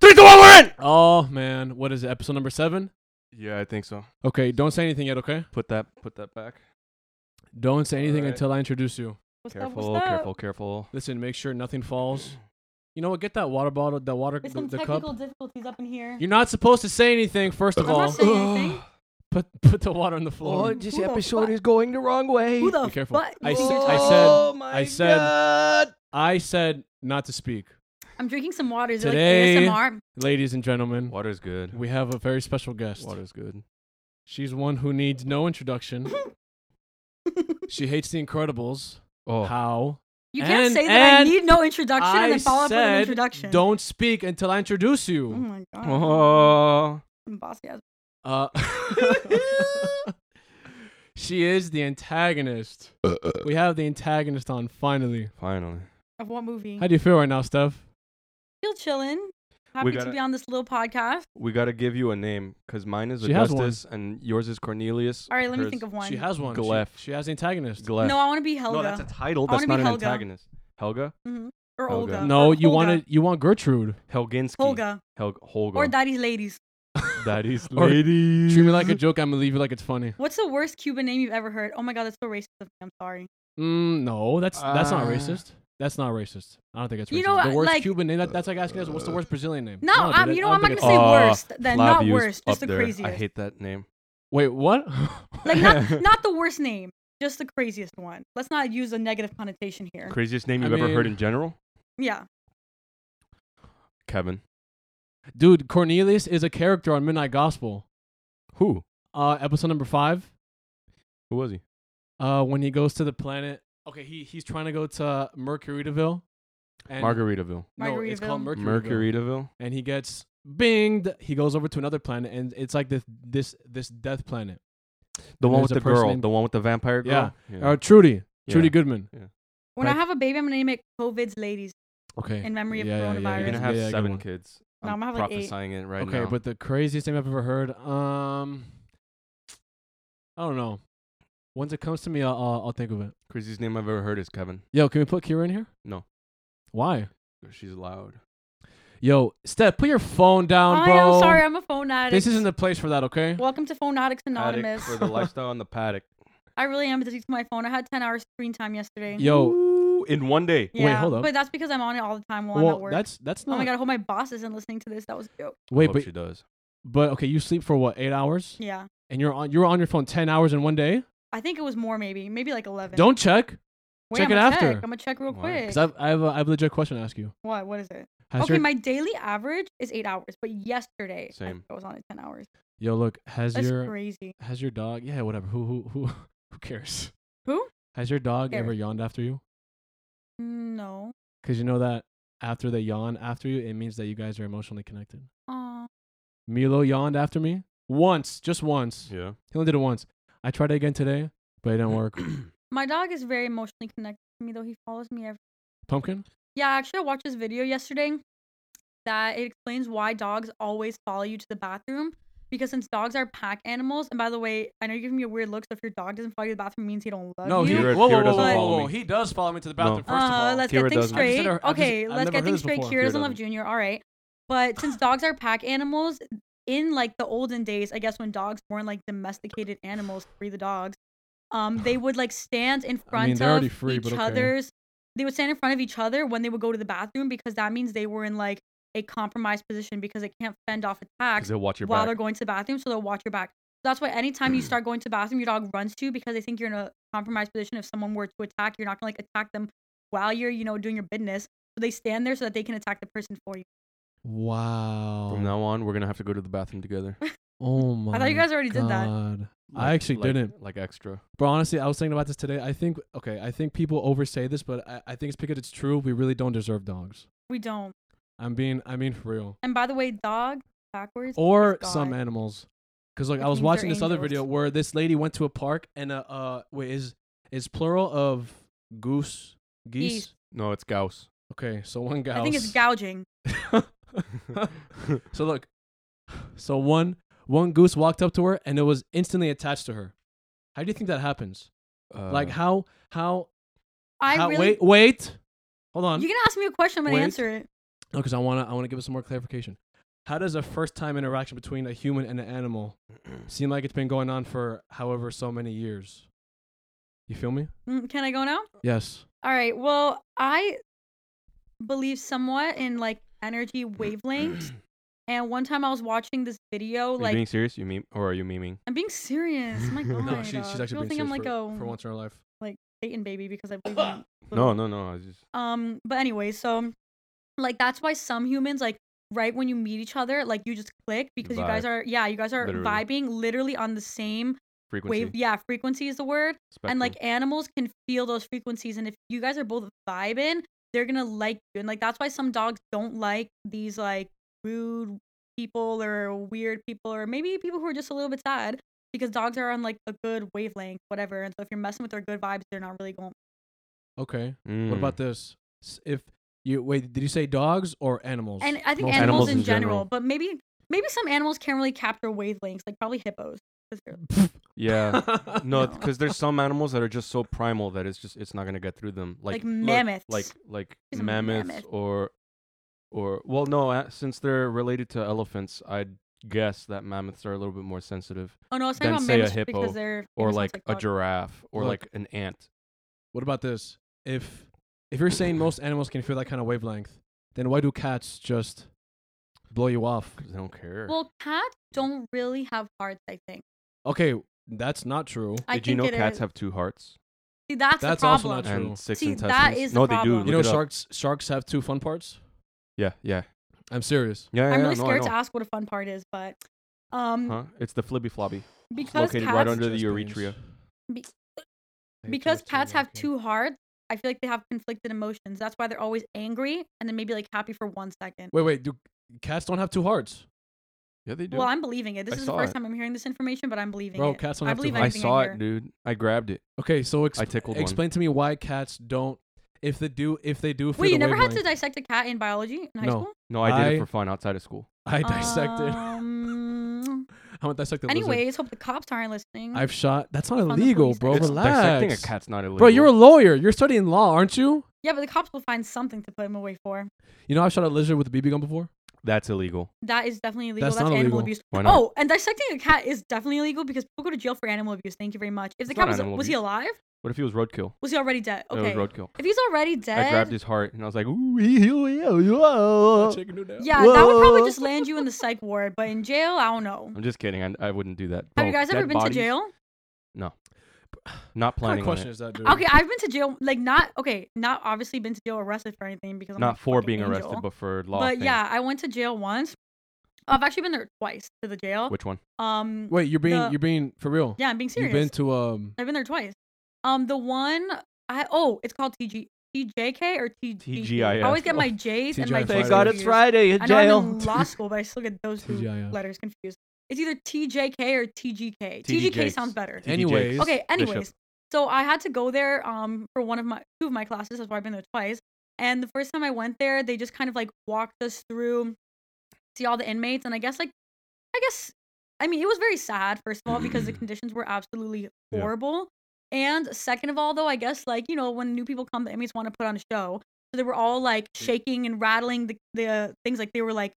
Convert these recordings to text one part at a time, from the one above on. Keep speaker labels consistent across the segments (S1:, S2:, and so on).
S1: one we're in.
S2: Oh man, what is it? Episode number seven.
S1: Yeah, I think so.
S2: Okay, don't say anything yet. Okay,
S1: Put that put that back.
S2: don't say anything
S1: Alright.
S2: until I introduce you.
S3: What's up,
S1: careful,
S3: what's up?
S1: careful, careful.
S2: Listen, make sure nothing falls. You know what? Get that water bottle, that water,
S3: There's
S2: the,
S3: some
S2: the
S3: technical
S2: cup.
S3: difficulties up in here.
S2: You're not supposed to say anything. First of
S3: I'm not
S2: all,
S3: saying anything.
S2: put put the water on the
S1: Oh,
S2: floor.
S3: Who the fuck-
S1: going the wrong way. Oh
S3: Who the
S2: Be careful.
S3: fuck?
S2: I
S3: made
S2: said-
S3: you
S2: I
S3: do
S2: said-
S3: that?
S1: my
S2: I said-
S1: God.
S2: I said not to speak,
S3: I'm drinking some water. Is it
S2: Today-
S3: like ASMR?
S2: ladies and gentlemen.
S1: Water's good.
S2: We have a very special guest.
S1: Water's good.
S2: She's one who needs no introduction. she hates The Incredibles.
S1: Oh,
S2: How?
S3: You can't
S2: And-
S3: say that I
S2: and
S3: need no introduction and
S2: I
S3: then follow up with an
S2: said
S3: introduction.
S2: Don't speak until I introduce
S3: Oh
S2: you.
S3: my god.
S1: oh.
S3: Some bossy ass-
S2: Uh, she is the antagonist. we have the antagonist on finally.
S1: finally.
S3: Of what movie?
S2: How do you feel right now, Steph?
S3: feel chillin'. Happy
S1: gotta-
S3: to be on this little podcast.
S1: We gotta give you a name because mine is
S2: She has one.
S1: Augustus and yours is Cornelius.
S3: All right, let me
S1: hers-
S3: think of one.
S2: She has one. She-
S1: Glef.
S2: She, has the antagonist.
S1: Glef.
S3: no, I want to be Helga
S1: No, that's a title.
S3: I wanna
S1: That's not
S3: be
S1: an
S3: Helga.
S1: antagonist. Helga?
S3: or
S1: Helga.
S3: Olga.
S2: No,
S3: or
S2: you
S3: Holga.
S2: wanted you want Gertrude.
S1: Helginski.
S3: Holga
S1: Helg- Holga.
S3: or Daddy's Ladies.
S1: that is
S2: Or
S1: lady.
S2: Treat me like a joke. I'm gonna leave you like it's funny.
S3: What's the worst Cuban name you've ever heard? Oh my god, that's so racist of me. I'm sorry.
S2: Mm, no, that's that's not
S1: Uh,
S2: racist. That's not racist. I don't think it's racist.
S3: You know
S2: the
S3: what,
S2: worst
S3: like-
S2: Cuban name. That, that's like asking us what's the worst Brazilian name.
S3: No,
S2: dude,
S3: I'm,
S2: I-
S3: you know
S2: I
S3: I'm
S2: don't
S3: not
S2: think
S3: gonna
S2: it's-
S3: say
S1: Oh,
S3: worst. Then not
S1: Flavius
S3: worst,
S1: up
S3: just the
S1: there.
S3: craziest.
S1: I hate that name.
S2: Wait, what?
S3: like not not the worst name, just the craziest one. Let's not use a negative connotation here.
S1: Craziest name
S2: I
S1: you've ever heard
S2: mean-
S1: in general?
S3: Yeah.
S1: Kevin.
S2: Dude, Cornelius is a character on Midnight Gospel.
S1: Who?
S2: Uh, episode number five.
S1: Who was he?
S2: Uh, when he goes to the planet. Okay, he he's trying to go to Mercuryville. And
S1: Margaritaville.
S2: No, it's called
S3: Margaritaville.
S2: Mercuryville.
S1: Mercuryville.
S2: And he gets binged. He goes over to another planet, and it's like this this this death planet.
S1: The one
S2: There's
S1: with
S2: a
S1: the
S2: person
S1: girl.
S2: named-
S1: The one with the vampire girl. Yeah.
S2: Uh, Trudy, Trudy
S1: Yeah.
S2: Goodman.
S3: When
S2: Like-
S3: I have a baby, I'm gonna name it COVID's ladies
S2: Okay.
S3: in memory of
S2: Yeah, yeah, yeah,
S3: coronavirus.
S2: yeah,
S1: You're gonna
S2: yeah,
S1: have
S2: yeah, good
S1: seven
S2: one.
S1: kids.
S3: No,
S1: I'm
S3: I'm gonna have, like, eight.
S1: prophesying it right
S2: okay,
S1: now.
S2: but the craziest name I've ever heard. Um, I don't know. Once it comes to me, I'll, I'll, I'll think of it.
S1: craziest name I've ever heard is Kevin.
S2: Yo, can we put Kira in here?
S1: No.
S2: Why?
S1: She's loud.
S2: Yo, Steph, put your phone down,
S3: I
S2: bro.
S3: am sorry, I'm a phone addict.
S2: This isn't the place for that, okay?
S3: Welcome to Phonatics
S1: Addict
S3: Anonymous.
S1: for the lifestyle in the paddock.
S3: I really am addicted to my phone. I had 10 hours screen time yesterday.
S2: Yo,
S1: Ooh, in one day.
S2: wait,
S3: yeah,
S2: hold up.
S3: But that's because I'm on it all the time while I'm
S2: well,
S3: at work.
S2: that's that's
S3: oh
S2: not.
S3: my god, I hope my boss isn't listening to this. That was a joke.
S2: Wait,
S1: Hope
S2: but
S1: she does.
S2: but okay, you sleep for what eight hours,
S3: Yeah.
S2: and you're on you're on your phone ten hours in one day.
S3: I think it was more, maybe. Maybe like 11.
S2: Don't check,
S3: Wait,
S2: check
S3: I'm
S2: it
S3: gonna
S2: after.
S3: Check. I'm going to check real
S1: Why?
S3: quick.
S2: because I've I've a, I've a legit question to ask you.
S3: What? What is it?
S2: Has
S3: okay,
S2: your
S3: my daily average is eight hours, but yesterday I,
S1: Same.
S3: think I was on it 10 hours.
S2: yo look has
S3: That's
S2: your
S3: crazy.
S2: has your dog yeah whatever who who who who cares
S3: Who?
S2: has your dog
S3: Cares.
S2: ever yawned after you?
S3: No.
S2: Because you know that after they yawn after you, it means that you guys are emotionally connected.
S3: Aw.
S2: Milo yawned after me once, just once.
S1: Yeah.
S2: He only did it once. I tried it again today, but it didn't work.
S3: My dog is very emotionally connected to me, though. He follows me every.
S2: Pumpkin?
S3: Yeah, actually, I watched this video yesterday that it explains why dogs always follow you to the bathroom. Because since dogs are pack animals, and by the way, I know you're giving me a weird look, so if your dog doesn't follow you to the bathroom, it means he don't love
S2: No,
S3: you.
S2: he
S1: Kira-
S2: whoa, whoa,
S1: Kira
S2: whoa,
S1: doesn't
S2: whoa,
S1: follow
S2: whoa,
S1: me.
S2: He does follow me to the bathroom.
S1: No.
S2: First of
S3: Uh,
S2: all,
S3: let's
S1: Kira
S3: get things
S1: doesn't. I
S2: just said
S3: straight.
S2: her- I just-
S3: okay,
S2: I've
S3: let's
S2: never
S3: get
S2: heard
S3: things
S2: this
S3: straight.
S2: before.
S3: Kira doesn't love
S1: Kira
S3: Junior. All right, but since dogs are pack animals, in like the olden days, I guess when dogs weren't like domesticated animals, free the dogs, um, they would like stand in front
S2: mean, they're already
S3: of
S2: free,
S3: each
S2: but okay.
S3: other's. They would stand in front of each other when they would go to the bathroom because that means they were in like a compromised position because they can't fend off
S1: Because
S3: attacks
S1: they'll watch your
S3: while they're
S1: back.
S3: going to the bathroom, so they'll watch your back. That's why anytime
S2: Mm.
S3: you start going to the bathroom, your dog runs to you because they think you're in a compromised position. If someone were to attack, you're not gonna like attack them while you're, you know, doing your business. So they stand there so that they can attack the person for you.
S2: wow.
S1: From now on, we're gonna have to go to the bathroom together.
S2: Oh my.
S3: I thought you guys already did that.
S2: God. I actually
S1: like,
S2: didn't.
S1: Like extra.
S2: But honestly, I was thinking about this today. I think okay, I think people oversay this, but I, I think it's because it's true. We really don't deserve dogs.
S3: We don't.
S2: I'm being I mean for real.
S3: And by the way, dog backwards. is
S2: Or
S3: God.
S2: some animals. Cuz like
S3: It
S2: I was
S3: means they're
S2: watching this other video
S3: angels.
S2: where this lady went to a park and uh, uh wait, is is plural of goose geese?
S3: Geese.
S1: No, it's Gauss.
S2: Okay, so one
S3: I
S2: gouse.
S3: think it's gouging.
S2: so look. So one one goose walked up to her and it was instantly attached to her. How do you think that happens?
S1: Uh,
S2: like how how
S3: I
S2: How-
S3: really.
S2: wait, wait. Hold on.
S3: You're gonna ask me a question. I'm gonna
S2: Wait.
S3: answer it.
S2: no, because I wanna I wanna give us some more clarification. How does a first time interaction between a human and an animal seem like it's been going on for however so many years? You feel me?
S3: Mm, Can I go now?
S2: Yes.
S3: All right. Well, I believe somewhat in like energy wavelengths. and one time I was watching this video,
S1: Are you
S3: like
S1: being serious? You meme or are you memeing?
S3: I'm being serious. My God,
S2: No, she, she's
S3: uh,
S2: actually
S3: people
S2: being
S3: think I'm
S2: serious
S3: like
S2: for,
S3: a
S2: for once in her life.
S3: Satan baby because I believe in
S1: No, no, no. I was just
S3: Um, but anyway, so like that's why some humans like right when you meet each other, like you just click because you guys
S1: Vibe.
S3: are yeah, you guys are
S1: Literally.
S3: vibing literally on the same
S1: frequency.
S3: wave. Yeah, frequency is the word.
S1: spectrum.
S3: And like animals can feel those frequencies, and if you guys are both vibing, they're gonna like you. And like that's why some dogs don't like these like rude people or weird people or maybe people who are just a little bit sad because dogs are on like a good wavelength, whatever. And so if you're messing with their good vibes, they're not really going.
S2: Okay.
S1: Mm.
S2: What about this? S- If you wait, did you say dogs or animals?
S3: And I think
S2: Most
S3: animals,
S1: animals
S3: in,
S1: in
S3: general,
S1: general.
S3: but maybe maybe some animals can't really capture wavelengths, like probably hippos. 'cause they're-
S1: Mm, Yeah. No,
S3: No.
S1: because there's some animals that are just so primal that it's just it's not gonna get through them. Like
S3: Like, mammoths.
S1: like like
S3: He's a
S1: mammoths
S3: mammoth.
S1: or or well no uh, since they're related to elephants i'd guess that mammoths are a little bit more sensitive
S3: oh no, I was talking
S1: then
S3: about
S1: say a
S3: mammoths
S1: hippo
S3: because they're in
S1: or
S3: a sense,
S1: like a
S3: dogs.
S1: giraffe or
S2: Look.
S1: like an ant
S2: What about this? If if you're saying most animals can feel that kind of wavelength, then why do cats just blow you off?
S1: 'cause they don't care
S3: Well, cats don't really have hearts. I think.
S2: Okay, that's not true.
S3: I
S1: did you
S3: think
S1: know
S3: it
S1: cats
S3: is.
S1: have two hearts
S3: See, that's,
S2: That's
S3: the
S2: also
S3: problem.
S2: not true.
S1: and six
S3: See, that
S1: intestines
S3: is the
S1: no they do
S3: problem.
S1: look
S2: you know
S1: it up.
S2: sharks sharks have two fun parts?
S1: yeah yeah
S2: I'm serious.
S1: yeah, yeah
S3: I'm really
S1: no, I
S3: scared to
S1: know.
S3: ask what a fun part is, but um,
S1: huh it's the flibby floppy
S3: because
S1: located
S3: cats
S1: right under- the
S2: Chest pains.
S1: urethra.
S3: Be-
S2: I hate
S3: because
S2: chest pains,
S3: cats have
S2: okay.
S3: two hearts, I feel like they have conflicted emotions. That's why they're always angry and then maybe like happy for one second.
S2: Wait, wait, do cats don't have two hearts?
S1: yeah they do
S3: Well, I'm believing it. This
S1: I
S3: is the
S1: saw
S3: first
S1: it.
S3: time I'm hearing this information, but I'm believing
S2: Bro,
S3: it.
S2: cats don't
S3: I
S2: have two
S3: believe
S2: hearts.
S1: i
S3: everything
S1: saw
S3: hear.
S1: it dude i grabbed it
S2: Okay, so exp-
S1: I tickled one.
S2: explain to me why cats don't if they do if they do feel
S3: Wait,
S2: the
S3: you never had
S2: wavelength-
S3: to dissect a cat in biology in high
S2: No.
S3: school?
S1: no i did
S2: I-
S1: it for fun outside of school
S2: I dissected.
S3: Uh, Um,
S2: I went dissected.
S3: anyways, hope the cops aren't listening.
S2: I've shot. That's not
S3: the
S2: illegal,
S3: police
S2: bro.
S3: station.
S1: it's
S2: Relax.
S1: dissecting a cat's not illegal
S2: Bro, you're a lawyer. You're studying law, aren't you?
S3: yeah, but the cops will find something to put him away for.
S2: You know I've shot a lizard with a BB gun before.
S1: that's illegal
S3: That is definitely illegal.
S2: That's
S3: That's,
S2: not
S3: animal
S2: illegal.
S3: abuse.
S1: Why not?
S3: Oh, and dissecting a cat is definitely illegal because people go to jail for animal abuse. Thank you very much. If the
S1: It's not
S3: cat was
S1: animal
S3: was he
S1: abuse.
S3: alive?
S1: what if he was roadkill
S3: Was he already dead?
S1: That was
S3: Okay.
S1: roadkill
S3: If he's already
S1: I grabbed
S3: dead,
S1: his heart and I was like, ooh, ew, ew, ew."
S3: yeah, that would probably
S1: Whoa.
S3: just land you in the psych ward. But in jail, I don't know.
S1: I'm just kidding. I, I wouldn't do that.
S3: Have
S1: Bro,
S3: you guys ever
S1: Oh, dead
S3: been to
S1: bodies?
S3: jail?
S1: Not
S2: What kind
S1: planning
S2: of
S1: on
S2: question
S1: it.
S2: is that, dude?
S3: Okay, I've been to jail. Like not okay, not obviously been to jail or arrested for anything because I'm
S1: Not
S3: a
S1: for
S3: fucking
S1: being
S3: angel.
S1: arrested, but for law.
S3: But
S1: thing.
S3: yeah, I went to jail once. I've actually been there twice to the jail.
S1: Which one?
S3: Um,
S2: Wait, you're being
S3: The-
S2: you're being for real.
S3: yeah, I'm being serious.
S2: You've been to um
S3: I've been there twice. Um, the one I oh, it's called TG TJK or TG. I always get my J's and my
S2: TGI Friday.
S3: J's
S2: Thank God it's
S3: confused.
S1: Friday
S3: I know I'm in law school, but I still get those two
S2: TGIF.
S3: letters confused. It's either TJK or TGK.
S1: TG
S3: TGK
S1: Jakes.
S3: sounds better.
S1: TG
S2: Anyways,
S3: Okay,
S1: Bishop.
S3: anyways, so I had to go there um for one of my two of my classes. That's why I've been there twice. And the first time I went there, they just kind of like walked us through, see all the inmates, and I guess like, I guess, I mean it was very sad first of all because the conditions were absolutely
S1: Yeah.
S3: horrible, and second of all though I guess like you know when new people come, the inmates want to put on a show, so they were all like
S1: Mm.
S3: shaking and rattling the the things like they were like,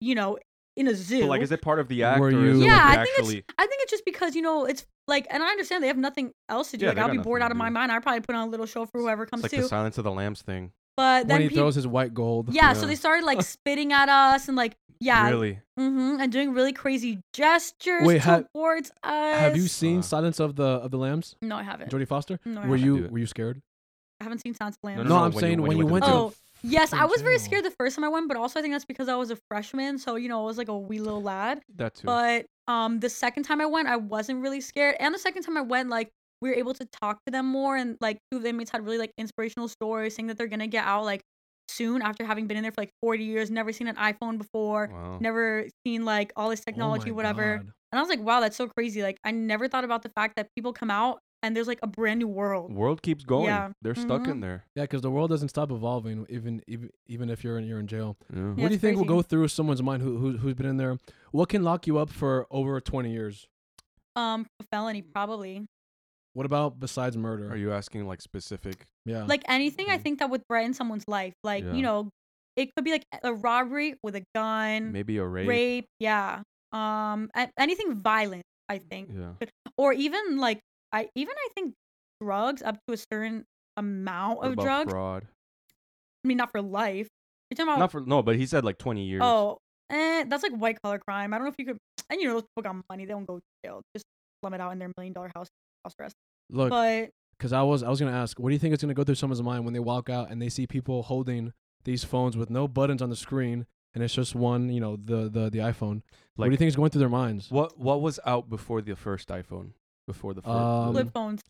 S3: you know, in a zoo.
S1: But like, is it part of the act?
S2: Were
S1: or is
S2: you-
S1: it
S3: Yeah,
S1: like
S3: I think
S1: actually,
S3: I think it's just because you know it's like, and I understand they have nothing else to do.
S1: Yeah,
S3: like
S1: they
S3: I'll
S1: got
S3: be bored
S1: nothing
S3: out
S1: to
S3: of my
S1: do.
S3: mind. I probably put on a little show for whoever comes
S1: it's like
S3: to.
S1: the Silence of the Lambs thing.
S3: but
S2: when
S3: then
S2: he
S3: people,
S2: throws his white gold.
S3: yeah, so
S1: Yeah.
S3: they started like spitting at us and like yeah,
S1: Really?
S3: hmm and doing really crazy gestures
S2: Wait, ha-
S3: towards us.
S2: Have you seen
S1: Uh.
S2: Silence of the of the Lambs?
S3: No, I haven't.
S2: Jodie Foster.
S3: No, I
S2: were
S3: haven't.
S1: I
S2: you
S1: do it.
S2: were you scared?
S3: I haven't seen Silence of the Lambs.
S1: No, no,
S2: I'm
S1: when you-
S2: saying
S1: when
S2: when
S1: you
S2: you
S1: went
S2: went to.
S3: to the- Oh, Yes, I
S2: fucking
S3: was very
S2: jail.
S3: scared the first time I went, but also I think that's because I was a freshman, so you know I was like a wee little lad.
S1: That too.
S3: But um, the second time I went, I wasn't really scared. And the second time I went, like we were able to talk to them more, and like two of the inmates had really like inspirational stories, saying that they're gonna get out like soon after having been in there for like 40 years, never seen an iPhone before,
S1: wow.
S3: never seen like all this
S2: Oh
S3: technology,
S2: my
S3: whatever.
S2: God.
S3: And I was like, wow, that's so crazy. Like I never thought about the fact that people come out and there's like a brand new world.
S1: World keeps going.
S3: Yeah.
S1: They're stuck
S3: Mhm.
S1: in there.
S2: Yeah, because the world doesn't stop evolving, even even even if you're in you're in jail.
S1: Yeah.
S3: Yeah,
S2: what do you
S3: it's
S2: think will
S3: crazy.
S2: go through someone's mind who, who who's been in there? What can lock you up for over twenty years?
S3: Um, a felony probably.
S2: What about besides murder?
S1: Are you asking like specific?
S2: yeah,
S3: Like anything, I
S1: Mhm.
S3: think that would brighten someone's life. Like
S1: Yeah.
S3: you know, it could be like a robbery with a gun,
S1: Maybe a rape.
S3: rape. yeah. Um, a- anything violent, I think,
S1: Yeah.
S3: or even like I even I think drugs up to a certain amount
S1: What
S3: of
S1: about
S3: drugs.
S1: fraud.
S3: I mean, not for life. You're talking about
S1: Not for no, but he said like 20 years.
S3: oh, eh, that's like white collar crime. I don't know if you could. And you know, those people got money; they don't go to jail. Just slum it out in their million dollar house, house arrest.
S2: Look,
S3: But
S2: because I was I was gonna ask, what do you think is gonna go through someone's mind when they walk out and they see people holding these phones with no buttons on the screen and it's just one, you know, the the the iPhone. what do you
S1: Like-
S2: think is going through their minds?
S1: What what was out before the first iPhone? Before the first.
S2: Um,
S3: flip phones.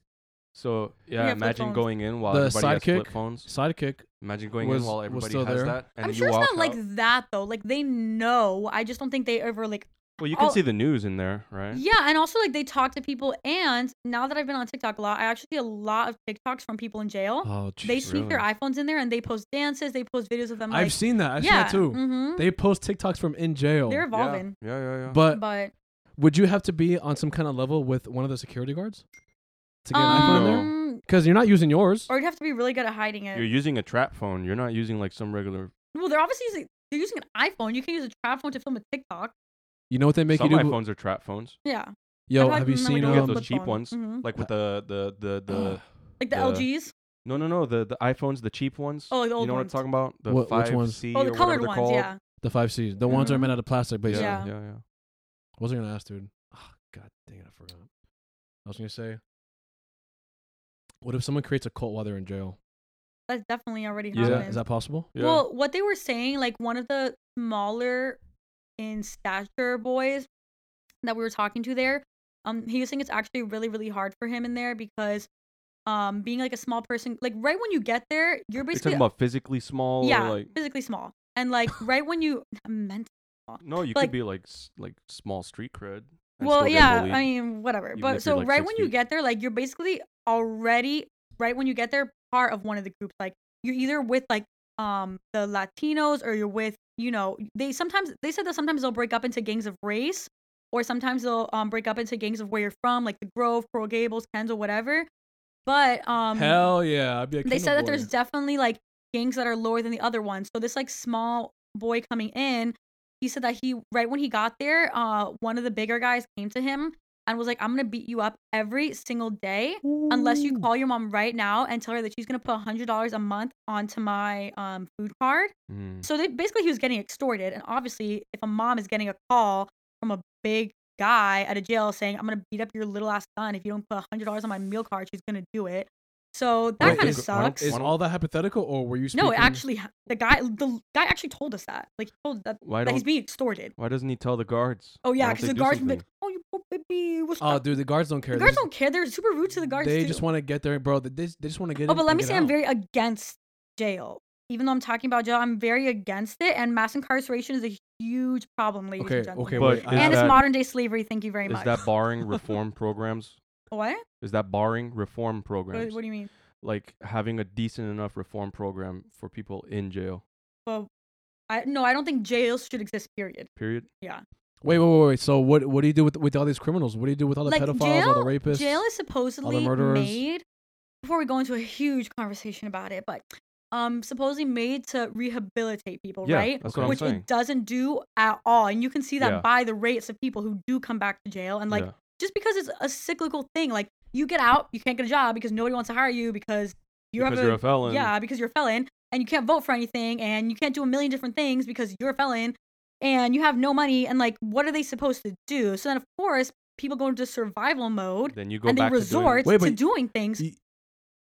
S1: so
S3: yeah,
S1: yeah,
S3: flip
S1: imagine
S3: phones.
S1: going in while
S2: The
S1: everybody has flip
S2: Sidekick?
S1: phones.
S2: Sidekick.
S1: Imagine going
S2: was-
S1: in while
S2: was
S1: everybody
S2: still
S1: has
S2: there.
S1: that, and
S3: I'm
S1: you
S3: sure it's
S1: walk
S3: not
S1: out.
S3: like that though. Like they know. I just don't think they ever like.
S1: Well, you can
S3: Oh.
S1: see the news in there, right?
S3: Yeah, and also like they talk to people. And now that I've been on TikTok a lot, I actually see a lot of TikToks from people in jail.
S2: Oh,
S3: they
S2: jeez.
S3: sneak their
S1: really?
S3: iPhones in there and they post dances. They post videos of them. Like,
S2: I've seen that. I've
S3: yeah,
S2: seen that too.
S3: mhm.
S2: They post TikToks from in jail.
S3: They're evolving,
S1: Yeah, yeah, yeah.
S2: but
S3: but
S2: would you have to be on some kind of level with one of the security guards to get an iPhone in
S1: No.
S2: there?
S3: um,
S2: Because you're not using yours.
S3: or you'd have to be really good at hiding it.
S1: you're using a trap phone. You're not using like some regular.
S3: Well, they're obviously using they're using an iPhone. You can use a trap phone to film a TikTok.
S2: You know what they make
S1: some
S2: you do?
S1: iPhones are trap phones,
S3: Yeah.
S2: Yo,
S3: I've had
S2: have you
S3: them,
S2: seen
S3: like,
S1: You get
S2: um,
S1: those cheap
S3: phone.
S1: ones?
S3: Mhm.
S1: like with the the the the.
S3: Like
S1: The-
S3: the LGs.
S1: no, no, no. The the iPhones, the cheap ones.
S3: Oh, the
S1: you
S3: old
S1: know what I'm
S3: ones.
S1: talking about? The
S2: What- which
S1: five
S2: ones?
S1: C
S3: Oh, the
S1: or
S3: colored
S1: whatever
S3: ones.
S1: they're
S3: Yeah.
S2: the five C's? The ones that are
S3: Mm-hmm.
S2: made out of plastic,
S1: called.
S2: basically.
S1: yeah,
S3: Yeah.
S1: yeah, yeah.
S2: What was I gonna ask, dude? Oh, God dang it, I forgot. I was gonna say, what if someone creates a cult while they're in jail?
S3: That's definitely already
S2: Is,
S3: happened.
S2: that, is that possible?
S1: Yeah.
S3: Well, what they were saying, like one of the smaller in stature boys that we were talking to there, um, he was saying it's actually really, really hard for him in there because, um, being like a small person, like right when you get there, you're
S1: you're
S3: basically
S1: talking about physically small.
S3: yeah,
S1: Or like
S3: physically small, and like right when you meant
S1: no, you
S3: like-
S1: could be like s- like small street cred. and
S3: well,
S1: still get
S3: yeah,
S1: bullied.
S3: I mean whatever,
S1: even
S3: but
S1: if you're,
S3: so
S1: like,
S3: right
S1: six
S3: when you
S1: feet.
S3: get there, like you're basically already right when you get there part of one of the groups. Like you're either with like um the Latinos or you're with you know they sometimes they said that sometimes they'll break up into gangs of race or sometimes they'll um break up into gangs of where you're from, like the Grove, Coral Gables, Kendall, whatever. But um
S2: Hell yeah, I'd be a
S3: they said that there's definitely like gangs that are lower than the other ones. So this like small boy coming in, he said that he right when he got there, uh, one of the bigger guys came to him and was like, "I'm gonna beat you up every single day unless you call your mom right now and tell her that she's gonna put hundred dollars a month onto my um food card."
S1: Mm.
S3: So they basically he was getting extorted, and obviously, if a mom is getting a call from a big guy at a jail saying, "I'm gonna beat up your little ass son if you don't put hundred dollars on my meal card," she's gonna do it. So that
S1: Wait,
S3: kind of
S1: is- why don't-
S3: sucks.
S2: Is
S1: Why don't-
S2: all that hypothetical, or were you? Speaking?
S3: No, it actually ha- the guy the guy actually told us that. Like he told that,
S1: Why
S3: that he's
S1: don't?
S3: being extorted.
S1: Why doesn't he tell the guards?
S3: Oh
S1: Why
S3: yeah,
S1: don't
S3: because
S1: they
S3: the
S1: do
S3: guards would be
S1: something?
S3: like, "Oh, you poor baby, what's
S2: Oh,
S3: up?"
S2: dude, the guards don't care.
S3: The
S2: They
S3: guards
S2: just-
S3: don't care. They're super rude to the guards.
S2: They
S3: too.
S2: just want to get there, bro. They they just, they just want to get.
S3: Oh,
S2: in
S3: but let
S2: and
S3: me
S2: get
S3: say, I'm
S2: out.
S3: very against jail. Even though I'm talking about jail, I'm very against it. And mass incarceration is a huge problem, ladies
S2: Okay,
S3: and gentlemen.
S2: okay,
S1: But is
S2: wait. I
S3: and
S2: have-
S3: it's
S1: that-
S3: modern day slavery. Thank you very
S1: Is
S3: much.
S1: that barring reform programs?
S3: what?
S1: Is that barring reform
S3: what?
S1: programs?
S3: What do you mean?
S1: like having a decent enough reform program for people in jail.
S3: Well, I no, I don't think jails should exist. Period.
S1: Period.
S2: wait, wait, wait, wait. So what what do you do with with all these criminals? What do you do with all the
S3: Like,
S2: pedophiles, all the rapists?
S3: Jail is supposedly
S2: murderers.
S3: made before we go into a huge conversation about it, but um supposedly made to rehabilitate people,
S1: yeah,
S3: Oh, right?
S1: that's what
S3: Which
S1: I'm saying.
S3: it doesn't do at all. And you can see that
S1: Yeah.
S3: by the rates of people who do come back to jail and like
S1: Yeah.
S3: just because it's a cyclical thing, like you get out, you can't get a job because nobody wants to hire you because you
S1: because
S3: have
S1: you're a felon.
S3: yeah, because you're a felon and you can't vote for anything and you can't do a million different things because you're a felon and you have no money and like what are they supposed to do? So then of course people go into survival mode
S1: Then you go
S3: and they
S1: back
S3: resort
S1: to
S2: Wait,
S3: to
S2: but-
S3: doing things.
S2: y-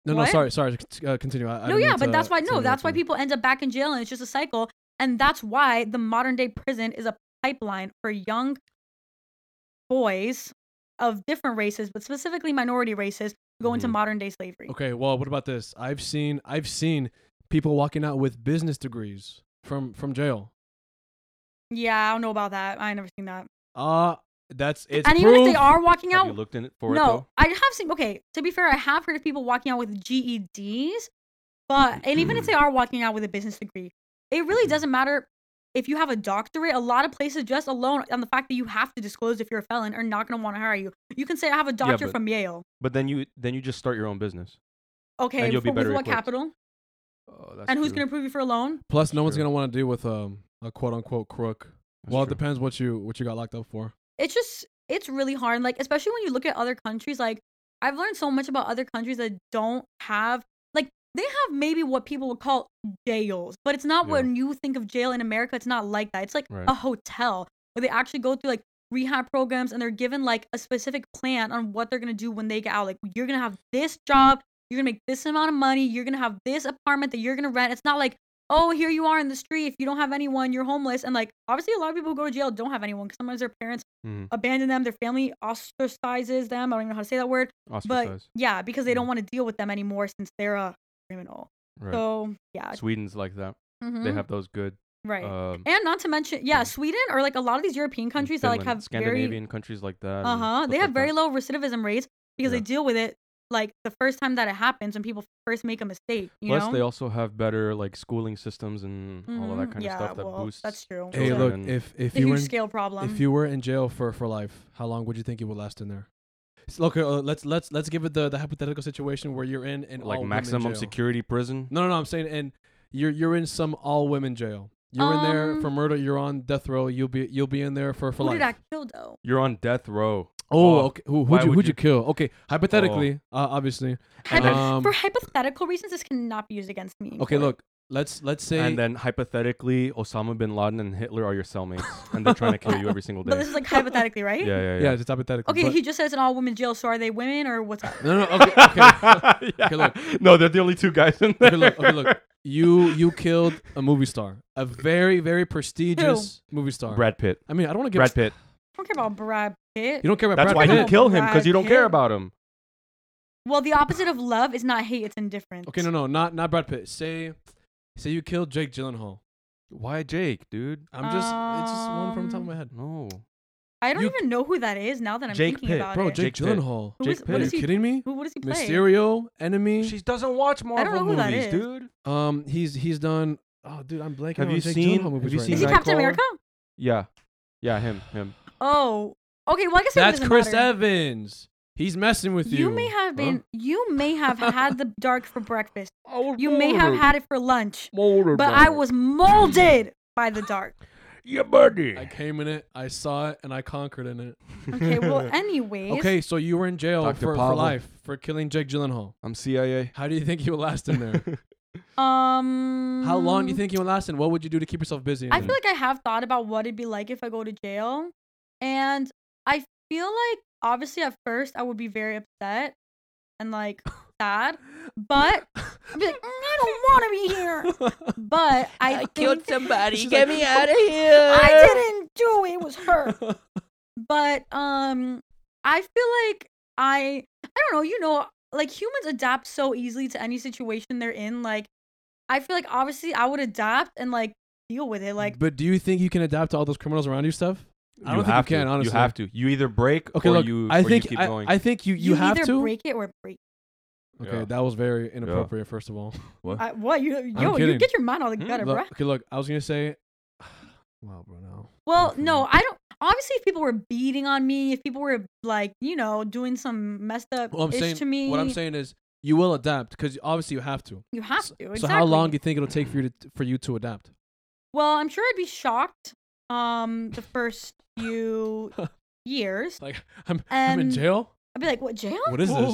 S2: no, no,
S3: What?
S2: sorry, sorry. c- Uh, continue. I, I
S3: no,
S2: didn't
S3: yeah,
S2: mean
S3: but
S2: to-
S3: that's why
S2: to
S3: no, that's
S2: interrupt
S3: why
S2: you.
S3: people end up back in jail and it's just a cycle and that's why the modern day prison is a pipeline for young boys of different races, but specifically minority races who go into
S2: Mm-hmm.
S1: Mhm.
S3: modern day slavery.
S2: Okay, well, what about this? I've seen I've seen people walking out with business degrees from from jail.
S3: Yeah, I don't know about that. I ain't never seen that.
S2: Uh that's it's
S3: and
S2: proof.
S3: even if they are walking
S1: doing. Have
S3: out
S1: you looked in it for it
S3: no,
S1: though?
S3: I have seen. Okay, to be fair, I have heard of people walking out with GEDs, but and even if
S1: Mm.
S3: they are walking out with a business degree, it really doesn't matter if you have a doctorate. A lot of places, just alone on the fact that you have to disclose if you're a felon, are not going to want to hire you. You can say I have a doctor
S1: but-
S3: from Yale.
S1: But then you then you just start your own business.
S3: Okay,
S1: you'll be
S3: for- with
S1: better
S3: what
S1: equipped.
S3: capital?
S1: Oh, that's
S3: and who's
S1: true.
S3: gonna prove you for a loan?
S2: Plus, no one's
S1: True.
S2: gonna want to deal with um, a quote unquote crook.
S1: That's
S2: well,
S1: true.
S2: it depends what you what you got locked up for.
S3: It's just it's really hard. and, Like especially when you look at other countries. Like I've learned so much about other countries that don't have like they have maybe what people would call jails, but it's not
S1: Yeah.
S3: when you think of jail in America. It's not like that. It's like
S1: Right.
S3: a hotel where they actually go through like rehab programs and they're given like a specific plan on what they're gonna do when they get out. Like you're gonna have this job. You're gonna make this amount of money. You're gonna have this apartment that you're gonna rent. It's not like oh, here you are in the street. If you don't have anyone, you're homeless. And like, obviously, a lot of people who go to jail don't have anyone because sometimes their parents
S1: Mhm.
S3: abandon them, their family ostracizes them. I don't even know how to say that word, but
S1: Ostracized.
S3: yeah, because they
S1: Mhm.
S3: don't want to deal with them anymore since they're a criminal.
S1: Right.
S3: So yeah,
S1: Sweden's like that. They
S3: mhm,
S1: have those good.
S3: right.
S1: Um,
S3: and not to mention, yeah,
S1: yeah.
S3: Sweden or like a lot of these European countries that like
S1: Finland,
S3: have
S1: Scandinavian
S3: very
S1: countries like that. and
S3: uh huh,
S1: stuff
S3: they have
S1: like
S3: very
S1: that.
S3: low recidivism rates because
S1: Yeah.
S3: they deal with it like the first time that it happens when people first make a mistake. You
S1: Plus,
S3: know?
S1: they also have better like schooling systems and all of that
S3: Mhm,
S1: kind
S3: yeah,
S1: of stuff that
S3: well,
S1: boosts.
S3: That's true.
S2: Hey,
S1: Yeah.
S2: look,
S1: And-
S2: if if
S3: It's a
S2: you were
S3: huge
S2: in,
S3: scale problem.
S2: if you were in jail for for life, how long would you think you would last in there? S- Look, uh, let's let's let's give it the, the hypothetical situation where you're in
S1: like
S2: an all-women
S1: maximum
S2: jail.
S1: security prison.
S2: No, no, no. I'm saying, and you're you're in some all women jail. You're in there
S3: Um,
S2: for murder. You're on death row. You'll be you'll be in there for for
S3: Who
S2: life.
S3: did I kill though?
S1: You're on death row.
S2: oh,
S1: Oh,
S2: okay. Who
S1: why
S2: who'd you,
S1: would
S2: who'd you
S1: you- Oh.
S2: kill? Okay, hypothetically, uh, obviously.
S1: And
S3: Hypo-
S1: then-
S2: Um,
S3: for hypothetical reasons, this cannot be used against me. in
S2: Okay,
S3: court.
S2: look. Let's let's say.
S1: and then hypothetically, Osama bin Laden and Hitler are your cellmates, and they're trying to kill you every single
S3: But
S1: day.
S3: this is like hypothetically, right?
S1: yeah, yeah,
S2: yeah,
S1: yeah.
S2: it's hypothetical.
S3: Okay,
S2: but-
S3: he just says an all woman jail, so are they women or what's up?
S2: no, no. Okay, okay. Okay, look.
S1: look. No, they're the only two guys in there.
S2: Okay, look, okay, look. You you killed a movie star, a very very prestigious movie star.
S1: Brad Pitt.
S2: I mean, I don't want to give.
S1: Brad Pitt.
S3: I don't care about Brad Pitt.
S2: You don't care about
S1: That's
S2: Brad
S1: why
S2: Pitt.
S1: you
S3: Pitt.
S1: kill him because you don't
S3: Brad
S1: care
S3: Pitt.
S1: about him.
S3: Well, the opposite of love is not hate, it's indifference.
S2: Okay, no, no, not not Brad Pitt. Say, say you killed Jake Gyllenhaal.
S1: Why Jake, dude?
S2: I'm just, it's just one from the top of
S3: Um,
S2: my head.
S1: No.
S3: I don't
S2: you-
S3: even know who that is now that I'm
S1: Jake
S3: thinking
S1: Pitt.
S3: about
S2: Bro,
S3: it.
S2: Jake,
S1: Jake Pitt.
S2: Gyllenhaal.
S3: Who
S1: Jake
S3: is-
S1: Pitt.
S3: What
S2: Are
S3: is
S2: you
S3: he?
S2: kidding me?
S3: Who? What does he play?
S2: Mysterio, enemy.
S1: She doesn't watch Marvel
S3: know who that
S1: movies,
S3: is.
S1: dude.
S2: um, he's he's done. Oh, dude, I'm blanking.
S1: Have
S2: on
S1: you
S2: Jake
S1: seen-
S2: Gyllenhaal movies
S1: have you
S2: right
S1: seen
S3: Is he
S2: now.
S1: Nightcrawler?
S3: Captain America?
S1: Yeah. Yeah, him. Him.
S3: Oh, okay. Well, I guess it
S2: That's
S3: doesn't
S2: Chris
S3: matter.
S2: Evans. He's messing with you.
S3: You may have been. You may have had the dark for breakfast. You may have had it for lunch,
S1: Molded
S3: but I was molded by the dark.
S1: your buddy.
S2: I came in it. I saw it, and I conquered in it.
S3: Okay. Well, anyways.
S2: Okay, so you were in jail
S1: Dr.
S2: for, for
S1: Pavel.
S2: life for killing Jake Gyllenhaal.
S1: I'm CIA.
S2: How do you think you would last in there?
S3: Um.
S2: How long do you think you would last, and what would you do to keep yourself busy? in
S3: I
S2: there?
S3: feel like I have thought about what it'd be like if I go to jail. And I feel like obviously at first I would be very upset and like sad, but I'd be like, "Mm, I don't want to be here. But I, think "Oh,
S2: somebody.
S1: Get me outta
S2: here.
S3: I didn't do it. It was her. But um I feel like I I don't know, you know, like humans adapt so easily to any situation they're in. Like I feel like obviously I would adapt and like deal with it. Like
S2: but do you think you can adapt to all those criminals around you stuff? I don't
S1: you
S2: think you
S1: have
S2: can,
S1: to.
S2: honestly.
S1: You have to. You either break
S2: Okay,
S1: or
S2: look,
S1: you
S2: I
S1: or
S2: think
S1: you keep
S2: I,
S1: going.
S2: I think you you, have
S3: either
S2: to.
S3: break it or break.
S2: okay,
S1: Yeah.
S2: that was very inappropriate. First of all,
S3: I, what you yo you
S2: kidding.
S3: get your mind all
S1: Hmm?
S3: together,
S2: Look-
S3: bruh.
S2: okay, look, I was gonna say, wow, bro, no.
S3: Well,
S2: okay.
S3: no, I don't. Obviously, if people were beating on me, if people were like you know doing some messed up
S2: Well, I'm
S3: ish
S2: saying
S3: to me,
S2: what I'm saying is you will adapt because obviously you have to.
S3: you have
S2: S-
S3: to. Exactly.
S2: So how long do you think it'll take for you to for you to adapt?
S3: well, I'm sure I'd be shocked. Um, the first few years,
S2: Like I'm I'm in
S3: Um,
S2: jail.
S3: I'd be like, what jail?
S2: What is this?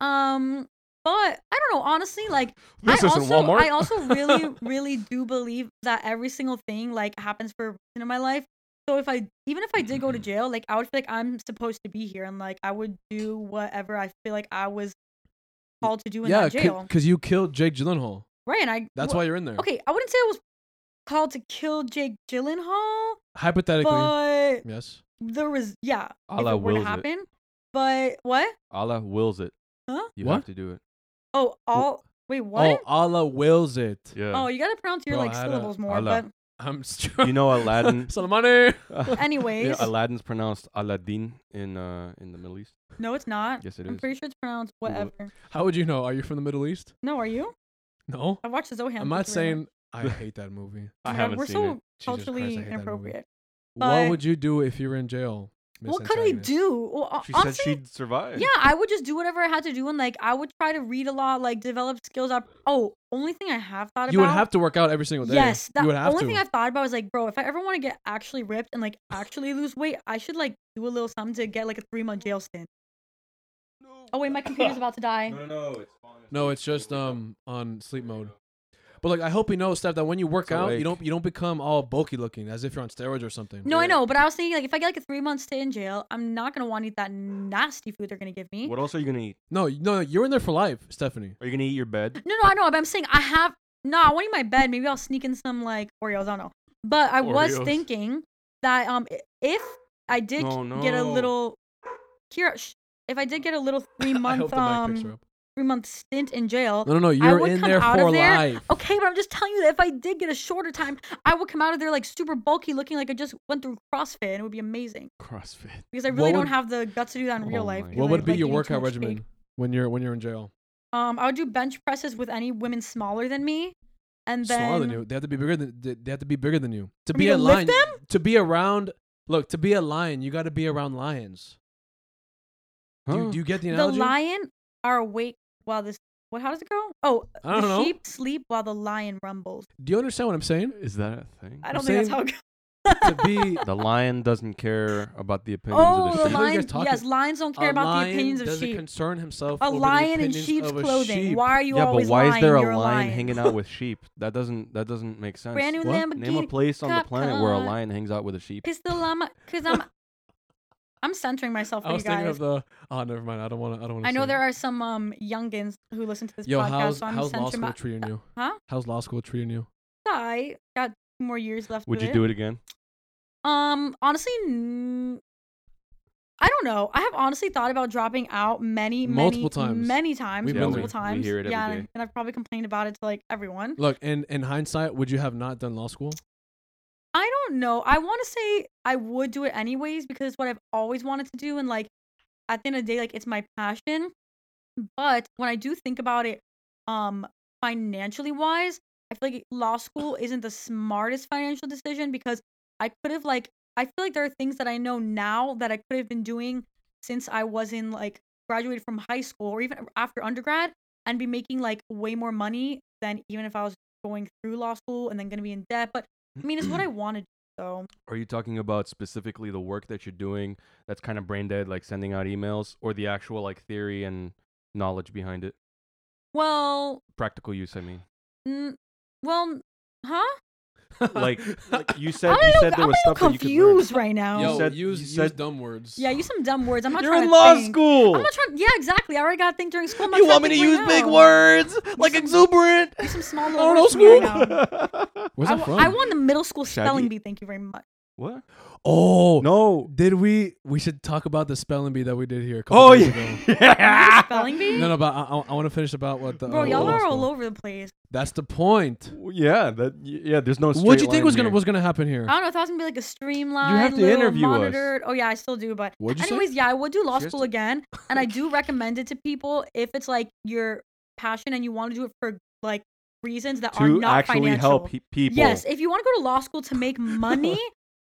S3: Um, but I don't know. Honestly, like
S1: This
S3: I
S1: isn't
S3: also,
S1: Walmart.
S3: I also really, really do believe that every single thing like happens for a reason in my life. So if I, even if I did
S2: Mm-hmm.
S3: go to jail, like I would feel like I'm supposed to be here, and like I would do whatever I feel like I was called to do in
S2: yeah,
S3: that jail,
S2: because you killed Jake Gyllenhaal.
S3: right? And I.
S2: That's
S3: wh-
S2: why you're in there.
S3: Okay, I wouldn't say I was called to kill Jake Gyllenhaal,
S2: Hypothetically,
S3: but
S2: yes.
S3: there was yeah,
S1: Allah
S3: if it were to
S1: wills it.
S3: happen. But what?
S1: Allah wills it.
S3: Huh?
S1: You
S2: What?
S1: have to do it.
S3: Oh, all. Wait, what?
S2: Oh, Allah wills it.
S1: Yeah.
S3: Oh, you gotta pronounce your
S2: Bro,
S3: like
S2: I had a-
S3: syllables more.
S1: Allah.
S3: But
S2: I'm strong.
S1: You know Aladdin.
S2: Salamani.
S3: Oh, anyways,
S1: Yeah, Aladdin's pronounced Aladdin in uh in the Middle East.
S3: no, it's not.
S1: Yes, it
S3: I'm
S1: is.
S3: pretty sure it's pronounced
S1: Google it.
S3: whatever.
S2: How would you know? Are you from the Middle East?
S3: No, are you?
S2: No.
S3: I watched the Zohan.
S2: I'm
S3: for
S2: not
S3: three
S2: saying
S3: months.
S2: I hate that movie.
S1: I
S3: Oh my God,
S1: haven't
S3: We're
S1: seen
S3: so
S1: it.
S2: Jesus Christ, I
S3: culturally
S2: hate that movie.
S3: inappropriate.
S2: what
S3: But-
S2: would you do if you were in jail?
S3: what could I do? Well, o-
S1: She
S3: honestly,
S1: said she'd survive.
S3: yeah, I would just do whatever I had to do, and like I would try to read a lot, like develop skills up. Oh, only thing I have thought about.
S2: You would have to work out every single day.
S3: Yes, that
S2: you would have
S3: only
S2: to.
S3: thing I've thought about was like, bro, if I ever want to get actually ripped and like actually lose weight, I should like do a little something to get like a three month jail stint. Oh wait, my computer's about to die.
S1: No, no, no. It's fine.
S2: no, it's just um on sleep mode. But like, I hope you know, Steph, that when you work
S1: It's
S2: out, you
S1: awake.
S2: don't you don't become all bulky looking as if you're on steroids or something.
S3: No, I
S1: Yeah.
S3: know, but I was thinking like if I get like a three month stay in jail, I'm not gonna want to eat that nasty food they're gonna give me.
S1: What else are you gonna eat?
S2: No, no, no, you're in there for life, Stephanie.
S1: Are you gonna eat your bed?
S3: No, no, I know, but I'm saying I have no. I want to eat my bed. Maybe I'll sneak in some like Oreos. I don't know. But I was
S1: Oreos.
S3: thinking that um i- if I did
S1: Oh,
S3: get a
S1: no.
S3: little, Kira, sh- if I did get a little three
S2: I
S3: month
S2: hope the mic picks her
S3: um
S2: up.
S3: three month stint in jail,
S2: No, no, no,
S3: I
S2: you're
S3: would
S2: in
S3: come
S2: there
S3: out
S2: for
S3: of there-
S2: life.
S3: Okay, but I'm just telling you that if I did get a shorter time, I would come out of there like super bulky, looking like I just went through CrossFit, and it would be amazing
S1: CrossFit.
S3: because I
S2: What
S3: really don't
S2: would-
S3: have the guts to do that in real
S1: Oh
S3: life.
S1: my
S3: because
S1: God.
S2: What
S3: I
S2: would be
S3: like
S2: your
S3: eating too
S2: workout
S3: much food.
S2: regimen when you're when you're in jail?
S3: Um, I would do bench presses with any women smaller than me, and then
S2: Smaller than you. They have to be bigger than they- they have to be bigger than you to
S3: For
S2: be
S3: me
S2: a
S3: to lift
S2: lion. To be around, look, to be a lion, you got to be around lions. Do, you, do you get the
S3: the
S2: analogy?
S3: lion are awake while this. What? How does it go? Oh,
S2: I don't
S3: the
S2: know.
S3: sheep sleep while the lion rumbles.
S2: Do you understand what I'm saying?
S1: Is that a thing?
S3: I
S2: I'm
S3: don't think
S2: saying
S3: that's how it goes.
S2: to be
S1: The lion doesn't care about the opinions
S3: Oh,
S1: of
S2: I
S1: the
S3: the
S1: sheep.
S2: thought you guys
S3: lion.
S2: talking-
S3: Yes, lions don't care
S2: a
S3: about
S2: lion
S3: the opinions of
S2: doesn't
S3: sheep.
S2: concern himself.
S3: A
S2: over the
S3: lion in
S2: opinions
S3: sheep's
S2: of a
S3: clothing.
S2: sheep.
S3: Why are you
S1: yeah, but
S3: always
S1: why
S3: lying?
S1: is there
S3: You're
S1: a lion
S3: lying.
S1: hanging out with sheep? That doesn't that doesn't make sense.
S3: Brand new
S2: What?
S3: Lamborghini.
S1: Name a place on the
S3: cup
S1: planet where a
S3: car.
S1: lion hangs out with a sheep.
S3: Cause the llama, cause I'm, I'm centering myself for
S2: I was
S3: you
S2: thinking
S3: guys.
S2: of the. Oh, never mind. I don't want to. I don't want to.
S3: I know there are some um youngins who listen to this
S2: Yo,
S3: podcast,
S2: how's
S3: so I'm
S2: how's law
S3: centering
S2: school
S3: my.
S2: treating you?
S3: Huh?
S2: How's law school treating you?
S3: I got two more years left.
S1: Would
S3: of
S1: you do it again?
S3: Um, honestly, n- I don't know. I have honestly thought about dropping out many,
S2: Multiple
S3: many,
S2: times.
S3: many times,
S2: We've been
S3: multiple
S2: there. We
S3: times.
S1: hear it every
S3: yeah,
S1: day.
S3: and, and I've probably complained about it to like everyone.
S2: Look, in in hindsight, would you have not done law school?
S3: I don't know. I want to say I would do it anyways because it's what I've always wanted to do. And like at the end of the day, like it's my passion. But when I do think about it, um, financially wise, I feel like law school isn't the smartest financial decision because I could have like I feel like there are things that I know now that I could have been doing since I was in like graduated from high school or even after undergrad and be making like way more money than even if I was going through law school and then gonna be in debt. But I mean, it's what I want to do. So
S1: Are you talking about specifically the work that you're doing that's kind of brain dead, like sending out emails, or the actual like theory and knowledge behind it?
S3: well,
S1: Practical use, I mean.
S3: n- well, huh?
S1: Like, like you said,
S3: I'm
S1: you said
S3: a little,
S1: there
S3: I'm
S1: was
S3: a
S1: stuff that you
S3: little
S1: could learn.
S3: confused right now.
S2: Yo,
S1: You said-
S2: use
S1: you
S2: use
S1: said-
S2: dumb words.
S3: yeah, use some dumb words. I'm not
S1: You're
S3: trying
S1: in
S3: to
S1: law
S3: think.
S1: school.
S3: I'm not trying. Yeah, exactly. I already got to think during school. I'm not
S1: you
S3: trying
S1: want me to
S3: think
S1: use
S3: right
S1: big
S3: now.
S1: words like
S3: some-
S1: exuberant?
S3: Use some small
S1: I
S3: little
S1: don't know
S3: words from here now.
S1: school.
S2: Where's
S3: I,
S2: that
S3: wa-
S2: from?
S3: I won the middle school spelling
S1: Shaggy?
S3: bee. Thank you very much.
S1: what?
S2: oh no!
S1: No.
S2: Did we? We should talk about the spelling bee that we did here. A couple
S1: Oh
S2: days
S1: yeah.
S2: ago.
S3: Another spelling bee?
S2: No, no, but I, I, want to finish about what the.
S3: Bro,
S2: uh,
S3: y'all
S2: law
S3: are all
S2: school.
S3: over the place.
S2: That's the point.
S1: Well, Yeah, that y- yeah. There's no.
S2: What
S1: straight
S2: do you think
S1: line
S2: was gonna
S1: here.
S2: was gonna happen here?
S3: I don't know. I thought it was gonna be like a streamlined.
S1: have to
S3: little
S1: interview us.
S3: monitored. Oh yeah, I still do, but
S2: What'd you say?
S3: Anyways, yeah, I would do law
S2: She has
S3: school
S2: to-
S3: again, and I do recommend it to people if it's like your passion and you want to do it for like reasons that are
S1: to
S3: not
S1: actually
S3: financial.
S1: help he- people?
S3: Yes, if you want to go to law school to make money,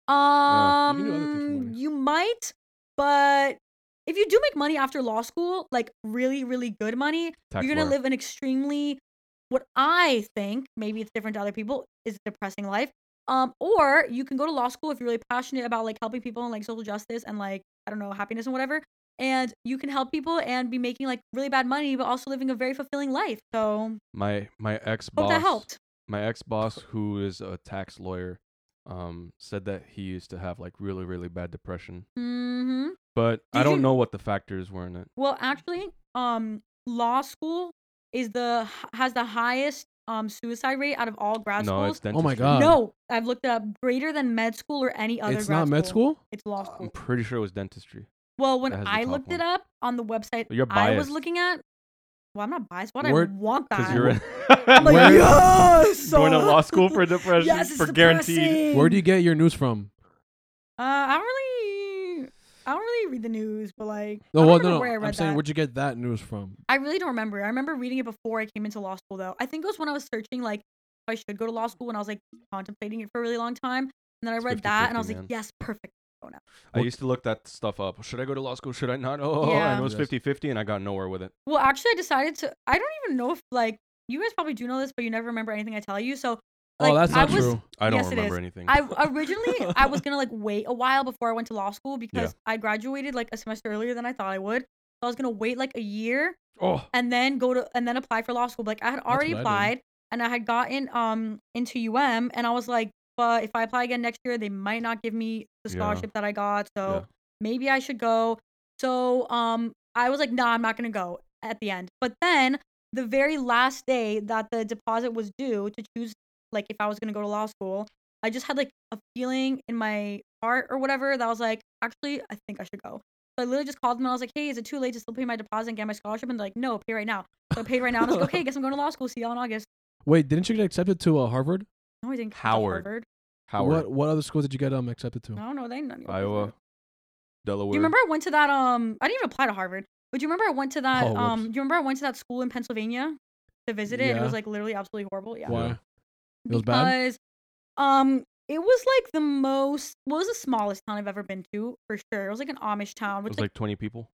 S2: You can do other things for
S3: um,
S2: money.
S3: you might, but if you do make money after law school, like really, really good money,
S1: Tax
S3: you're gonna
S1: lawyer.
S3: live an extremely, what I think, maybe it's different to other people, is a depressing life. Um, or you can go to law school if you're really passionate about like helping people and like social justice and like I don't know happiness and whatever, and you can help people and be making like really bad money but also living a very fulfilling life. So
S1: My my ex
S3: hope
S1: boss.
S3: that helped.
S1: My ex boss, who is a tax lawyer, um, said that he used to have like really really bad depression,
S3: hmm
S1: but I
S3: Did
S1: don't
S3: you-
S1: know what the factors were in it.
S3: Well, actually, um, law school is the has the highest um suicide rate out of all grad
S1: no,
S3: schools.
S1: it's dentistry.
S2: Oh my God.
S3: no, I've looked it up greater than med school or any other.
S2: it's
S3: grad
S2: not med school.
S3: It's law
S1: I'm
S3: school.
S1: pretty sure it was dentistry.
S3: Well, when
S1: That has the
S3: I
S1: top
S3: looked it
S1: one.
S3: up on the website
S1: You're
S3: I was
S1: biased.
S3: looking at, well, I'm not biased. Why
S2: Where-
S3: would I want that?
S1: Because you're in-
S3: I'm like,
S2: Where-
S3: yes,
S1: going to
S3: uh,
S1: law school for depression
S3: yes, it's
S1: for guaranteed.
S2: Where do you get your news from?
S3: Uh, I don't really, I don't really read the news, but like, I
S2: No,
S3: don't
S2: well,
S3: remember
S2: no, no.
S3: where I read
S2: I'm saying,
S3: that.
S2: where'd you get that news from?
S3: I really don't remember. I remember reading it before I came into law school, though. I think it was when I was searching, like, if
S2: Mm.
S3: I should go to law school, and I was like contemplating it for a really long time. And then I
S1: It's
S3: read that, and I was
S1: 50-50,
S3: like,
S1: man.
S3: yes, perfect. phone out.
S1: I
S2: What-
S1: used to look that stuff up. Should I go to law school? Should I not? Oh,
S3: Yeah.
S1: and it was
S2: Yes.
S1: 50 50, and I got nowhere with it.
S3: Well, actually, I decided to. I don't even know if like you guys probably do know this, but you never remember anything I tell you. So, like,
S2: oh, that's
S3: I
S2: not
S3: was,
S2: true.
S1: I don't
S3: Yes, it
S1: remember
S3: is.
S1: anything.
S3: I originally I was gonna like wait a while before I went to law school because I graduated like a semester earlier than I thought I would. So I was gonna wait like a year
S1: oh,
S3: and then go to and then apply for law school. But, like I had already
S2: what I did.
S3: applied and I had gotten um into UM and I was like, but if I apply again next year, they might not give me the
S1: Yeah.
S3: scholarship that I got. So
S1: Yeah.
S3: maybe I should go. So um I was like, nah, I'm not gonna go at the end. But then the very last day that the deposit was due to choose like if I was gonna go to law school, I just had like a feeling in my heart or whatever that I was like, actually, I think I should go. So I literally just called them and I was like, hey, is it too late to still pay my deposit and get my scholarship? And they're like, no, pay right now. So I paid right now. And I was like, okay, I guess I'm going to law school. See y'all in August.
S2: Wait, didn't you get accepted to uh, Harvard?
S3: No, I didn't. go to
S1: Howard.
S3: Harvard.
S1: Howard,
S2: What what other schools did you get um accepted to?
S3: I don't know. They didn't.
S1: Iowa, Delaware.
S3: Do you remember I went to that? Um, I didn't even apply to Harvard. But do you remember I went to that?
S2: Oh, whoops.
S3: um, do you remember I went to that school in Pennsylvania to visit it? And it
S2: Yeah.
S3: was like literally absolutely horrible. Yeah.
S2: Why?
S1: Yeah.
S2: It was bad?
S3: Because, um, it was like the most. Well, it was the smallest town I've ever been to for sure. It was like an Amish town,
S1: It
S3: which
S1: was
S3: like,
S1: like 20 people.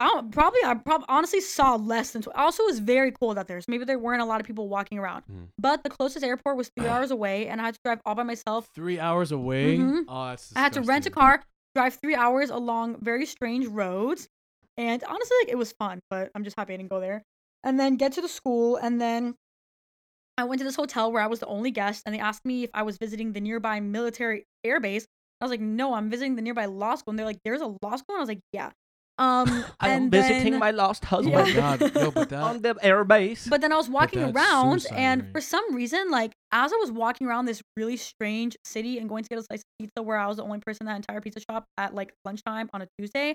S3: I don't, probably I probably honestly saw less than. Tw- also, it was very cold out there, so maybe there weren't a lot of people walking around.
S1: Mhm.
S3: But the closest airport was three hours away, and I had to drive all by myself.
S2: Three hours away.
S3: Mhm.
S2: Oh, that's
S3: I had to rent a car, drive three hours along very strange roads, and honestly, like it was fun. But I'm just happy I didn't go there. And then get to the school, and then I went to this hotel where I was the only guest, and they asked me if I was visiting the nearby military airbase. I was like, no, I'm visiting the nearby law school, and they're like, there's a law school, and I was like, yeah. Um, and then-
S1: lost
S2: Oh
S3: husband
S2: my
S3: Yeah.
S2: god, yo, but
S3: Uh,
S2: that
S1: the airbase.
S3: But then I was walking
S2: that's
S3: around,
S2: suicide
S3: and
S2: rate.
S3: for some reason, like as I was walking around this really strange city and going to get a slice of pizza, where I was the only person in that entire pizza shop at like lunchtime on a Tuesday,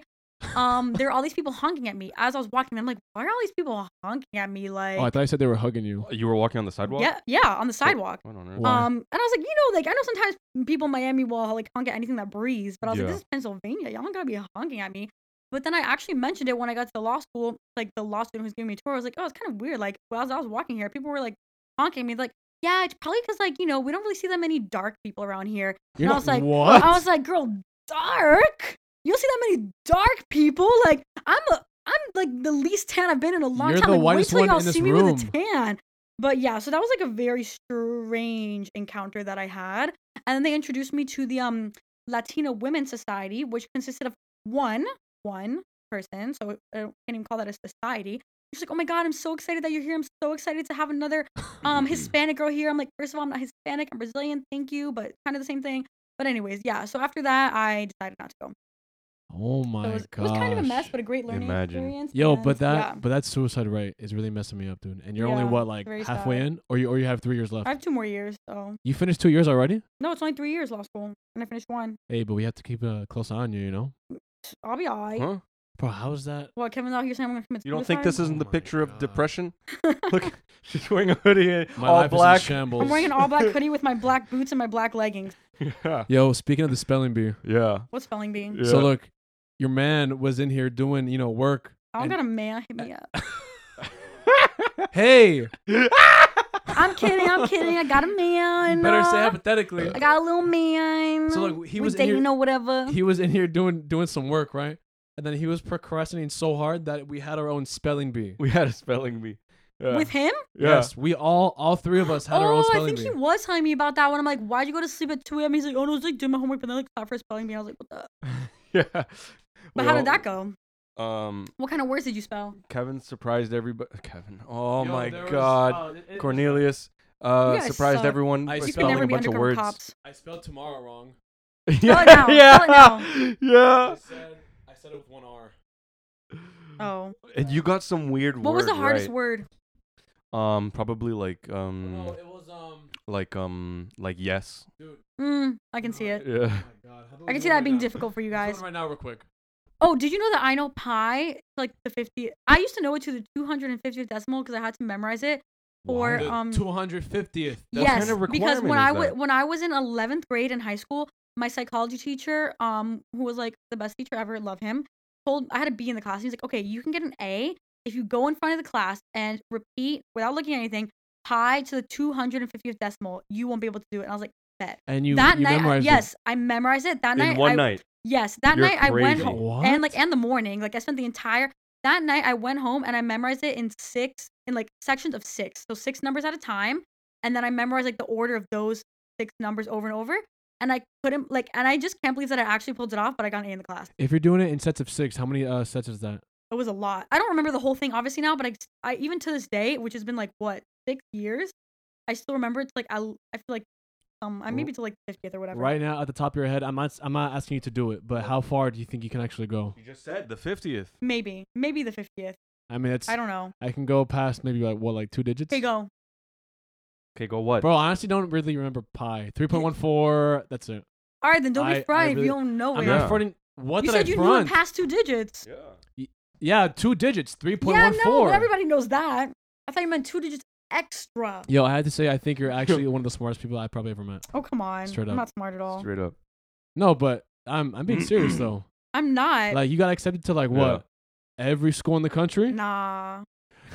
S3: um, there were all these people honking at me as I was walking. I'm like, why are all these people honking at me? Like,
S2: Oh, I thought you said they were hugging you.
S1: you were walking on the sidewalk?
S3: yeah, yeah, on the sidewalk.
S1: What on earth?
S2: Why?
S3: Um, and I was like, you know, like I know sometimes people in Miami will like honk at anything that breathes, but I was like,
S1: Yeah.
S3: this is Pennsylvania, y'all don't gotta be honking at me. But then I actually mentioned it when I got to the law school, like the law student who was giving me a tour. I was like, oh, it's kind of weird. Like, well, as I was walking here, people were like honking at me, like, yeah, it's probably because like you know we don't really see that many dark people around here.
S2: You're
S3: I
S2: not-
S3: was like,
S2: what?
S3: I was like, girl, dark? You don't see that many dark people? Like, I'm a, I'm like the least tan I've been in a long
S2: You're
S3: time.
S2: the
S3: Like, wait
S2: whitest
S3: till
S2: one
S3: y'all
S2: in this
S3: see me with
S2: room.
S3: a tan. But yeah, so that was like a very strange encounter that I had. And then they introduced me to the um Latina Women's Society, which consisted of one, one person. So I can't even call that a society. She's like, oh my god, I'm so excited that you're here. I'm so excited to have another
S2: Mm-hmm.
S3: um Hispanic girl here. I'm like, first of all, I'm not Hispanic, I'm Brazilian, thank you, but kind of the same thing. But anyways, yeah. So after that, I decided not to go.
S2: oh my
S3: So it was,
S2: god.
S3: it was kind of a mess, but a great learning
S1: Imagine.
S3: experience.
S2: Yo,
S3: and
S2: but that
S3: yeah.
S2: but that suicide rate is really messing me up, dude. And you're only
S3: Yeah,
S2: what like
S3: very
S2: halfway
S3: sad.
S2: in, or you or you have three years left.
S3: I have two more years, so
S2: you finished two years already.
S3: no, it's only three years law school, and I finished one.
S2: Hey, but we have to keep a close eye on you, you know.
S3: I'll be alright.
S1: Huh?
S2: Bro, how is that?
S3: Well, Kevin's out here saying I'm gonna commit
S1: You don't think this
S3: suicide?
S1: isn't the
S2: my
S1: picture of
S2: God.
S1: depression? Look, she's wearing a hoodie, eh?
S2: My
S1: all
S2: life
S1: black.
S2: is in shambles.
S3: I'm wearing an all black hoodie with my black boots and my black leggings.
S1: yeah.
S2: Yo, speaking of the spelling bee,
S1: Yeah.
S3: What's spelling bee?
S1: yeah.
S2: so look, your man was in here doing you know work.
S3: I don't
S2: and-
S3: got a man. Hit me up.
S2: Hey,
S3: I'm kidding. I'm kidding. I got a man.
S2: better say
S3: uh,
S2: hypothetically.
S3: I got a little man.
S2: So look, he
S3: we
S2: was in
S3: dating
S2: your-
S3: or whatever.
S2: He was in here doing doing some work, right? And then he was procrastinating so hard that we had our own spelling bee.
S1: we had a spelling bee. Yeah.
S3: With him?
S1: yeah.
S2: Yes, we all all three of us had our own
S3: oh, I
S2: spelling
S3: think
S2: bee.
S3: he was telling me about that when I'm like, why'd you go to sleep at 2 a.m.? He's like, oh no, I was like doing my homework, but then like stopped for a spelling bee. I was like, what the?
S1: yeah.
S3: But how did that go?
S1: go? Um,
S3: What kind of words did you spell?
S1: Kevin surprised everybody. Kevin. Oh
S2: Yo,
S1: my
S2: there was-
S1: God.
S2: oh, it- it-
S1: Cornelius uh,
S3: You guys
S1: surprised
S3: suck.
S1: everyone
S2: I
S1: by
S2: You
S3: You
S2: could
S3: can
S1: spelling
S3: never
S1: a
S3: be
S1: bunch of
S3: undercover
S1: words.
S3: cops.
S2: I spelled tomorrow wrong.
S3: it now,
S1: yeah,
S3: spell
S1: yeah.
S2: said I said it with one R.
S3: Oh.
S1: And you got some weird
S3: What was the hardest
S1: right?
S3: word?
S1: Um, probably like um,
S2: it was um,
S1: like um, like yes.
S2: dude. oh
S3: Mm, I can see it.
S1: Yeah.
S2: God,
S3: I can see that being difficult for you guys.
S2: Right now, real quick.
S3: Oh, did you know that I know pi? Like the 50. I used to know it to the 250th decimal because I had to memorize it. Or,
S2: The
S3: um,
S2: 250th.
S1: That's
S3: yes,
S1: kind of
S3: because when
S1: requirement is
S3: I was
S1: that?
S3: when I was in eleventh grade in high school, my psychology teacher, um, who was like the best teacher ever, love him, told I had a B in the class. He's like, okay, you can get an A if you go in front of the class and repeat without looking at anything, pi to the two hundred and fiftieth decimal. You won't be able to do it. And I was like, pet.
S2: And you
S3: that
S2: you
S3: night, I-
S2: memorized it.
S3: yes, I memorized it. That
S1: in
S3: night,
S1: one
S3: I,
S1: night.
S3: yes, that
S1: You're
S3: night I went
S1: crazy.
S3: home.
S2: What?
S3: and like and the morning like i spent the entire that night i went home and i memorized it in six in like sections of six so six numbers at a time and then i memorized like the order of those six numbers over and over and i couldn't like and i just can't believe that i actually pulled it off but i got an a in the class
S2: if you're doing it in sets of six, how many uh, sets is that?
S3: it was a lot i don't remember the whole thing obviously now but i, I even to this day which has been like what six years i still remember it's like i, l- I feel like um i
S2: Well,
S3: maybe to like 50th or whatever
S2: Right now, at the top of your head, I'm not I'm not asking you to do it, but how far do you think you can actually go?
S1: You just said the fiftieth.
S3: maybe maybe the 50th
S2: I mean, it's
S3: i
S2: I,
S3: don't know
S2: can go past maybe like what like two digits.
S3: okay go
S1: Okay, go what?
S2: Bro, I honestly don't really remember pi. Three point one four. That's it.
S3: all right then don't
S2: I- I
S3: be fried if
S2: really-
S3: you don't know
S2: I'm
S3: it
S1: Yeah.
S2: not fronting. What did
S3: you said
S2: I
S3: you knew
S2: front?
S3: it past two digits.
S1: Yeah.
S2: yeah, two digits. Three point
S3: yeah,
S2: one
S3: no,
S2: four.
S3: but everybody knows that. I thought you meant two digits extra.
S2: Yo, I had to say, I think you're actually one of the smartest people I probably ever met.
S3: Oh come on,
S2: Straight
S3: I'm
S2: up.
S3: not smart at all.
S1: Straight up.
S2: No, but I'm I'm being serious though.
S3: I'm not.
S2: Like you got accepted to like
S1: Yeah.
S2: what? Every school in the country.
S3: nah,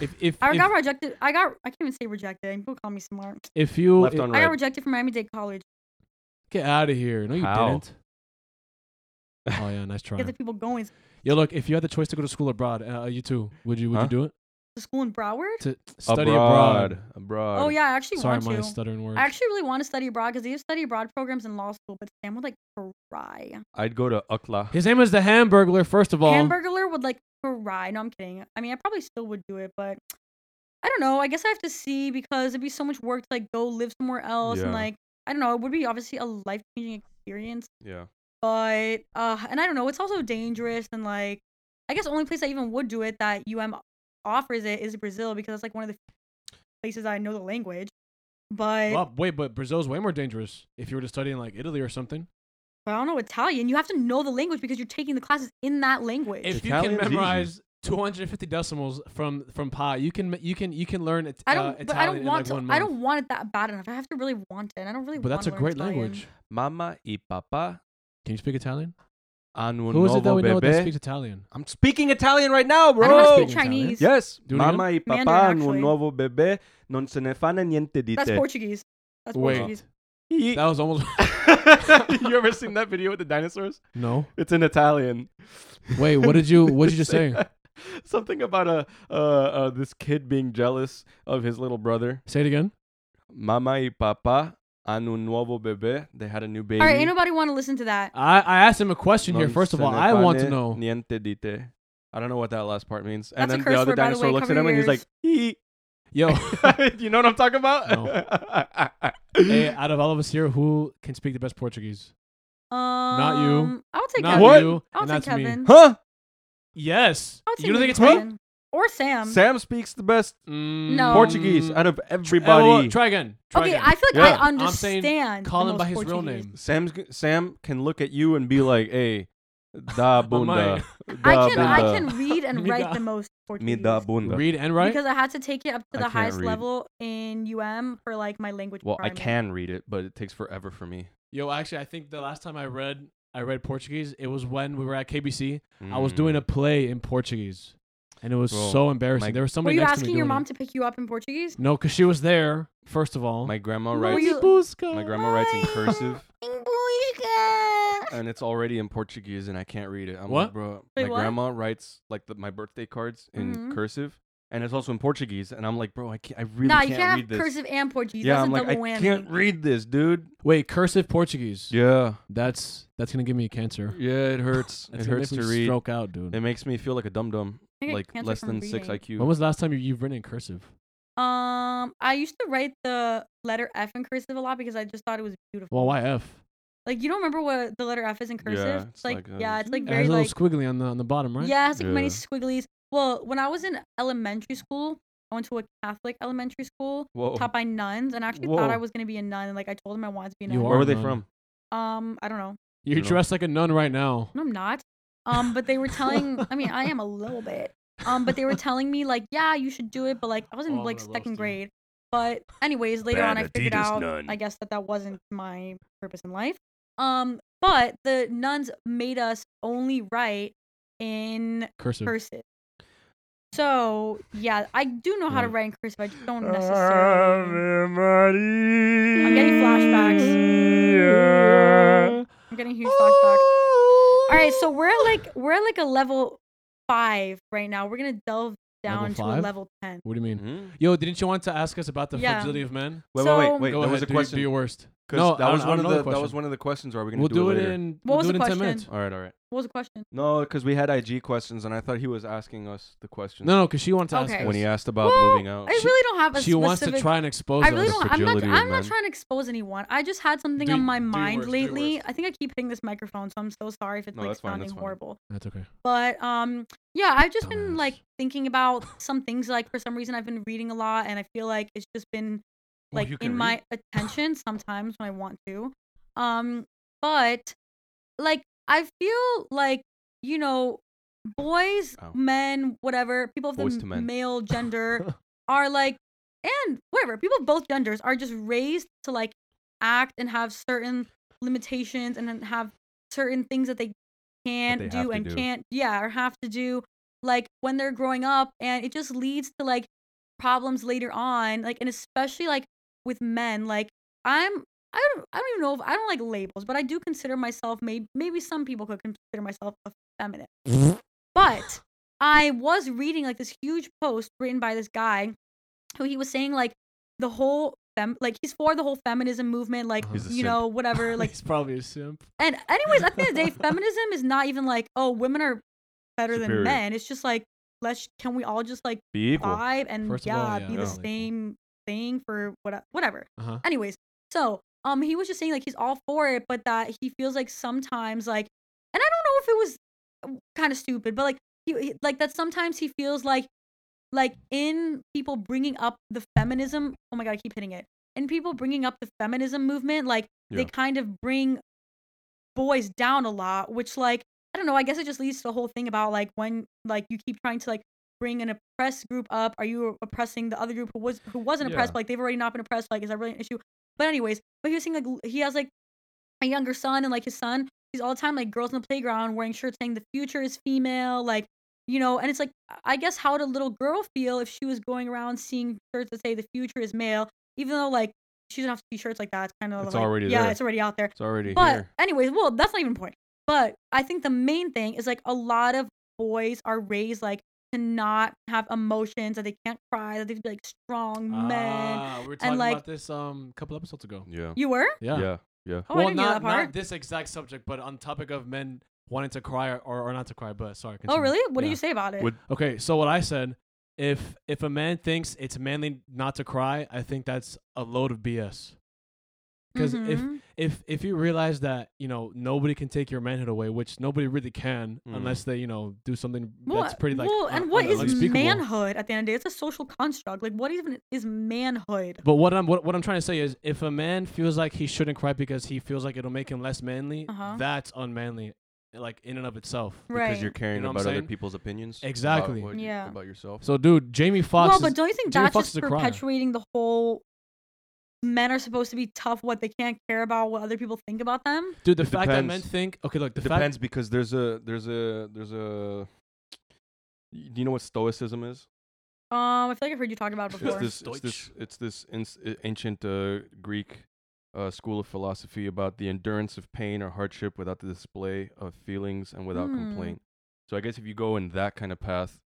S2: If if
S3: I
S2: if,
S3: got rejected. I got. I can't even say rejected. People call me smart.
S2: if you
S1: Left
S2: if-
S1: on
S3: I got
S1: right.
S3: rejected from Miami Dade College.
S2: get out of here, no, you
S1: How?
S2: didn't. oh yeah, nice try.
S3: Get the people going to
S2: Yo, look, if you had the choice to go to school abroad, uh, you too. Would you would
S1: Huh?
S2: you do it
S3: school in Broward.
S2: to study abroad?
S1: abroad. Abroad.
S3: Oh yeah, I actually
S2: Sorry, my
S3: want to.
S2: stuttering words.
S3: I actually really want to study abroad because they have study abroad programs in law school, but Sam would like cry.
S1: I'd go to Ukla.
S2: His name is the Hamburglar. First of all,
S3: Hamburglar would like cry. No, I'm kidding. I mean, I probably still would do it, but I don't know. I guess I have to see because it'd be so much work to like go live somewhere else
S1: Yeah.
S3: and like I don't know. It would be obviously a life changing experience,
S1: Yeah.
S3: but uh, and I don't know. It's also dangerous and like I guess the only place I even would do it that UM offers it is Brazil because that's like one of the places I know the language. But,
S2: well, Oh, wait, but Brazil's way more dangerous. If you were to study in like Italy or something,
S3: but I don't know Italian. You have to know the language because you're taking the classes in that language.
S2: if you
S1: Italian's
S2: can
S1: easy.
S2: memorize 250 decimals from from pi, you can you can you can learn it.
S3: I
S2: uh,
S3: don't,
S2: Italian
S3: but I don't
S2: in
S3: want
S2: like one
S3: to. I
S2: month.
S3: don't want it that bad enough. I have to really want it. and I don't really.
S2: But that's a
S3: want to learn
S2: great
S3: Italian.
S2: language.
S1: Mama y papa
S2: Can you speak Italian?
S1: hanno
S2: Who is it that
S1: nuovo
S2: we know that
S1: bebé.
S2: speaks Italian?
S1: I'm speaking Italian right now,
S3: I don't
S1: bro.
S3: want to speak
S2: Speaking Italian.
S3: Chinese.
S1: Yes.
S2: Do it again.
S1: Mama y
S3: Mandarin,
S1: papa hanno
S3: actually.
S1: nuovo bebé. Non se ne fanno niente di
S3: That's
S1: te.
S3: Portuguese. That's
S2: Wait,
S3: Portuguese.
S1: Ye-
S2: that was almost
S1: you ever seen that video with the dinosaurs?
S2: no.
S1: It's in Italian.
S2: Wait, what did you what did you just
S1: Say
S2: say?
S1: that. Something about a uh, uh, this kid being jealous of his little brother.
S2: Say it again.
S1: Mama y papa hanno un nuovo bebé. They had a new baby.
S3: All right, ain't nobody want to listen to that.
S2: I, I asked him a question here.
S1: Non
S2: First of
S1: se
S2: all,
S1: ne
S2: I want to
S1: pane
S2: know.
S1: Niente di te. I don't know what that last part means. And
S3: That's a
S1: then
S3: curse
S1: the other
S3: word, by the
S1: dinosaur
S3: way.
S1: looks at
S3: Cover
S1: him and
S3: your
S1: he's like, "Ee."
S2: Yo,
S1: you know what I'm talking about?
S2: hey, out of all of us here, who can speak the best Portuguese?
S3: Um,
S2: you.
S3: I would say
S2: Not
S3: Kevin.
S1: What?
S2: you,
S3: I would
S2: and
S3: say
S2: that's
S3: Kevin.
S2: me.
S1: Huh?
S2: Yes.
S3: I would say
S2: You don't
S3: maybe
S2: think it's me?
S3: Kevin. Or Sam.
S1: Sam speaks the best
S2: Mm,
S3: No. Mm.
S1: Portuguese out of
S2: Eh, well, well,
S1: everybody.
S2: try again. Try
S3: okay,
S2: again.
S3: I feel like
S1: Yeah.
S3: I
S2: I'm saying
S3: understand. the
S2: Call him by
S3: most
S2: his real
S3: Portuguese.
S2: name.
S1: Sam's g- Sam can look at you and be like, "Hey, da bunda, da
S3: I can I
S1: bunda,
S3: can read and
S2: Me
S3: write
S2: da-
S3: the most Portuguese.
S1: me da bunda."
S2: Read and write.
S3: Because I had to take it up to
S1: I
S3: the
S1: can't
S3: highest
S1: read.
S3: level in UM for like my language.
S1: Well, I
S3: requirement.
S1: can read it, but it takes forever for me.
S2: Yo, actually, I think the last time I read I read Portuguese, it was when we were at KBC. I was doing a play in Portuguese, and it was
S1: Mm. Bro,
S2: so embarrassing.
S1: my-
S2: there was
S3: Were
S2: somebody
S3: you
S2: next to me
S3: asking your
S2: doing
S3: mom
S2: it.
S3: to pick you up in Portuguese?
S2: No, because she was there. First of all,
S1: Mm. My grandma
S3: No,
S1: writes.
S3: you-
S1: My grandma writes in cursive,
S3: Bushka.
S1: and it's already in Portuguese, and I can't read it. I'm
S2: What?
S1: like, bro.
S3: Wait,
S1: my
S3: what?
S1: grandma writes like the, my birthday cards in
S3: Mhm.
S1: cursive, and it's also in Portuguese, and I'm like, bro, I can't. I really
S3: Nah,
S1: can't
S3: you can't
S1: read
S3: have
S1: this.
S3: cursive and Portuguese.
S1: yeah,
S3: That's
S1: I'm
S3: a
S1: like, I
S3: double whammy.
S1: can't read this, dude.
S2: Wait, cursive Portuguese.
S1: Yeah,
S2: That's that's gonna give me cancer.
S1: yeah, it hurts. it
S2: That's gonna
S1: hurts
S2: make
S1: to
S2: me
S1: read.
S2: Stroke out, dude.
S1: It makes me feel like a dum dum,
S3: I get
S1: like
S3: cancer
S1: less
S3: from
S1: than six
S3: reading.
S1: IQ.
S2: when was the last time you, you've written in cursive?
S3: Um, I used to write the letter F in cursive a lot because I just thought it was beautiful.
S2: Well, why F?
S3: Like you don't remember what the letter F is in cursive?
S1: Yeah, it's
S3: it's like,
S1: like uh, a-
S3: yeah, it's like
S2: It has
S3: very
S2: a little
S3: like
S2: squiggly on the on the bottom, right?
S3: yeah, it has like many
S1: Yeah.
S3: squigglies. Well, when I was in elementary school, I went to a Catholic elementary school
S1: Whoa.
S3: taught by nuns, and I actually thought I
S1: Oh. Whoa.
S3: was gonna be a nun. And, like I told them I wanted to be a
S2: You
S3: nun.
S1: Where were they
S2: None.
S1: from?
S3: Um, I don't know.
S2: You're
S1: You know.
S2: dressed like a nun right now.
S3: No, I'm not. Um, but they were telling. I mean, I am a little bit. Um, but they were telling me like, yeah, you should do it. But like, I was in
S2: Oh,
S3: like
S2: I lost
S3: second
S2: you.
S3: grade. But anyways, later on, I
S1: Bad
S3: figured
S1: Adidas
S3: out
S1: nun.
S3: I guess that that wasn't my purpose in life. Um, but the nuns made us only write in
S2: cursive.
S3: cursive. So yeah, I do know how to write in cursive. I just don't necessarily.
S1: Ave Maria.
S3: I'm getting flashbacks. I'm getting huge flashbacks. All right, so we're at like we're at like a level five right now. We're gonna delve down to a
S2: five?
S3: level ten.
S2: What do you mean?
S1: Mhm.
S2: Yo, didn't you want to ask us about the
S3: Yeah.
S2: fragility of men?
S1: Wait,
S3: So-
S1: wait, wait, wait.
S2: Go
S1: There
S2: ahead,
S1: was a
S2: do your-
S1: question.
S2: Do your worst.
S1: 'Cause
S2: No,
S1: that
S2: I-
S1: was
S2: I
S1: one
S2: don't
S1: of
S2: know
S1: the that
S2: the
S1: was
S2: question.
S1: one of the questions. Or are we gonna
S2: We'll
S1: do,
S2: do it
S1: later?
S2: in.
S3: What
S2: We'll
S3: was
S2: do it
S3: the
S2: in ten
S3: question?
S2: minutes.
S1: All right, all right.
S3: What was the question?
S1: No, because we had IG questions, and I thought he was asking us the question.
S2: No, no, because she wanted to
S3: Okay.
S2: ask
S1: When he
S2: us.
S1: asked about
S3: Well,
S1: moving out,
S3: I really don't have a
S2: She
S3: specific.
S2: wants to try and expose
S3: I really
S2: us.
S3: don't. I'm not.
S1: fragility of
S3: I'm
S1: men.
S3: not trying to expose anyone. I just had something
S2: Do-
S3: on my
S2: do your
S3: mind
S2: worst, do your
S3: lately.
S2: worst.
S3: I think I keep hitting this microphone, so I'm so sorry if it's
S1: No,
S3: like
S1: that's fine,
S3: sounding
S1: that's fine.
S3: horrible.
S2: That's okay.
S3: But um, yeah, I've just been
S2: Dumbass.
S3: like thinking about some things. Like for some reason, I've been reading a lot, and I feel like it's just been like in my attention sometimes when I want to. Um, but like I feel like you know, boys,
S1: Ow.
S3: men, whatever, people of
S1: Oh. Boys
S3: the
S1: to men.
S3: male gender are like, and whatever, people of both genders are just raised to like act and have certain limitations and then have certain things that they can
S1: they have
S3: do
S1: to
S3: and
S1: do.
S3: can't, yeah, or have to do like when they're growing up. And it just leads to like problems later on, like, and especially like with men, like, I'm. I don't, I don't even know if I don't like labels, but I do consider myself maybe maybe some people could consider myself a feminine. But I was reading like this huge post written by this guy who he was saying like the whole fem like he's for the whole feminism movement, like
S1: Uh-huh. He's a
S3: you
S1: simp.
S3: know, whatever. Like
S2: he's probably a simp.
S3: and anyways, at the end of the day, feminism is not even like, oh, women are better
S1: Superior.
S3: than men. It's just like let's can we all just like
S1: be equal.
S3: vibe and
S2: First of
S3: yeah,
S2: all, yeah,
S3: be the
S1: yeah.
S3: same thing for what whatever.
S2: Uh huh.
S3: Anyways, so um he was just saying like he's all for it, but that he feels like sometimes like and I don't know if it was kind of stupid, but like he, he like that sometimes he feels like like in people bringing up the feminism, oh my god, I keep hitting it. In people bringing up the feminism movement, like
S1: Yeah.
S3: they kind of bring boys down a lot, which like I don't know, I guess it just leads to the whole thing about like when like you keep trying to like bring an oppressed group up, are you oppressing the other group who was who wasn't oppressed?
S1: Yeah.
S3: But, like they've already not been oppressed, like is that really an issue? But anyways, but he was saying like l- he has like a younger son and like his son, he's all the time like girls in the playground wearing shirts saying the future is female, like you know, and it's like I- I guess how would a little girl feel if she was going around seeing shirts that say the future is male, even though like she doesn't have to see shirts like that. It's kind of
S1: It's
S3: like,
S1: already
S3: yeah,
S1: there.
S3: it's already out there.
S1: It's already
S3: But
S1: here.
S3: anyways, well, that's not even the point. But I think the main thing is like a lot of boys are raised like to not have emotions, that they can't cry, that they have to be like strong men.
S2: Ah, we were talking
S3: like-
S2: about this um couple episodes ago.
S1: Yeah.
S3: You were?
S2: Yeah.
S1: Yeah. Yeah.
S3: Oh, I
S2: well,
S3: didn't hear
S2: not
S3: that part.
S2: not this exact subject, but on topic of men wanting to cry or, or not to cry. But sorry.
S3: oh,
S2: continue.
S3: really? What did
S2: Yeah.
S3: you say about it?
S1: Would-
S2: Okay, so what I said, if if a man thinks it's manly not to cry, I think that's a load of BS. Because if
S3: Mhm.
S2: if if you realize that you know nobody can take your manhood away, which nobody really can,
S1: Mm.
S2: unless they you know do something
S3: Well,
S2: that's pretty like
S3: well,
S2: un-
S3: and what
S2: un-
S3: is
S2: unspeakable.
S3: manhood at the end of the day? It's a social construct. Like, what even is manhood?
S2: But what I'm what, what I'm trying to say is, if a man feels like he shouldn't cry because he feels like it'll make him less manly,
S3: Uh-huh.
S2: that's unmanly, like in and of itself.
S3: Right.
S1: Because you're caring
S2: You know what I'm
S1: about other
S2: saying?
S1: people's opinions. about
S2: Exactly.
S1: what you-
S3: Yeah.
S1: About yourself.
S2: So, dude, Jamie Foxx.
S3: well,
S2: is-
S3: but don't you think
S2: Jamie
S3: that's
S2: Foxx
S3: just
S2: is a crier.
S3: perpetuating the whole men are supposed to be tough, what they can't care about, what other people think about them?
S2: dude, the
S1: It
S2: fact that men
S1: depends.
S2: think okay, look, the
S1: it
S2: fact
S1: depends because there's a there's a there's a. y- Do you know what stoicism is?
S3: Um, I feel like I've heard you talk about it
S1: It's
S3: before.
S1: this it's this it's this ins- uh, ancient uh, Greek uh, school of philosophy about the endurance of pain or hardship without the display of feelings and without
S3: Hmm.
S1: complaint. So I guess if you go in that kind of path,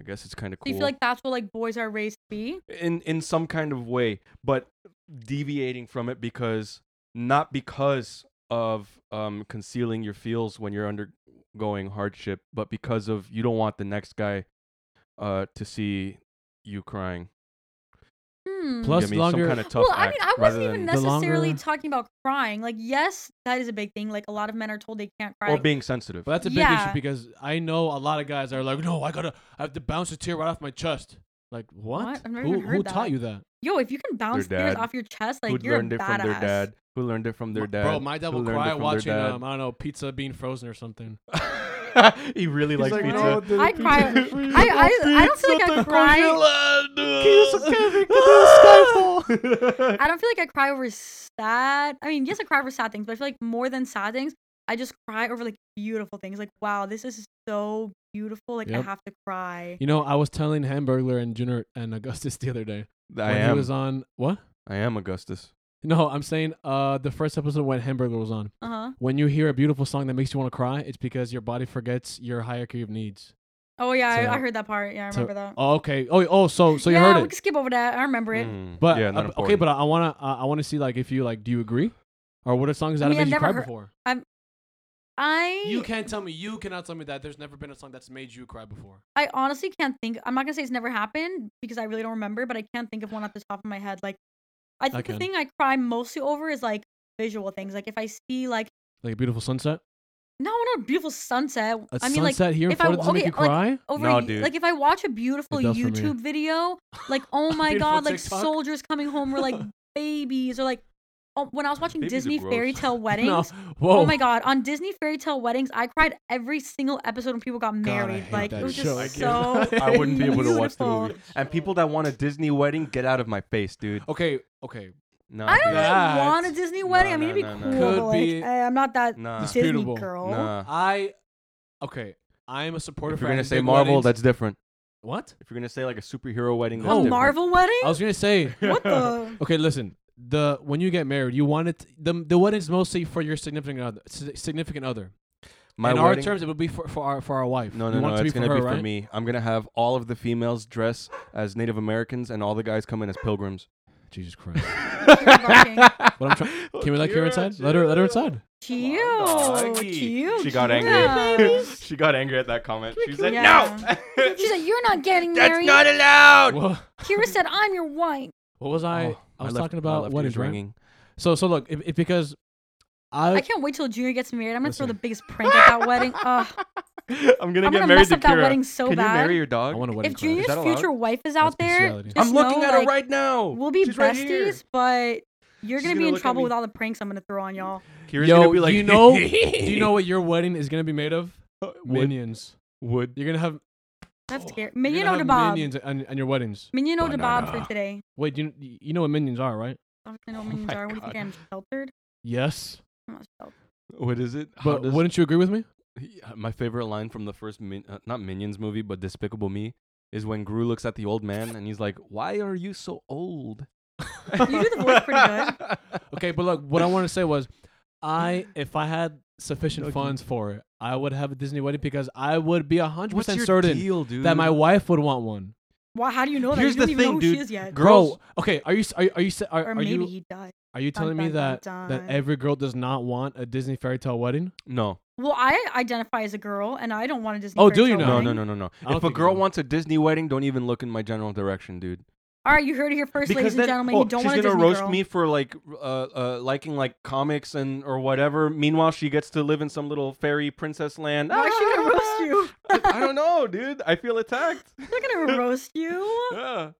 S1: I guess it's kind of
S3: Do
S1: cool.
S3: you feel like that's what like boys are raised to be?
S1: in in some kind of way, but deviating from it because not because of um, concealing your feels when you're undergoing hardship, but because of you don't want the next guy uh, to see you crying.
S3: Hmm.
S2: Plus
S1: you get me?
S2: longer-
S1: some kind of tough
S3: well, I mean,
S1: act
S3: I
S1: rather
S3: wasn't even
S1: than-
S2: The
S3: necessarily
S2: longer-
S3: talking about crying. Like, yes, that is a big thing. Like, a lot of men are told they can't cry.
S1: or being sensitive.
S2: But that's a big
S3: Yeah.
S2: issue because I know a lot of guys are like, no, I gotta, I have to bounce a tear right off my chest. Like what?
S3: What? I've never
S2: who
S3: even heard
S2: who
S3: that.
S2: taught you that?
S3: Yo, if you can bounce tears
S1: dad.
S3: off your chest,
S1: who
S3: like you're a
S1: learned it
S3: badass.
S1: from their dad? Who learned it from their
S2: My-
S1: dad?
S2: Bro, my dad
S1: who
S2: will
S1: learned it
S2: cry
S1: from their
S2: watching
S1: dad?
S2: um, I don't know, pizza being frozen or something.
S1: he really
S2: He's
S1: likes
S2: like,
S1: pizza.
S2: "No,
S3: I cry. I, I, I don't feel like I cry. I don't feel like I cry over sad. I mean, yes, I cry over sad things, but I feel like more than sad things, I just cry over like beautiful things. Like, wow, this is so beautiful. Like, I
S2: Yep.
S3: have to cry.
S2: You know, I was telling Hamburglar and Junior and Augustus the other day
S1: I
S2: when
S1: am.
S2: he was on what?
S1: I am Augustus.
S2: No, I'm saying uh the first episode when Hamburglar was on.
S3: Uh huh.
S2: When you hear a beautiful song that makes you want to cry, it's because your body forgets your hierarchy of needs.
S3: Oh yeah,
S2: So-
S3: I, I heard that part. Yeah, I
S2: so-
S3: remember that.
S2: Oh, okay. Oh, oh, so so you
S3: yeah,
S2: heard
S3: we
S2: it.
S3: can skip over that. I remember it.
S1: Mm,
S2: But
S1: yeah,
S2: uh,
S1: not
S2: okay,
S1: important.
S2: but I, I wanna uh, I wanna see like if you like do you agree, or what are songs that have
S3: I mean, I've
S2: made you
S3: never
S2: cry
S3: heard-
S2: before?
S3: I
S2: You can't tell me. You cannot tell me that there's never been a song that's made you cry before.
S3: I honestly can't think. I'm not gonna say it's never happened because I really don't remember, but I can't think of one at the top of my head. Like, I think
S2: can.
S3: the thing I cry mostly over is like visual things. Like if I see like
S2: Like a beautiful sunset.
S3: no, not a beautiful sunset.
S2: A
S3: I mean like
S2: sunset here in
S3: if I
S2: Florida
S3: w-
S2: doesn't make
S3: okay,
S2: you
S3: like,
S2: cry.
S3: over
S1: No,
S3: y-
S1: dude.
S3: like if I watch a beautiful
S2: does for me.
S3: YouTube video, like oh my
S2: Beautiful
S3: god, like
S2: TikTok.
S3: soldiers coming home were like babies or like oh, when I was watching
S1: Babies are
S3: Disney
S1: gross.
S3: fairy tale weddings.
S2: no. Whoa.
S3: Oh my god! On Disney fairy tale weddings, I cried every single episode when people got married.
S2: hate
S3: like
S2: that
S3: it was
S2: show. I
S3: just so.
S2: can't-
S1: I wouldn't be able to watch the
S3: beautiful.
S1: movie. And people that want a Disney wedding, get out of my face, dude.
S2: Okay. Okay.
S1: No,
S3: I don't
S1: dude.
S2: That-
S3: really want a Disney wedding. I
S1: no,
S3: mean, it'd be
S1: no, no,
S3: cool,
S1: no.
S2: Could
S3: but like,
S2: be
S3: eh, I'm not that
S1: Nah.
S3: Disney
S2: Disputable.
S3: girl.
S1: Nah.
S2: I. Okay. I am a supporter.
S1: If
S2: for
S1: you're gonna
S2: having
S1: say
S2: big
S1: Marvel,
S2: weddings.
S1: that's different.
S2: what?
S1: If you're gonna say like a superhero wedding,
S2: A
S1: that's
S3: a
S1: different.
S3: Marvel wedding?
S2: I was gonna say.
S3: what the?
S2: Okay, listen. The when you get married, you want it. The the wedding's mostly for your significant other. si- Significant other.
S1: My wedding,
S2: In our terms, it would be for, for our for our wife.
S1: No,
S2: You
S1: no, no.
S2: want it to
S1: It's
S2: be
S1: gonna
S2: for her,
S1: be
S2: right?
S1: for me. I'm gonna have all of the females dress as Native Americans, and all the guys come in as pilgrims.
S2: Jesus Christ.
S1: what
S2: What I'm trying. Can we let her inside? Let her let her inside.
S3: Cute, cute.
S1: She got
S3: yeah.
S1: angry. she got angry at that comment. She said,
S3: Yeah.
S1: "No,
S3: She said, "You're not getting
S1: that's
S3: married."
S1: not allowed."
S2: What,
S3: Kira said, "I'm your wife."
S2: what was
S1: Oh,
S2: I? I
S1: my
S2: was
S1: left-
S2: talking
S1: my
S2: about
S1: left
S2: weddings,
S1: ear's
S2: right?
S1: ringing.
S2: So so look, if, if because I,
S3: I can't wait till Junior gets married. I'm gonna throw
S2: Listen.
S3: the biggest prank at that wedding. Ugh,
S1: I'm gonna
S3: I'm
S1: get
S3: gonna
S1: married
S3: mess
S1: to
S3: up that
S1: Kira.
S3: wedding so
S1: Can
S3: bad.
S1: you marry your dog?
S2: I want a wedding.
S3: if
S2: card.
S3: Junior's
S1: that allowed?
S3: future wife is
S2: That's
S3: out there,
S2: bestiality.
S3: just
S1: I'm looking
S3: know,
S1: at
S3: like,
S1: her right now.
S3: We'll be
S1: She's right here.
S3: besties, but you're
S1: She's
S3: gonna,
S1: gonna
S3: be in
S1: look at
S3: trouble
S1: me.
S3: with all the pranks I'm gonna throw on y'all.
S1: Kira's
S2: Yo,
S1: gonna be like,
S2: you know, do you know what your wedding is gonna be made of?
S1: wood,
S2: Minions.
S1: wood.
S2: You're gonna have
S3: That's
S2: Oh,
S3: scary.
S2: you're
S3: Minion
S2: gonna
S3: or
S2: have
S3: Bob.
S2: minions on, on your weddings.
S3: Minion or Bob for
S1: Banana.
S3: today.
S2: Wait, you you know what minions are, right?
S3: Obviously, I know
S1: Oh
S3: what minions
S1: my
S3: are. What do you
S1: God.
S3: think? I'm sheltered.
S2: Yes,
S3: I'm not sheltered.
S1: What is it? How
S2: but
S1: does-
S2: wouldn't you agree with me?
S1: Yeah, My favorite line from the first, min- uh, not Minions movie, but Despicable Me, is when Gru looks at the old man and he's like, "Why are you so old?" you
S3: do the voice pretty
S1: good.
S2: Okay, but look, what I want to say was, I if I had sufficient
S1: Doggy.
S2: funds for it, I would have a Disney wedding because I would be hundred
S1: What's
S2: percent
S1: your
S2: certain
S1: deal, dude?
S2: that my wife would want one.
S3: Why? How do you know that?
S1: Here's
S3: you don't
S1: the
S3: even know
S1: thing,
S3: who
S1: dude.
S3: she is yet.
S1: girls.
S2: Bro, okay, are you s- are are you s- are,
S3: or
S2: are
S3: maybe
S2: you
S3: he died.
S2: are you
S3: Dun,
S2: telling me
S3: dun, dun,
S2: that that
S3: dun.
S2: every girl does not want a Disney fairy tale wedding?
S1: No,
S3: Well, I identify as a girl, and I don't want to Disney.
S2: Oh,
S3: fairy
S2: do you now?
S3: tale
S1: no,
S3: wedding.
S1: no, no, no, no.
S2: I don't
S1: If a
S2: think
S1: girl
S2: so.
S1: wants a Disney wedding, don't even look in my general direction, dude.
S3: All right, you heard it here first, ladies and
S1: then-
S3: gentlemen.
S1: oh,
S3: you don't
S1: she's
S3: want to
S1: gonna
S3: Disney
S1: roast
S3: girl.
S1: me for like uh, uh, liking like comics and or whatever. Meanwhile, she gets to live in some little fairy princess land.
S3: Why is she gonna roast you?
S1: I don't know, dude. I feel attacked.
S3: They're gonna roast you.
S1: Yeah.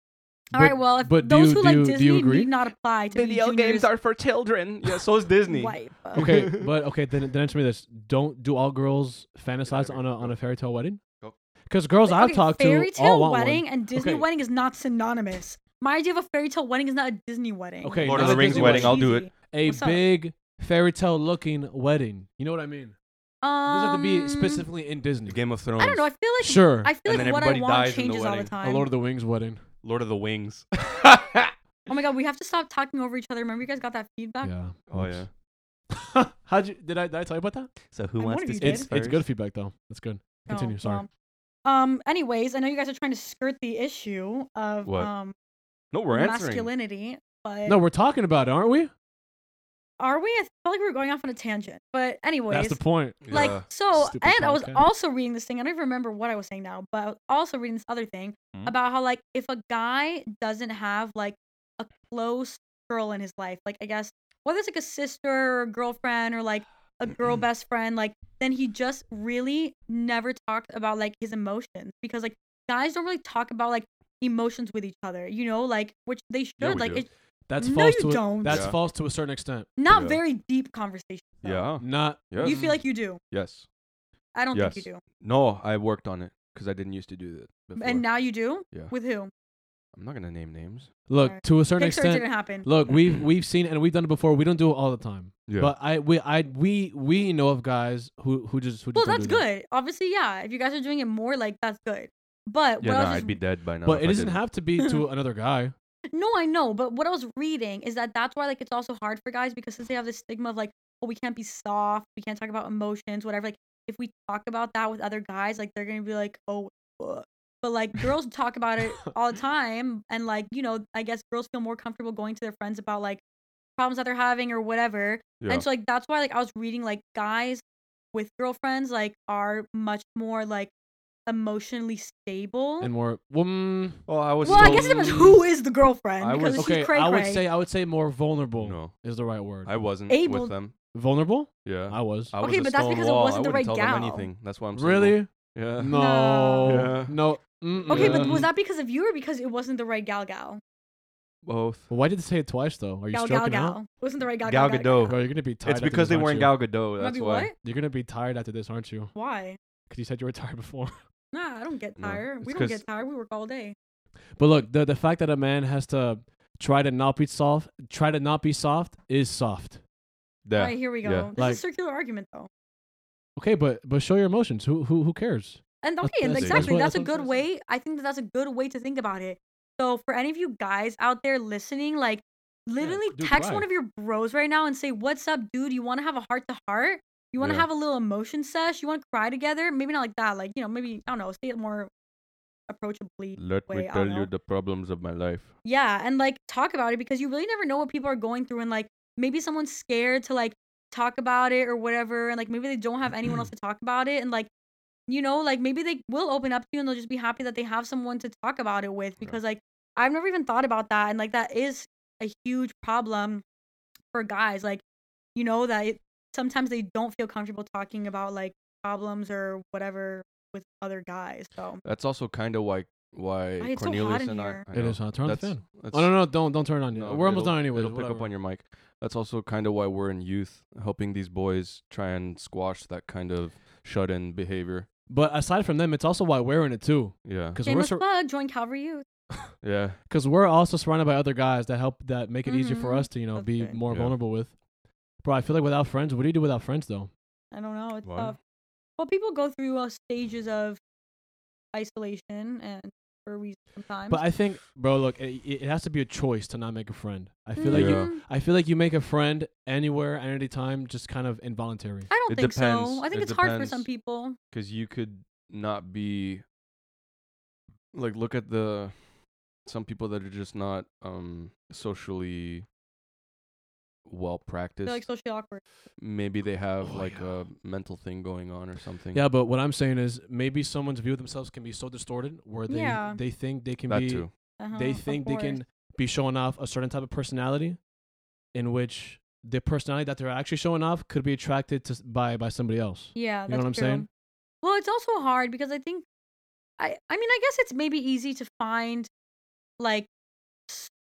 S3: All right.
S2: But-
S3: Well, if
S2: but do
S3: those
S2: you-
S3: who
S2: do
S3: like
S2: you- do you
S3: Disney
S2: agree?
S3: need not apply to be Junior's
S1: are for children. Yeah, so is Disney.
S3: wife.
S2: Okay, but okay, then then answer me this: Don't do all girls fantasize
S1: here.
S2: on a on a fairy tale weddning?
S1: Go.
S2: Because girls I've
S3: Okay,
S2: talked
S3: fairy
S2: to all
S3: tale
S2: want
S3: wedding
S2: one.
S3: and Disney
S2: Okay.
S3: wedding is not synonymous. My idea of a fairy tale wedding is not a Disney wedding.
S2: Okay,
S1: Lord
S2: of
S3: Not
S2: the
S3: a
S2: Rings
S3: Disney
S2: wedding,
S1: I'll do it.
S2: A
S3: What's up?
S2: big fairy tale looking wedding. You know what I mean? It doesn't have to be
S3: Um,
S2: specifically in Disney.
S1: Game of Thrones.
S3: I don't know. I feel like
S2: Sure,
S3: I feel
S1: And
S3: like
S1: then
S3: what I
S1: everybody
S3: want
S1: dies in the
S3: changes all the
S1: wedding. A
S2: a
S3: time.
S2: Lord of the Wings wedding.
S1: Lord of the Wings.
S3: oh my god, we have to stop talking over each other. Remember, you guys got that feedback.
S2: Yeah.
S1: oh yeah.
S2: yeah. How'd you? Did I did I tell you about that?
S1: So who
S3: I'm
S1: wants
S3: one
S1: to
S3: of you,
S1: speak
S3: It's-
S2: It's
S1: first?
S2: good feedback though. That's good.
S3: No,
S2: Continue. sorry.
S3: well. Um. Anyways, I know you guys are trying to skirt the issue of
S1: What?
S3: um
S1: No, we're answering.
S3: masculinity, but
S2: No, we're talking about it, aren't we?
S3: are we? I felt like we were going off on a tangent. But anyways,
S2: That's the point.
S3: like
S1: Yeah.
S3: so
S2: Stupid
S3: and i was
S2: podcast.
S3: also reading this thing i don't even remember what i was saying now but i was also reading this other thing
S1: Hmm?
S3: about how like if a guy doesn't have like a close girl in his life like i guess whether it's like a sister or a girlfriend or like a girl best friend like then he just really never talked about like his emotions because like guys don't really talk about like emotions with each other you know like which they should
S1: Yeah, we
S3: like
S1: do.
S3: it's
S2: That's
S3: No,
S2: false
S3: you
S2: to a,
S3: don't.
S2: that's
S1: Yeah.
S2: false to a certain extent.
S3: not
S1: Yeah.
S3: very deep conversation though.
S1: Yeah.
S2: Not
S1: Yes.
S3: you feel like you do
S1: yes.
S3: i don't
S1: Yes.
S3: think you do
S1: No, I worked on it because I didn't used to do that. Before.
S3: and now you do
S1: Yeah.
S3: with who
S1: I'm not gonna name names.
S2: Look,
S3: Alright.
S2: to a certain
S3: Dick surgery
S2: extent.
S3: didn't happen.
S2: Look, we've we've seen and we've done it before. We don't do it all the time.
S1: Yeah.
S2: But I we I we we know of guys who who just who
S3: well,
S2: just don't
S3: that's
S2: do that.
S3: good. Obviously, yeah. If you guys are doing it more, like that's good. But
S1: yeah,
S3: what
S1: nah,
S3: I was
S1: I'd be dead by now.
S2: But
S1: if
S2: it
S1: I
S2: doesn't
S1: didn't.
S2: have to be to another guy.
S3: No, I know, but what I was reading is that that's why like it's also hard for guys because since they have this stigma of like, oh, we can't be soft, we can't talk about emotions, whatever. Like, if we talk about that with other guys, like they're gonna be like, oh, ugh. but like girls talk about it all the time, and like you know, I guess girls feel more comfortable going to their friends about like problems that they're having or whatever.
S1: Yeah.
S3: And so like that's why like I was reading like guys with girlfriends like are much more like emotionally stable.
S2: And more mm,
S1: well, I was.
S3: well, I
S1: told-
S3: guess it depends who is the
S1: I
S3: girlfriend
S1: was-
S3: because if
S2: okay,
S3: she's cray
S2: I would
S3: cray.
S2: say I would say more vulnerable
S1: No,
S2: is the right word.
S1: I wasn't
S3: Able-
S1: with them.
S2: vulnerable?
S1: Yeah.
S2: I was.
S1: I was
S3: Okay,
S1: a
S3: but that's
S1: stone
S3: because it
S1: wall.
S3: wasn't
S1: I
S3: the
S1: wouldn't
S3: right
S1: tell them
S3: gal.
S1: anything. That's why I'm single.
S2: really?
S1: Yeah.
S2: No.
S1: Yeah.
S2: No. Mm-mm.
S3: Okay, but
S1: Yeah.
S3: was that because of you or because it wasn't the right gal gal?
S1: Both.
S2: Well, why did they say it twice though? Are you
S3: Gal gal
S2: stroking
S3: gal.
S2: out?
S3: It wasn't the right gal
S1: Gal
S3: gal.
S1: Gadot.
S2: Bro, you're gonna be tired.
S1: it's
S2: after
S1: because
S2: this,
S1: they
S2: aren't
S1: weren't
S2: you?
S1: Gal Gadot. That's
S3: Maybe
S1: why.
S3: what?
S2: You're gonna be tired after this, aren't you?
S3: Why?
S2: Because you said you were tired before.
S3: Nah, I don't get
S1: No,
S3: tired.
S1: it's
S3: we don't
S1: 'cause-
S3: get tired. We work all day.
S2: But look, the the fact that a man has to try to not be soft, try to not be soft, is soft.
S1: Yeah.
S3: All right, here we go.
S1: yeah.
S3: This
S2: Like-
S3: is a circular argument though.
S2: Okay, but but show your emotions. Who who who cares?
S3: And
S2: That's-
S3: okay, and
S1: that's- that's
S3: exactly.
S2: what-
S3: That's,
S2: that's what
S3: a
S2: I'm
S3: good
S2: trying to
S3: way. I think that that's a good way to think about it. So for any of you guys out there listening, like literally
S2: dude,
S3: text
S2: right.
S3: one of your bros right now and say, "What's up, dude? You want to have a heart to heart? You want to
S1: Yeah.
S3: have a little emotion sesh? You want to cry together? Maybe not like that. Like you know, maybe I don't know. Say it more approachably.
S1: Let
S3: Wait,
S1: me
S3: I
S1: tell
S3: don't
S1: you
S3: know.
S1: the problems of my life.
S3: Yeah, and like talk about it because you really never know what people are going through and like maybe someone's scared to like talk about it or whatever and like maybe they don't have anyone else to talk about it and like you know like maybe they will open up to you and they'll just be happy that they have someone to talk about it with
S1: Yeah.
S3: because like I've never even thought about that and like that is a huge problem for guys like you know that it, sometimes they don't feel comfortable talking about like problems or whatever with other guys so
S1: That's also kind of why why
S3: Why it's so hot
S1: Cornelius
S3: in
S1: and I.
S3: here.
S1: I
S2: It
S1: know.
S2: is hot. Turn on the
S1: That's,
S2: fan.
S1: that's-
S2: Oh no no don't don't turn it on yet.
S1: no,
S2: we're almost
S1: it'll-
S2: done anyways.
S1: It'll pick up
S2: whatever.
S1: on your mic. That's also kind of why we're in youth, helping these boys try and squash that kind of shut-in behavior.
S2: But aside from them, it's also why we're in it too.
S1: Yeah,
S2: Because we're
S3: shameless
S2: sur-
S3: plug uh, join Calvary Youth
S1: yeah.
S2: because we're also surrounded by other guys that help that make it easier for
S3: Mhm.
S2: us to you know
S3: That's
S2: be
S3: good.
S2: more
S1: Yeah.
S2: vulnerable with. Bro, I feel like without friends, what do you do without friends though?
S3: I don't know. It's
S1: Why?
S3: tough. Well, people go through uh, stages of isolation and for a reason sometimes.
S2: But I think, bro, look, it, it it has to be a choice to not make a friend. I feel like you,
S1: Yeah.
S3: Mm,
S2: I feel like you make a friend anywhere at any time, just kind of involuntary.
S3: I don't
S1: It
S3: think
S1: depends.
S3: so. I think
S1: It
S3: it's hard for some
S1: depends.
S3: people.
S1: Because you could not be like look at the some people that are just not um socially well
S3: They're
S1: practiced.
S3: like socially awkward.
S1: Maybe they have
S2: Oh,
S1: like
S2: yeah.
S1: a mental thing going on or something.
S2: Yeah, but what I'm saying is maybe someone's view of themselves can be so distorted where they
S3: Yeah.
S2: they think they can
S1: that
S2: be
S1: too.
S3: Uh-huh,
S2: they
S3: of
S2: think they
S3: course.
S2: can be showing off a certain type of personality in which the personality that they're actually showing off could be attracted to s- by by somebody else.
S3: Yeah,
S2: You know
S3: that's
S2: what I'm
S3: true.
S2: saying?
S3: Well, it's also hard because I think, I I mean, I guess it's maybe easy to find, like,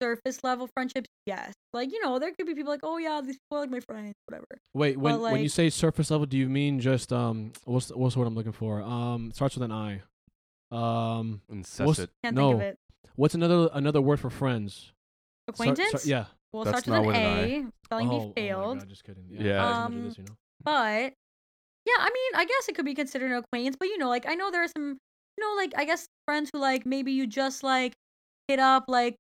S3: surface level friendships. Yes, like you know, there could be people like, oh yeah, these people are like my friends, whatever.
S2: Wait, when
S3: But,
S2: when you
S3: like-
S2: say surface level, do you mean just um what's what's the word I'm looking for? Um starts with an I. Um what's,
S1: Incessant.
S3: Can't
S2: no.
S3: think of it.
S2: What's another another word for friends? Sar- sar-
S3: Acquaintance.
S2: yeah.
S3: Well, it
S1: That's
S3: starts with
S1: not
S3: an
S1: with an
S3: A. Spelling
S2: oh,
S3: bee failed.
S2: Oh my God, just kidding. Yeah.
S1: Yeah.
S2: I was gonna do
S3: Um,
S2: this, you know?
S3: But yeah, I mean, I guess it could be considered an acquaintance, but you know, like I know there are some, you know, like I guess friends who like maybe you just like hit up like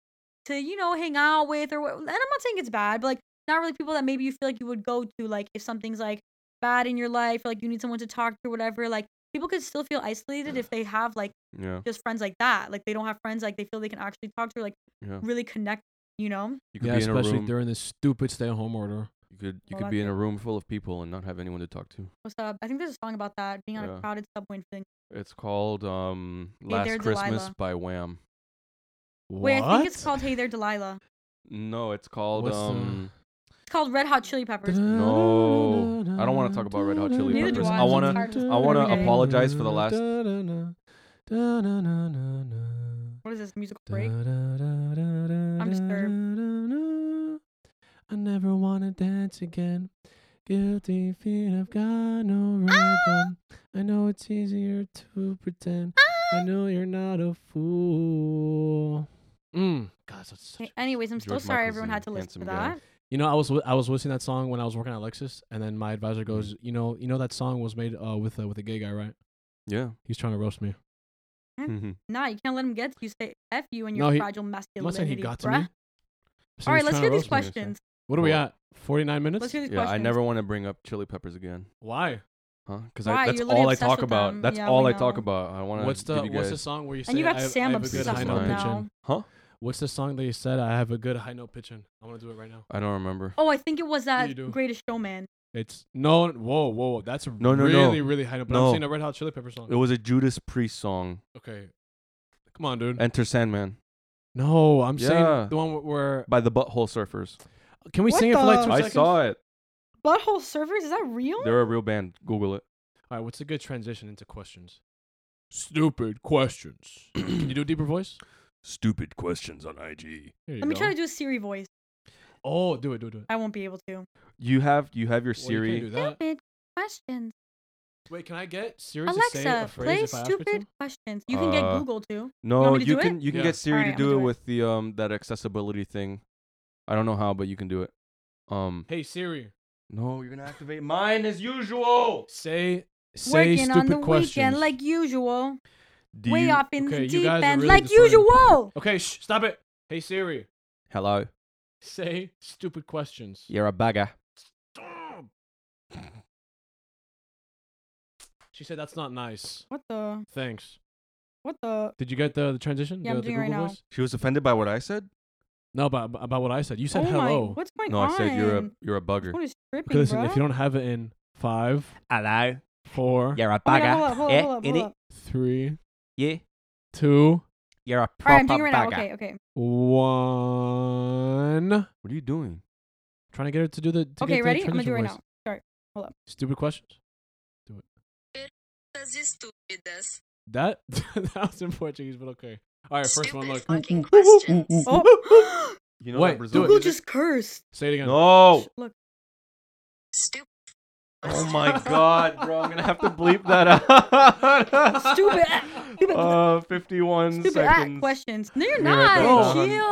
S3: to you know hang out with or what. And I'm not saying it's bad, but like not really people that maybe you feel like you would go to like if something's like bad in your life or like you need someone to talk to or whatever. Like people could still feel isolated if they have like
S1: Yeah,
S3: just friends like that. Like they don't have friends like they feel they can actually talk to or like
S1: yeah.
S3: really connect. You know,
S1: You could
S2: Yeah,
S1: be in a
S2: especially
S1: room.
S2: during this stupid stay at home order.
S1: You could you
S3: Well,
S1: could be
S3: that's
S1: in a
S3: it.
S1: room full of people and not have anyone to talk to.
S3: what's up? I think there's a song about that being on
S1: Yeah.
S3: a crowded subway and feeling.
S1: It's called um
S3: Hey
S1: Last
S3: There,
S1: Christmas
S3: Delilah.
S1: by Wham.
S3: Wait, I think it's
S2: What?
S3: called Hey There, Delilah.
S1: No, it's called
S2: What's the-
S1: um
S3: It's called Red Hot Chili Peppers.
S1: No. I don't wanna talk about Red Hot Chili
S3: Neither do Peppers. I. I wanna- It's hard. I
S1: wanna
S3: Every day.
S1: apologize for the last-
S3: What is this musical break?
S2: I'm disturbed. I never wanna dance again. Guilty feet, I've got no rhythm. I know it's
S3: Ah.
S2: easier to pretend. I know you're not a fool. Mm. God, that's such
S3: Okay, anyways, I'm so
S1: George
S3: sorry
S1: Michael's
S3: everyone
S1: a
S3: had to listen
S1: handsome
S3: to
S1: guy.
S3: that.
S2: You know, I was wi- I was listening to that song when I was working at Lexus, and then my advisor
S3: Mm-hmm.
S2: goes, "You know, you know that song was made uh, with uh, with a gay guy, right?
S1: Yeah.
S2: He's trying to roast me.
S1: Mhm.
S3: Nah, you can't let him get to you. Say F you and
S2: No,
S3: your
S2: he-
S3: fragile
S2: I'm
S3: masculinity.
S2: not saying he got to
S3: bruh.
S2: me. I'm saying
S3: All right,
S2: he's
S3: let's
S2: trying
S3: hear
S2: to
S3: these
S2: roast me.
S3: questions.
S2: What are we
S1: Hold
S2: at? Forty nine minutes.
S3: Let's hear these
S1: Yeah. I
S3: questions.
S1: never want to bring up Chili Peppers again,
S2: Why?
S1: huh? Because
S3: Why?
S1: that's
S3: You're literally
S1: all I
S3: obsessed
S1: talk
S3: with
S1: about.
S3: them.
S1: That's
S3: Yeah,
S1: all
S3: we
S1: I talk
S3: know.
S1: about. I want to.
S2: What's the
S1: give you
S2: What's the
S1: guys-
S2: song where you say
S3: And you got
S2: I have,
S3: Sam
S2: I have a good
S3: obsessed
S2: high
S3: with
S2: note
S3: them now.
S2: pitching?
S1: Huh?
S2: What's the song that you said I have a good high note pitching? I want to do it right now.
S1: I don't remember.
S3: Oh, I think it was that
S2: you do.
S3: Greatest Showman.
S2: It's no, whoa, whoa, that's a
S1: No, no, no.
S2: really, really high note. But I'm
S1: No.
S2: saying a Red Hot Chili Pepper
S1: It
S2: song.
S1: was a Judas Priest song.
S2: Okay, come on, dude.
S1: Enter Sandman
S2: No, I'm
S1: Yeah.
S2: saying the one wh- where
S1: by the Butthole Surfers.
S2: can we
S3: What
S2: sing it for like
S3: the-
S2: two
S1: I
S2: seconds?
S1: saw it.
S3: Butthole Surfers? Is that real?
S1: They're a real band. Google it.
S2: All right, what's a good transition into questions? Stupid questions. Can you do a deeper voice?
S1: Stupid questions on IG.
S2: Here you
S3: Let me
S2: go.
S3: try to do a Siri voice.
S2: Oh, do it, do it, do it.
S3: I won't be able to.
S1: You have you have your
S2: Well, you
S1: Siri.
S2: can't do that.
S3: Stupid questions.
S2: Wait, can I get Siri to say a
S3: Alexa, play
S2: phrase if I ask her
S3: stupid
S2: to?
S3: questions. You can get
S1: Uh,
S3: Google too.
S1: no,
S3: me to
S1: you
S3: do it?
S1: can you can
S2: Yeah.
S1: get Siri
S3: Alright,
S1: to
S3: I'm
S1: do
S3: gonna
S1: it,
S3: do it.
S1: with the um that accessibility thing. I don't know how, but you can do it. Um,
S2: Hey Siri,
S1: no, you're gonna activate mine as usual.
S2: say say
S3: Working
S2: stupid
S3: on the
S2: questions.
S3: weekend like usual.
S1: Do
S3: Way
S1: you-
S3: off in
S2: Okay,
S3: the
S2: you
S3: deep
S2: guys are
S3: end
S2: really
S3: like
S2: displaying-
S3: usual.
S2: okay, shh, stop it. Hey Siri,
S1: Hello,
S2: say stupid questions.
S1: you're a bagger.
S2: Stop. She said that's not nice.
S3: What the?
S2: Thanks.
S3: What the?
S2: Did you get the, the transition?
S3: Yeah, I'm
S2: the, the
S3: doing it right
S2: Google
S3: now.
S2: voice?
S1: She was offended by what I said.
S2: No, about about what I said. You said
S3: oh
S2: hello.
S3: my! What's going
S1: No,
S3: on?
S1: I said you're a you're a bugger.
S3: What is stripping,
S2: Okay, listen,
S3: bruh?
S2: if you don't have it in five,
S1: Hello,
S2: four,
S1: you're a Eh,
S3: Oh my God, hold up,
S2: eh,
S3: hold up, hold up, hold up.
S2: three,
S1: Yeah,
S2: two,
S1: you're a
S3: All right, I'm doing it right now. Okay, okay.
S2: one.
S1: What are you doing?
S2: Trying to get her to do the. To
S3: Okay,
S2: get
S3: ready?
S2: The
S3: I'm gonna do it
S2: transition
S3: right
S2: voice.
S3: now.
S2: Stupid questions.
S4: Perguntas estúpidas.
S2: That that was in Portuguese, but okay. All right, first one.
S4: Stupid
S2: Look,
S4: fucking questions.
S3: Oh,
S1: You
S2: Wait,
S1: that Brazil
S2: do it.
S3: Google
S1: music-
S3: just cursed.
S2: say it again.
S1: No.
S3: Sh- Look,
S4: Stupid.
S1: Oh my god, bro! I'm gonna have to bleep that out.
S3: Stupid. stupid.
S1: Uh, 51
S3: Stupid
S1: seconds.
S3: ah, questions. No, you're
S1: We're
S3: not.
S1: at
S2: the
S3: Chill.
S2: time. Relax,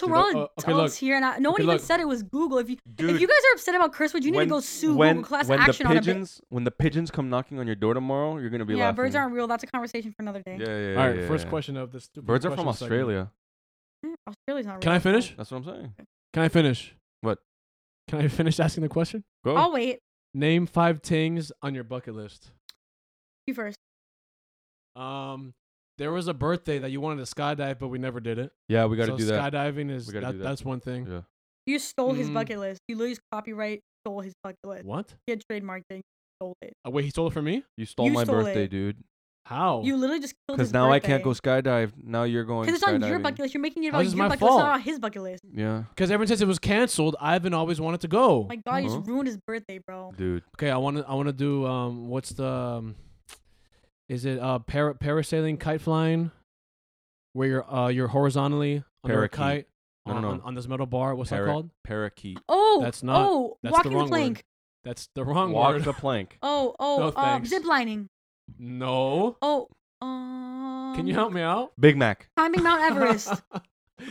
S2: dude.
S3: We're all
S2: Uh, okay,
S3: adults
S2: look.
S3: here, and I, no one
S2: Okay,
S3: even
S2: look.
S3: said it was Google. If you
S1: Dude,
S3: if you guys are upset about curse words, you need to go sue Google Class
S1: when
S3: Action
S1: the
S3: on a bit.
S1: pigeons, When the pigeons come knocking on your door tomorrow, you're gonna be
S3: Yeah,
S1: laughing.
S3: birds aren't real. That's a conversation for another day.
S1: Yeah, yeah.
S2: All right,
S1: yeah,
S2: first
S1: yeah.
S2: question of the stupid.
S1: Birds are from
S2: questions segment.
S1: Australia.
S3: Eh, Australia's not real.
S2: Can I finish?
S1: That's what I'm saying.
S2: Can I finish?
S1: What?
S2: Can I finish asking the question?
S1: Go.
S3: I'll wait.
S2: Name five things on your bucket list.
S3: You first.
S2: Um, there was a birthday that you wanted to skydive, but we never did it.
S1: yeah, we gotta
S2: so
S1: do that.
S2: Skydiving is
S1: We gotta
S2: that,
S1: do that.
S2: that's one thing.
S1: Yeah.
S3: You stole his
S2: Mm.
S3: bucket list. You literally copyright stole his bucket list.
S2: What?
S3: He had trademarked it. You stole it.
S2: Oh, wait, he stole it from me?
S1: You stole
S3: You
S1: my
S3: stole
S1: birthday,
S3: it.
S1: dude.
S2: How?
S3: You literally just killed his
S1: Because now I can't go
S3: birthday.
S1: skydive. Now you're going.
S3: it's on your
S1: skydiving.
S3: bucket list. You're making it
S2: How
S3: about
S2: is it
S3: your
S2: my
S3: bucket list, not
S2: fault?
S3: about his bucket list.
S1: Yeah,
S2: Because ever since it was canceled, I've been always wanted to go.
S3: My God, you just
S1: Uh-huh.
S3: ruined his birthday, bro.
S1: dude.
S2: okay, I want to. I want to do. Um, what's the? Um, is it uh para- parasailing, kite flying, where you're uh you're horizontally under a
S1: Parakeet.
S2: kite
S1: No, no,
S2: on,
S1: no.
S2: on, on this metal bar? What's
S1: Parrot.
S2: that called?
S1: Parakeet.
S3: Oh,
S2: That's not-
S3: Oh,
S2: that's the
S3: walking
S2: wrong
S3: the
S2: word.
S3: plank.
S2: That's the wrong
S1: Walk
S2: word.
S1: the plank.
S3: Oh, oh,
S2: No,
S3: uh,
S2: thanks.
S3: zip lining.
S2: no.
S3: Oh, um,
S2: Can you help me out?
S1: Big Mac.
S3: Climbing Mount Everest.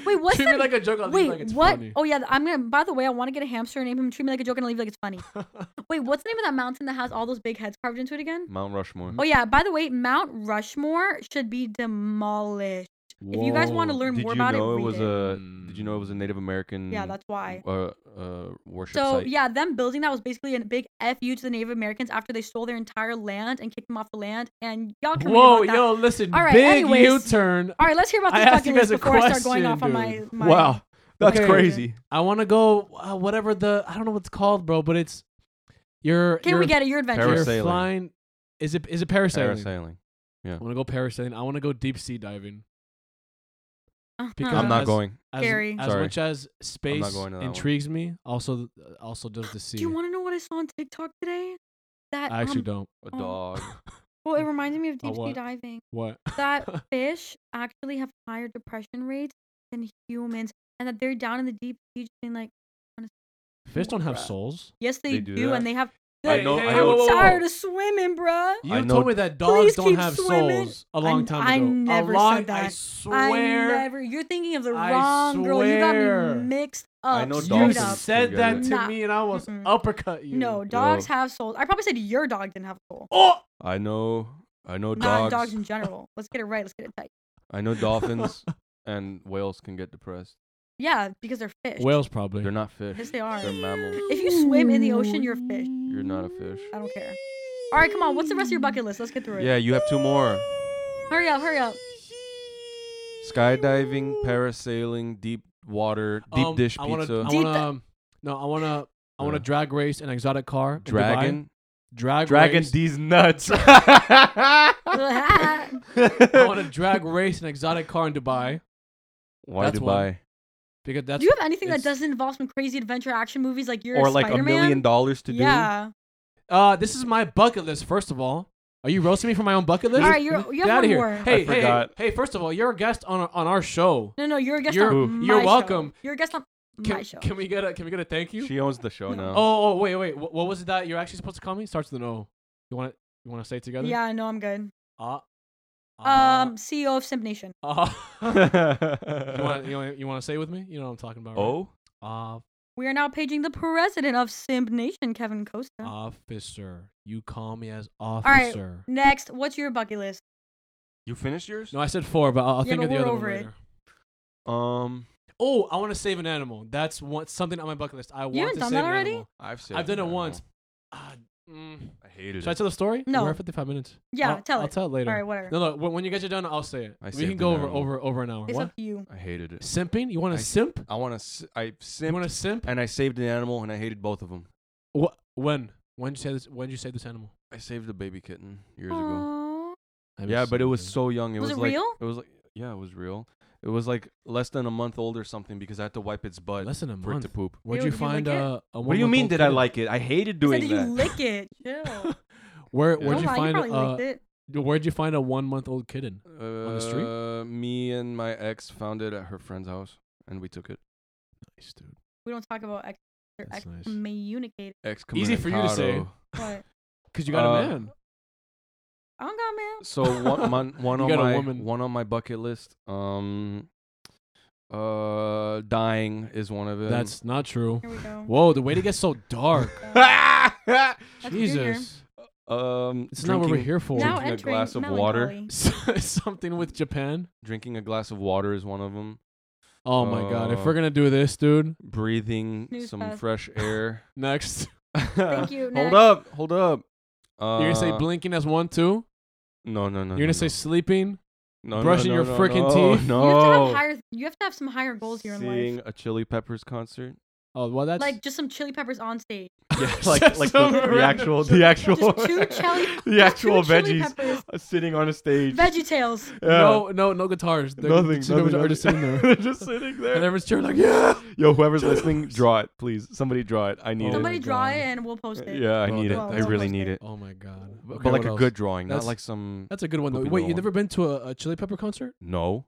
S3: Wait, what's
S2: Treat
S3: the-
S2: me like a joke. I'll
S3: Wait,
S2: leave like it's
S3: what?
S2: funny.
S3: Oh yeah, I'm gonna. By the way, I want to get a hamster, name him Treat Me Like a Joke, and I'll leave like it's funny. Wait, what's the name of that mountain that has all those big heads carved into it again?
S1: Mount Rushmore.
S2: Mm-hmm.
S3: Oh yeah. By the way, Mount Rushmore should be demolished. If you guys want to
S2: Whoa.
S3: learn
S1: Did
S3: more
S1: you
S3: about
S1: know
S3: it,
S1: it was
S3: read it.
S1: a? Did you know it
S3: Mm.
S1: was a Native American?
S2: mm,
S3: yeah, that's why.
S1: Uh, uh, worship
S3: So
S1: site.
S3: yeah, them building that was basically a big fu to the Native Americans after they stole their entire land and kicked them off the land. And y'all can read
S2: Whoa,
S3: about that.
S2: yo, listen,
S3: All right,
S2: big
S3: anyways.
S2: U-turn.
S3: All right, let's hear about
S2: I
S3: this
S2: asked you
S3: bucket
S2: guys
S3: list
S2: a
S3: before I start going off on my,
S2: question,
S3: my.
S1: Wow, that's
S2: Okay.
S1: crazy.
S2: I want to go uh, whatever the I don't know what it's called, bro, but it's you're.
S3: Can
S2: you're,
S3: we get it? Your adventure.
S2: you're
S1: Parasailing.
S2: flying. Is it is it parasailing?
S1: Parasailing.
S2: I want to go parasailing. I want to go deep sea diving.
S3: Uh-huh.
S2: Because
S1: I'm not
S2: As-
S1: going.
S2: As,
S3: Scary.
S2: as
S1: Sorry.
S2: much as space
S1: going to that one.
S2: intrigues me, also also does the sea.
S3: Do you want to know what I saw on TikTok today? That
S2: I actually
S3: um,
S2: don't.
S1: A
S3: Oh.
S1: dog.
S3: Well, it reminded me of
S2: Oh,
S3: deep sea
S2: what?
S3: diving.
S2: What?
S3: That fish actually have higher depression rates than humans, and that they're down in the deep sea, just being like,
S2: Fish don't have
S3: bruh.
S2: souls.
S3: yes, they,
S1: They do
S3: do,
S1: that?
S3: and they have
S1: I
S2: Hey,
S1: know-
S2: hey,
S1: I
S2: hey,
S1: know
S2: whoa,
S1: it's-
S2: whoa,
S3: I'm
S2: whoa.
S3: tired of swimming, bruh.
S2: You
S1: I know-
S2: told me that dogs
S3: Please
S2: don't
S3: keep
S2: have
S3: swimming.
S2: souls a long
S3: I-
S2: time
S3: I
S2: ago.
S3: never
S2: a long,
S3: said that.
S2: I
S3: I
S2: swear.
S3: never. You're thinking of the
S2: I
S3: wrong girl. You got
S2: swear.
S3: me mixed up.
S1: I know
S3: straight
S2: you
S1: dogs
S3: up.
S1: don't
S2: said
S1: get
S2: that
S1: it.
S2: to
S3: Nah.
S2: me, and I was
S3: Mm-mm.
S2: uppercut you.
S3: No, dogs
S1: No.
S3: have souls. I probably said your dog didn't have a soul.
S2: Oh,
S1: I know. I know
S3: Not
S1: Oh, dogs.
S3: dogs in general. Let's get it right. Let's get it tight.
S1: I know dolphins and whales can get depressed.
S3: Yeah, because they're fish.
S2: whales probably.
S1: They're not fish.
S3: Yes, they are.
S1: They're mammals.
S3: If you swim in the ocean, you're a fish.
S1: You're not a fish.
S3: I don't care. All right, come on. What's the rest of your bucket list? Let's get through it.
S1: Yeah, you have two more.
S3: Hurry up, hurry up.
S1: Skydiving, parasailing, deep water, deep
S2: Um,
S1: dish
S2: I
S1: pizza,
S2: wanna, I
S3: Deep
S2: wanna, um, no, I wanna, I wanna
S1: Uh.
S2: drag race an exotic car. in Dubai.
S1: dragon,
S2: Drag
S1: dragon
S2: race.
S1: these nuts.
S3: That's
S2: I wanna drag race an exotic car in Dubai
S1: Why
S2: That's
S1: Dubai?
S2: one. because that's
S3: Do you have anything that
S2: it's-
S3: doesn't involve some crazy adventure action movies like your
S1: Or like
S3: Spider-Man?
S1: a million dollars to do?
S3: Yeah.
S2: Uh, this is my bucket list. First of all, are you roasting me for my own bucket list?
S3: All right, you're- you have
S2: Get out
S3: one
S2: of here.
S3: more.
S2: Hey,
S1: I
S2: hey, hey,
S1: forgot.
S2: hey! First of all, you're a guest on our, on our show.
S3: No, no, you're a guest
S2: You're-
S3: on
S2: you're
S3: my
S2: welcome.
S3: Show. You're a guest on
S2: Can,
S3: my show.
S2: can we get a can we get a thank you?
S1: She uh, owns the show now.
S2: oh, oh, wait, wait. What, what was it that you're actually supposed to call me? Starts with an O. You want to you want to say it together?
S3: yeah, no, I'm good.
S2: Ah. ah,
S3: Um, CEO of Simp Nation.
S1: Oh.
S2: ah. you want you want you want to say it with me? You know what I'm talking about. Right?
S1: oh,
S2: Oh.
S3: We are now paging the president of Simp Nation, Kevin Costa.
S2: officer. You call me as
S3: right.
S2: officer.
S3: Next, what's your bucket list?
S1: you finished yours?
S2: No, I said four, but I'll, I'll
S3: Yeah,
S2: think
S3: but
S2: of the
S3: we're
S2: other
S3: over
S2: one
S3: it.
S2: later.
S1: Um,
S2: Oh, I want to save an animal. That's one something on my bucket list. I want
S3: haven't
S2: to
S3: done
S2: save
S3: that
S2: an
S3: already?
S2: animal.
S1: I've said
S2: I've done
S1: I
S2: it
S1: don't know.
S2: once. Ah, mm.
S1: I hated
S2: Should I
S1: it.
S2: tell the story?
S3: No.
S2: We're at 55 minutes.
S3: Yeah,
S2: I'll,
S3: tell
S2: I'll
S3: it.
S2: tell it later.
S3: All right, whatever.
S2: No, no. When, when you guys are done, I'll say it.
S1: I
S2: we
S1: saved
S2: can go
S1: an
S2: over,
S1: animal.
S2: over over an hour.
S3: it's
S2: what?
S3: up to you.
S1: I hated it.
S2: Simping? You want
S1: I-
S2: to simp?
S1: I want to. I
S2: You
S1: simped
S2: want to simp?
S1: and I saved an animal and I hated both of them.
S2: What? When? When did you say this? When did you save this animal?
S1: I saved a baby kitten years ago.
S3: Aw.
S1: Yeah, but it was so young. It
S3: Was
S1: was,
S3: it
S1: like
S3: real?
S1: it was like yeah, it was real. It was like less than a month old or something because I had to wipe its butt
S2: less than a
S1: for it to
S2: month.
S1: poop.
S2: Where'd
S3: Ew,
S2: you
S3: did you
S2: find
S3: lick it?
S2: a, a
S1: What do you mean? Did I like it? I hated
S3: I said,
S1: doing
S3: did
S1: that.
S3: you lick it? Chill.
S2: Where
S1: Yeah.
S2: where'd
S3: Don't
S2: you
S3: lie,
S2: find
S3: probably
S2: uh,
S3: licked it.
S2: where'd you find a one month old kitten?
S1: uh,
S2: the street?
S1: Me and my ex found it at her friend's house and we took it.
S2: Nice dude.
S3: We don't talk about ex. they're
S2: That's nice.
S3: excommunicated.
S1: Ex
S2: Easy for you to say.
S1: excommunicado.
S3: What?
S2: Cause you got
S1: Uh,
S2: a man.
S3: I don't got man.
S1: So one mon- one
S2: You
S1: on
S2: got a
S1: my
S2: woman.
S1: one on my bucket list. Um, uh, dying is one of them.
S2: That's not true.
S3: Here we go.
S2: Whoa, the way to get so dark.
S3: That's what you're here.
S2: Jesus,
S1: um,
S2: it's not what we're
S1: drinking-
S2: here for.
S3: Now
S1: Drinking a
S3: entering
S1: glass of water.
S3: melancholy.
S2: Something with Japan.
S1: Drinking a glass of water is one of them.
S2: Oh my god, if
S1: Uh,
S2: we're gonna do this, dude.
S1: Breathing
S3: Snooze
S1: some
S3: fest.
S1: fresh air.
S2: Next,
S3: Thank you.
S1: Hold
S3: next.
S1: up, hold up. Uh,
S2: you're gonna say blinking as one two.
S1: No, no, no.
S2: You're gonna
S1: no,
S2: say
S1: no.
S2: sleeping.
S1: No, no,
S2: brushing
S1: no,
S2: your
S1: no,
S2: frickin'
S1: no,
S2: teeth?
S1: No.
S3: You have
S2: Oh.
S3: to have higher. You have to have some higher goals here in
S1: Seeing
S3: life.
S1: a Chili Peppers concert.
S2: Oh well, that's
S3: Like just some Chili Peppers on stage.
S1: Yeah,
S2: Just
S1: like like the,
S2: some
S1: the
S2: random
S1: actual the actual
S3: Just two chili-
S1: the actual
S3: two chili
S1: veggies
S3: peppers.
S1: uh, sitting on a stage.
S3: Veggie Tales.
S1: Yeah.
S2: no, no, no guitars. The
S1: nothing.
S2: guitar
S1: nothing,
S2: are
S1: nothing.
S2: just sitting there.
S1: They're just sitting
S2: And
S1: there.
S2: everyone's cheering like, yeah.
S1: Yo, whoever's listening, draw it, please. Somebody draw it. I need
S2: Oh
S3: Somebody
S2: my
S3: draw
S2: God.
S3: it and we'll post it.
S1: Yeah, I
S2: Bro,
S1: need it.
S2: that-
S1: I
S2: that's
S1: really
S3: almost
S1: need
S3: it.
S1: it.
S2: Oh my god.
S1: But,
S2: Okay,
S1: but like
S2: what
S1: a
S2: else?
S1: good drawing, not
S2: That's-
S1: like some
S2: That's a good one though.
S1: Poopy
S2: Wait,
S1: little
S2: you've
S1: one.
S2: never been to a, a Chili Pepper concert?
S1: no.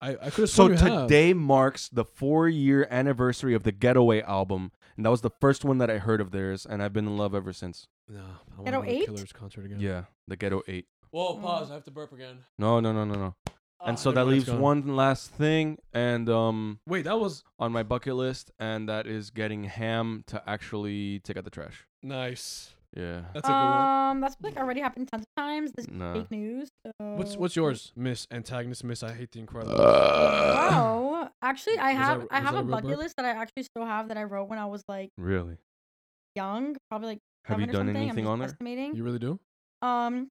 S2: I, I could have
S1: So
S2: sworn you have.
S1: today marks the four-year anniversary of the Getaway album, and that was the first one that I heard of theirs, and I've been in love ever since.
S2: Nah, I want
S3: Ghetto
S2: to go to
S3: eight?
S2: Killers concert again.
S1: Yeah, the Ghetto Eight.
S2: Whoa,
S3: Mm.
S2: pause. I have to burp again.
S1: No, no, no, no, no.
S2: Ah,
S1: and so that
S2: never mind, it's
S1: leaves
S2: gone.
S1: one last thing, and um,
S2: Wait, that was
S1: on my bucket list, and that is getting ham to actually take out the trash.
S2: nice.
S1: Yeah.
S2: That's a good one.
S3: Um, that's like already happened tons of times. This is
S1: Nah.
S3: fake news. So.
S2: What's what's yours, Miss Antagonist? Miss, I hate the Incredible.
S1: Uh,
S3: Wow. Actually, I
S2: Was that-
S3: have I
S2: was
S3: have
S2: that
S3: a
S2: a real
S3: bucket
S2: burp?
S3: list that I actually still have that I wrote when I was like
S1: Really?
S3: young, probably like
S1: Have you
S3: seven or
S1: done
S3: something.
S1: anything
S3: I'm
S1: on
S3: just
S1: there?
S3: estimating.
S2: you really do?
S3: Um,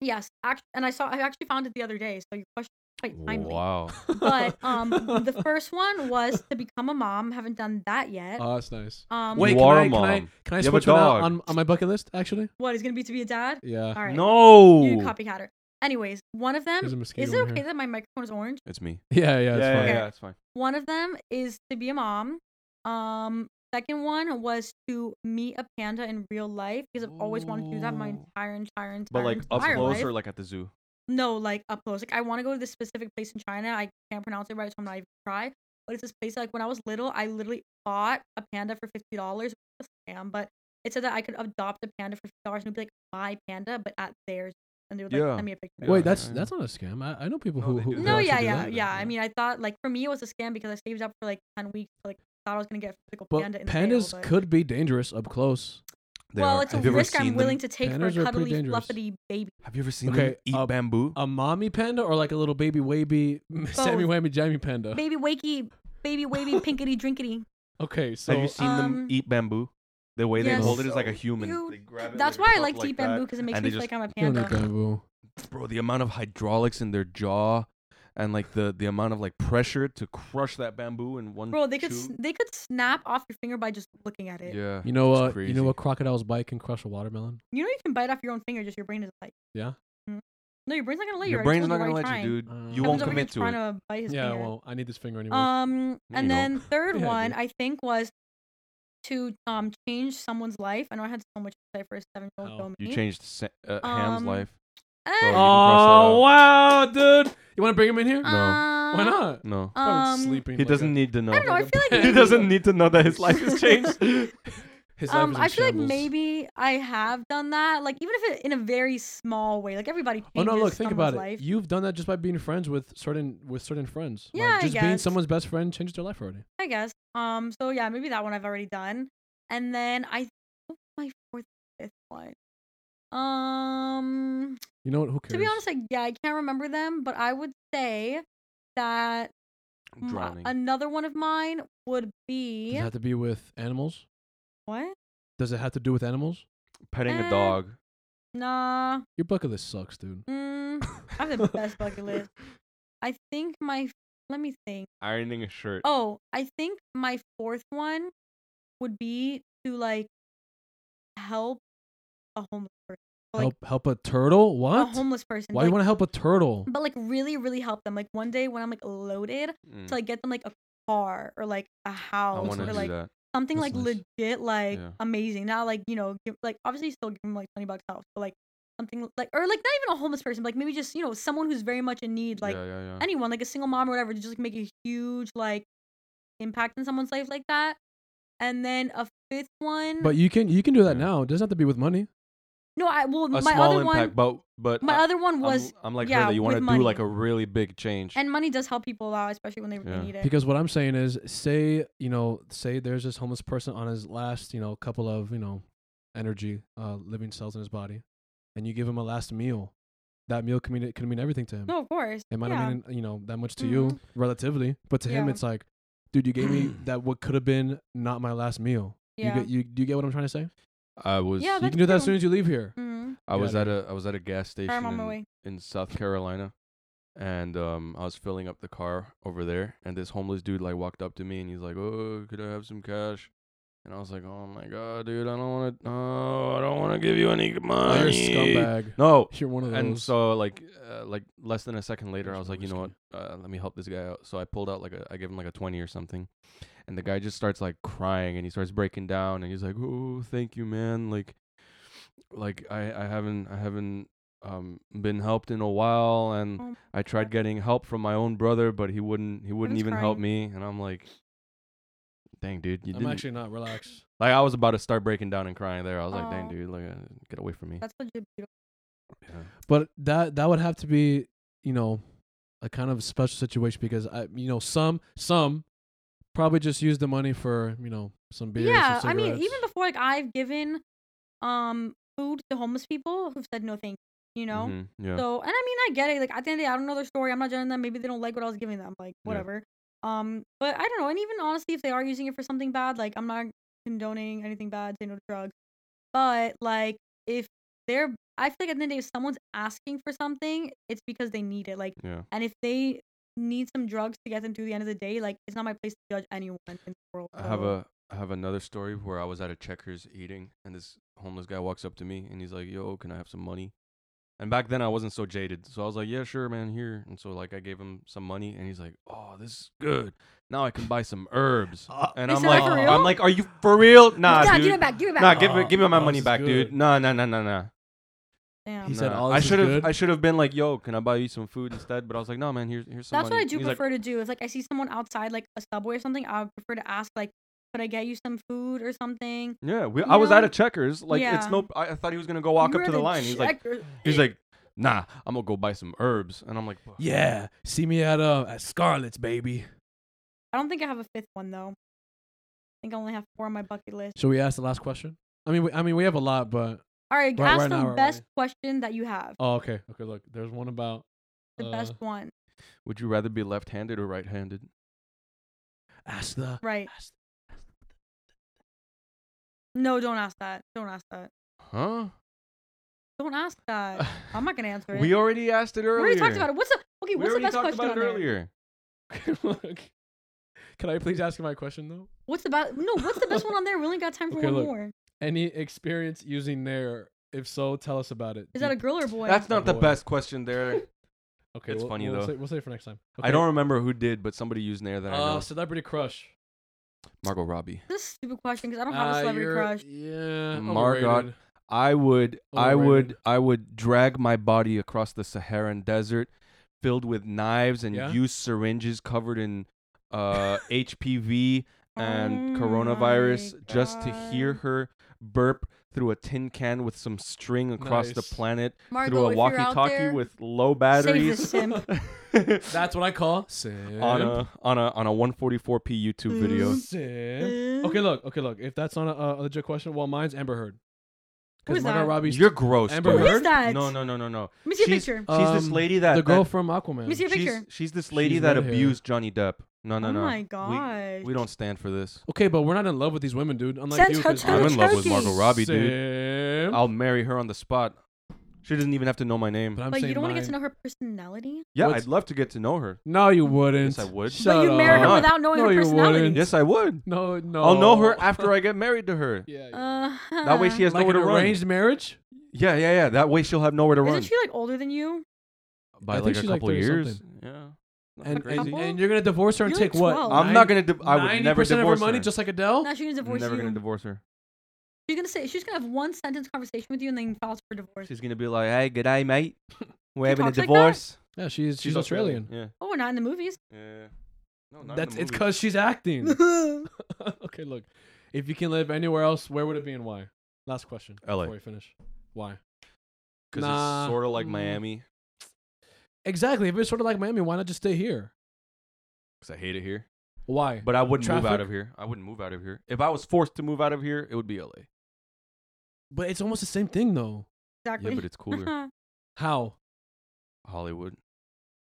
S3: yes, act- and I saw I actually found it the other day, so your question is quite timely.
S1: Wow.
S3: But um, the first one was to become a mom. Haven't done that yet.
S2: Oh, that's nice.
S3: um,
S2: Wait,
S1: You
S2: can
S1: are a
S2: I, can I
S1: mom.
S2: can I
S1: You have a
S2: switch one out
S1: dog.
S2: on on my bucket list actually?
S3: what is gonna be to be a dad?
S2: Yeah.
S3: All right,
S1: No.
S3: you copycatter. Anyways, one of them
S2: There's a
S3: is
S2: mosquito
S3: it
S2: in
S3: okay
S2: here.
S3: that my microphone is orange?
S1: It's me.
S2: Yeah, yeah, it's
S1: yeah,
S2: fine.
S1: yeah, yeah, it's fine.
S3: One of them is to be a mom. Um, second one was to meet a panda in real life because I've always wanted to do that my
S2: Ooh.
S3: entire, entire, entire,
S1: But like up
S3: entire
S1: close
S3: life.
S1: or like at the zoo.
S3: no, like up close. Like I want to go to this specific place in China. I can't pronounce it right, so I'm not even gonna try. But it's this place like when I was little, I literally bought a panda for fifty dollars. Scam, but it said that I could adopt a panda for dollars and it would be like my panda, but at theirs, and they would like
S1: Yeah.
S3: send me a picture.
S1: Yeah,
S2: Wait, that's
S1: I
S2: that's not a scam. I, I know people
S1: No,
S2: who
S1: they
S2: who
S1: do
S2: who
S1: that.
S3: No,
S2: actually
S3: yeah,
S2: do
S3: yeah,
S2: that.
S3: yeah. I mean, I thought like for me it was a scam because I saved up for like ten weeks. Like thought I was gonna get a physical
S2: but
S3: panda. In the
S2: pandas
S3: mail, but-
S2: could be dangerous up close.
S1: They
S3: well,
S1: are-
S3: it's a
S1: have you ever
S3: risk I'm
S1: seen
S3: willing
S1: them?
S3: to take
S2: Pandas are pretty
S3: for a cuddly,
S2: dangerous.
S3: fluffy baby.
S1: Have you ever seen
S2: Okay,
S1: them eat
S2: uh,
S1: bamboo?
S2: A mommy panda or like a little baby wavy Sammy
S3: Both.
S2: Whammy Jammy panda.
S3: Baby wakey, baby wavy, pinkety drinkety.
S2: okay, so
S1: have you seen them
S3: um,
S1: eat bamboo? The way they
S3: yes.
S1: hold it is like a
S3: So
S1: human.
S3: cute.
S1: They grab it
S3: That's
S1: with
S3: why
S1: their
S3: I like
S1: cup
S3: deep bamboo
S1: that.
S3: because it makes
S1: and
S3: me
S1: they
S3: feel
S1: just-
S3: like I'm a
S2: You don't need
S3: panda.
S2: bamboo.
S1: Bro, the amount of hydraulics in their jaw, and like the the amount of like pressure to crush that bamboo in one.
S3: Bro, they could
S1: chew.
S3: s they could snap off your finger by just looking at it.
S1: yeah.
S2: You know
S1: it's
S2: uh, you
S1: crazy.
S2: know a crocodile's bite can crush a watermelon.
S3: You know you can bite off your own finger, just your brain is like.
S2: Yeah?
S3: Mhm. No, your brain's not gonna let you.
S1: Your
S3: I
S1: brain's
S3: told
S1: not gonna
S3: why
S1: let
S3: trying.
S1: you, dude.
S2: Uh,
S1: you
S2: Comes
S1: won't
S3: over here
S1: commit to
S3: trying
S1: it.
S3: to bite his
S2: yeah,
S3: finger.
S2: well, I need this finger anyway.
S3: Um,
S1: Yeah, you
S3: and
S1: know.
S3: then third
S2: Yeah, I
S3: one
S2: do.
S3: I think was to um change someone's life. I know I had so much to say for a seven-year-old
S2: Oh.
S3: girl.
S1: You
S3: me.
S1: changed Sa- uh, Ham's
S3: Um,
S1: life.
S3: Eh,
S1: Oh, Oh,
S2: wow, dude! You want to bring him in here?
S1: No.
S2: Why
S3: um,
S2: not?
S1: No,
S3: Um,
S1: he doesn't need to know.
S3: I don't know. I feel like
S1: he
S3: maybe-
S1: doesn't need to know that his life has changed.
S3: Mm,
S2: His life
S3: Um,
S2: is in
S3: I feel like
S2: shambles.
S3: maybe I have done that. Like even if it, in a very small way. Like everybody changes
S2: Oh no! Look, think
S3: someone's
S2: about it.
S3: life.
S2: You've done that just by being friends with certain with certain friends.
S3: Yeah,
S2: like,
S3: I
S2: just being
S3: guess.
S2: someone's best friend changes their life already.
S3: I guess. Um. So yeah, maybe that one I've already done. And then I what was my fourth fifth one. Um.
S2: You know what? Who cares?
S3: To be honest, like yeah, I can't remember them, but I would say that m- uh,
S1: Drowning.
S3: another one of mine would
S2: does
S3: be
S2: it have to be with animals?
S3: what?
S2: Does it have to do with animals?
S1: Petting a
S3: Eh.
S1: dog.
S3: Nah.
S2: Your bucket list sucks, dude.
S3: Mm, I have the best bucket list. I think my let me think.
S1: Ironing a shirt.
S3: Oh, I think my fourth one would be to like help a homeless person. Like-
S2: help help a turtle?
S3: A
S2: What?
S3: homeless person.
S2: Why
S3: like,
S2: you want to help a turtle?
S3: But like really, really help them. Like one day when I'm like loaded,
S1: Mm.
S3: to like get them like a car or like a
S1: I
S3: house
S1: want to
S3: or
S1: do
S3: like
S1: that.
S3: something
S2: That's
S3: like
S2: nice.
S3: legit, like
S1: Yeah.
S3: amazing. Not like you know, give, like obviously still give them like twenty bucks house, but like something like or like not even a homeless person, but like maybe just you know someone who's very much in need, like
S1: yeah, yeah, yeah.
S3: anyone, like a single mom or whatever, to just like make a huge like impact in someone's life like that. And then a fifth one.
S2: But you can you can do that
S1: Yeah.
S2: now. It doesn't have to be with money.
S3: no, I well
S1: a
S3: my
S1: small
S3: other
S1: impact,
S3: one.
S1: but but
S3: My
S1: I,
S3: other one
S1: I'm-
S3: was
S1: I'm, like
S3: yeah,
S1: her that you want
S3: with
S1: to do like
S3: money.
S1: a really big change.
S3: and money does help people out, especially when they really
S1: Yeah.
S3: need it.
S2: Because what I'm saying is, say you know, say there's this homeless person on his last you know couple of you know energy uh, living cells in his body, and you give him a last meal. That meal could mean could mean everything to him.
S3: no, of course.
S2: It might
S3: Oh, yeah. Mm-hmm.
S2: not mean you know that much to you relatively, but to him
S3: Yeah.
S2: it's like, dude, you gave me that what could have been not my last meal.
S3: yeah.
S2: You get you do you get what I'm trying to say?
S1: I was
S3: Yeah,
S2: you
S3: that's
S2: can do that as
S3: true.
S2: soon as you leave here.
S3: hmm
S1: I
S2: Yeah,
S1: was
S2: I
S1: at a I was at a gas station
S3: I'm on my
S1: in-
S3: way.
S1: in South Carolina, and um, I was filling up the car over there, and this homeless dude like walked up to me and he's like, "Oh, could I have some cash?" And I was like, "Oh my god, dude, I don't want to. No, I don't want to give you any
S2: Oh,
S1: money.
S2: you're a scumbag.
S1: No."
S2: You're one of those.
S1: And so like uh, like less than a second later, I was
S2: That's
S1: like, "You know what? Uh, let me help this guy out." So I pulled out like a I gave him like a twenty or something, and the guy just starts like crying and he starts breaking down and he's like, "Oh, thank you, man. Like, like I I haven't I haven't." um been helped in a while and
S3: Oh my
S1: I tried getting help from my own brother, but he wouldn't. He wouldn't
S3: Everyone's
S1: even help
S3: crying.
S1: me, and I'm like, "Dang, dude, you
S2: I'm
S1: didn't."
S2: actually not relaxed.
S1: like, I was about to start breaking down and crying there. I was like, "Dang,
S3: Aw.
S1: dude, like, uh, get away from me."
S3: That's legit beautiful.
S1: Yeah.
S2: But that that would have to be, you know, a kind of special situation because I, you know, some some probably just use the money for you know some beer.
S3: yeah, I mean, even before like I've given um food to homeless people who've said no thank you, you know.
S1: Mhm, yeah.
S3: So, and I mean, I get it. Like at the end of the day, I don't know their story. I'm not judging them. Maybe they don't like what I was giving them. Like
S1: Yeah.
S3: whatever. Um, but I don't know. And even honestly, if they are using it for something bad, like I'm not condoning anything bad. Say no to drugs. But like if they're, I feel like at the end of the day, if someone's asking for something, it's because they need it. Like,
S1: yeah.
S3: and if they need some drugs to get them through the end of the day, like it's not my place to judge anyone in the world.
S1: I have
S3: so-
S1: a I have another story where I was at a Checkers eating, and this homeless guy walks up to me, and he's like, "Yo, can I have some money?" And back then I wasn't so jaded, so I was like, "Yeah, sure, man, here." And so like I gave him some money, and he's like, "Oh, this is good. Now I can buy some herbs." And I'm
S3: You said Oh, that
S1: like,
S3: for real?
S1: I'm like, "Are you for real? Nah,
S3: yeah,
S1: dude.
S3: give it back. Give it back.
S1: Nah, give me,
S2: Oh,
S1: give me my
S2: oh,
S1: money
S2: this is
S1: back, dude.
S2: good.
S1: No, no, no, no, no.
S3: Damn.
S2: He said,
S1: Nah.
S2: "Oh,
S1: I
S2: this is
S1: should have,
S2: good."
S1: I should have been like, yo, can I buy you some food instead? But I was like, no, man, here's here's some
S3: That's
S1: money.
S3: what I do
S1: He's like,
S3: prefer to do. If like I see someone outside like a subway or something, I would prefer to ask like, could I get you some food or something?
S1: Yeah, we,
S3: You
S1: I was
S3: know?
S1: out of Checkers. Like it's
S3: Yeah.
S1: no. I, I thought he was gonna go walk
S3: You
S1: up
S3: were
S1: to the line. He's like,
S3: checker-
S1: he's like, nah, I'm gonna go buy some herbs. And I'm like, "Fuck."
S2: Yeah, see me at uh at Scarlet's, baby.
S3: I don't think I have a fifth one though. I think I only have four on my bucket list.
S2: Should we ask the last question? I mean, we, I mean, we have a lot, but
S3: All right,
S2: Right-
S3: ask
S2: right
S3: the
S2: now, right-
S3: best
S2: right.
S3: question that you have.
S2: oh, okay, okay. Look, there's one about
S3: The
S2: uh,
S3: best one.
S1: Would you rather be left-handed or right-handed?
S2: Ask the
S3: Right.
S2: ask-
S3: No, don't ask that. Don't ask that.
S1: Huh?
S3: Don't ask that. I'm not gonna answer it.
S1: we already asked it earlier.
S3: We already talked about it. What's the okay?
S1: We
S3: What's the
S1: already
S3: best
S1: talked
S3: question
S1: about it
S3: on there?
S1: earlier.
S2: Look. Can I please ask you my question though?
S3: What's the best? No, what's the best one on there? We only got time for
S2: Okay,
S3: one
S2: look.
S3: more.
S2: Any experience using Nair? If so, tell us about it.
S3: Is that a girl or a boy?
S1: That's not the
S2: Boy.
S1: best question there.
S2: okay?
S1: it's
S2: we'll-
S1: funny,
S2: we'll
S1: though.
S2: Say, we'll say it for next time.
S1: I don't remember who did, but somebody used Nair that I
S2: Uh,
S1: know.
S2: celebrity crush.
S1: Margot Robbie.
S3: this is a stupid question because I don't
S1: Ah,
S3: have
S2: Uh,
S3: a celebrity
S2: you're-
S3: crush.
S2: Yeah,
S1: Margot.
S2: overrated.
S1: I would, I would,
S2: Overrated.
S1: I would drag my body across the Saharan desert, filled with knives and
S2: Yeah?
S1: used syringes covered in uh, HPV and
S3: Oh my
S1: coronavirus, just to hear
S3: God.
S1: her burp through a tin can with some string across the
S2: Nice.
S1: planet,
S3: Margo,
S1: through a
S3: if you're out
S1: walkie-talkie
S3: there,
S1: with low
S3: save
S1: batteries.
S3: this simp.
S2: That's what I call
S1: on
S2: simp.
S1: a on a on a 144p YouTube video.
S3: Mm.
S2: Simp. Okay, look, okay, look. If that's not a, a legit question, well, mine's Amber Heard.
S3: Who's
S2: Margot
S3: that?
S2: Robbie's
S1: You're gross.
S2: Amber
S1: dude.
S3: Who is
S2: Heard?
S3: that?
S1: No, no, no, no, no.
S3: Let me see a
S1: She's-
S3: picture.
S1: She's this
S2: Um,
S1: lady that
S2: the girl
S1: that-
S2: from Aquaman.
S3: me see a
S1: She's,
S3: picture.
S1: she's this lady
S2: She's
S1: that
S2: red hair.
S1: abused Johnny Depp. No, no,
S3: oh
S1: no.
S3: my
S1: We,
S3: god.
S1: we don't stand for this.
S2: Okay, but we're not in love with these women, dude. Unlike
S3: Send
S2: you,
S3: her
S2: 'cause-
S3: to I'm the in love with turkey.
S1: Margot Robbie, dude.
S2: Simp.
S1: I'll marry her on the spot. She doesn't even have to know my name.
S2: But I'm
S3: But you
S2: saying
S3: don't want to get to
S2: mine.
S3: know her personality.
S1: Yeah,
S2: What's-
S1: I'd love to get to know her.
S2: No, you wouldn't.
S1: Yes, I would. But
S2: Shut
S3: but you married her
S1: Why not?
S2: up.
S3: without knowing
S2: No,
S3: her
S2: you
S3: personality.
S2: wouldn't.
S1: Yes, I would.
S2: No, no.
S1: I'll know her after I get married to her.
S2: yeah. yeah.
S3: Uh,
S1: That way she has
S2: like
S1: nowhere
S2: an
S1: to run.
S2: arranged marriage.
S1: Yeah, yeah, yeah. That way she'll have nowhere to
S3: Isn't
S1: run
S3: she like older than you?
S1: by
S2: I think
S1: like a
S2: she's like
S1: couple
S2: 30
S1: years.
S2: something.
S1: Yeah, Nothing
S2: And,
S1: crazy.
S2: and,
S3: Couple?
S2: and you're gonna divorce her and
S3: You're like
S2: take what?
S3: 12.
S1: I'm not gonna. Di- I would never
S2: 90%
S1: divorce
S2: of her money,
S1: her.
S2: just like Adele.
S3: Now she's gonna
S1: I'm
S3: divorce
S1: Oh, never
S3: you.
S1: gonna divorce her.
S3: she's gonna say she's gonna have one sentence conversation with you and then files for divorce.
S1: She's gonna be like, "Hey, good day, mate. We're
S3: She
S1: having a
S3: talks like that?
S1: divorce."
S2: yeah, she's she's, Australian.
S3: oh, not in the movies.
S1: Yeah. Yeah. No, not in
S2: That's
S1: the movies.
S2: it's because she's acting.
S3: Wait,
S2: okay, look. If you can live anywhere else, where would it be and why? Last question.
S1: LA.
S2: Before we finish. Why?
S1: 'Cause
S2: Nah.
S1: it's sort of like
S2: Mm.
S1: Miami.
S2: Exactly. If it's sort of like Miami, why not just stay here?
S1: Because I hate it here.
S2: Why?
S1: But I wouldn't move out
S2: Traffic?
S1: of here. I wouldn't move out of here. If I was forced to move out of here, it would be LA.
S2: But it's almost the same thing though.
S3: exactly.
S1: Yeah, but it's cooler.
S2: How?
S1: Hollywood.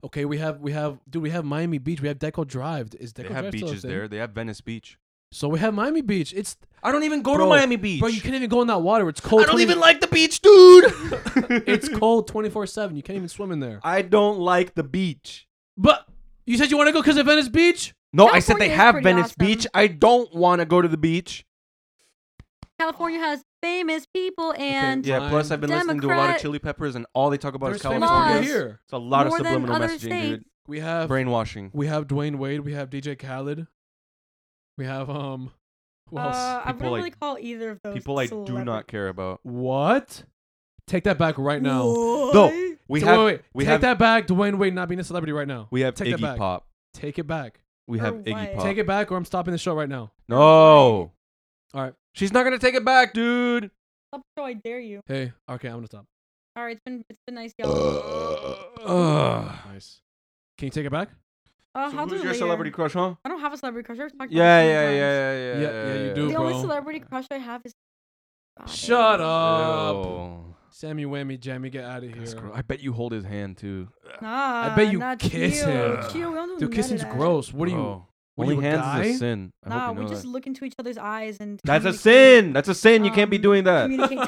S2: Okay, we have we have dude, we have Miami Beach, we have Deco Drive. Is Deco
S1: They
S2: Drive
S1: have
S2: still a
S1: beaches
S2: thing?
S1: there. They have Venice Beach.
S2: So we have Miami Beach. It's
S1: I don't even go
S2: Bro,
S1: to Miami Beach.
S2: bro, you can't even go in that water. It's cold.
S1: I don't
S2: 20
S1: even like the beach, dude.
S2: It's cold twenty four seven. You can't even swim in there.
S1: I don't like the beach.
S2: But you said you want to go because of Venice Beach.
S1: No, I said
S3: California
S1: they
S3: is
S1: have
S3: pretty
S1: Venice
S3: awesome.
S1: Beach. I don't want to go to the beach.
S3: California has famous people and
S2: Yeah, Time. plus I've
S3: been listening to a lot of Democrat-
S1: Chili Peppers, and all they talk about
S2: There's famous people
S3: California.
S2: here.
S1: It's a lot
S3: More
S1: of
S3: than
S1: subliminal
S3: other
S1: messaging, dude.
S3: states.
S2: We have
S1: Brainwashing.
S2: We have Dwayne Wade. We have DJ Khaled. We have um. Who else?
S3: uh, I
S1: People
S3: wouldn't
S1: like-
S3: really call either of those
S1: People I do not
S3: celebrity.
S1: care about.
S2: what? Take that back right now.
S1: No, we
S2: Ta-
S1: have
S2: wait, wait.
S1: we
S2: take
S1: have
S2: that back. Dwayne Wade not being a celebrity right now.
S1: we Uh, have
S2: take that
S1: Iggy
S2: back.
S1: Pop.
S2: Take it back.
S1: We
S3: Or
S1: have
S3: what?
S1: Iggy Pop.
S2: Take it back, or I'm stopping the show right now.
S1: No.
S2: All right.
S1: She's not gonna take it back, dude.
S3: Stop the show, I dare you.
S2: Hey. Okay, I'm gonna stop.
S3: All right, it's been it's been nice, y'all. Uh,
S1: Ugh.
S2: Nice. Can you take it back?
S3: Uh,
S1: So
S3: I'll
S1: who's
S3: do it
S1: your
S3: later.
S1: celebrity crush, huh?
S3: I don't have a celebrity crush. I've talked about it
S1: Yeah,
S3: so many
S1: yeah, yeah,
S3: times.
S1: yeah, yeah,
S2: Yeah, yeah, you do,
S3: The
S2: bro.
S3: only celebrity crush I have is. Got it.
S2: Shut up.
S1: Oh.
S2: Sammy Whammy Jammy, get out of
S1: That's
S2: here.
S1: gro- I bet you hold his hand too.
S3: Nah,
S2: bet you
S3: not
S2: kiss
S3: you.
S2: him.
S3: Chill, we don't do
S2: Dude,
S3: none of
S2: kissing's
S3: that.
S2: gross. What are you?
S1: Bro,
S2: What are
S1: Holding
S2: you, a
S1: hands is
S2: guy?
S1: a sin. I
S3: Nah,
S1: hope you
S3: we
S1: know
S3: just
S1: that.
S3: look into each other's eyes and.
S1: That's a
S3: communicate.
S1: sin. That's a sin. You can't be
S3: Um,
S1: doing that.
S3: Communicate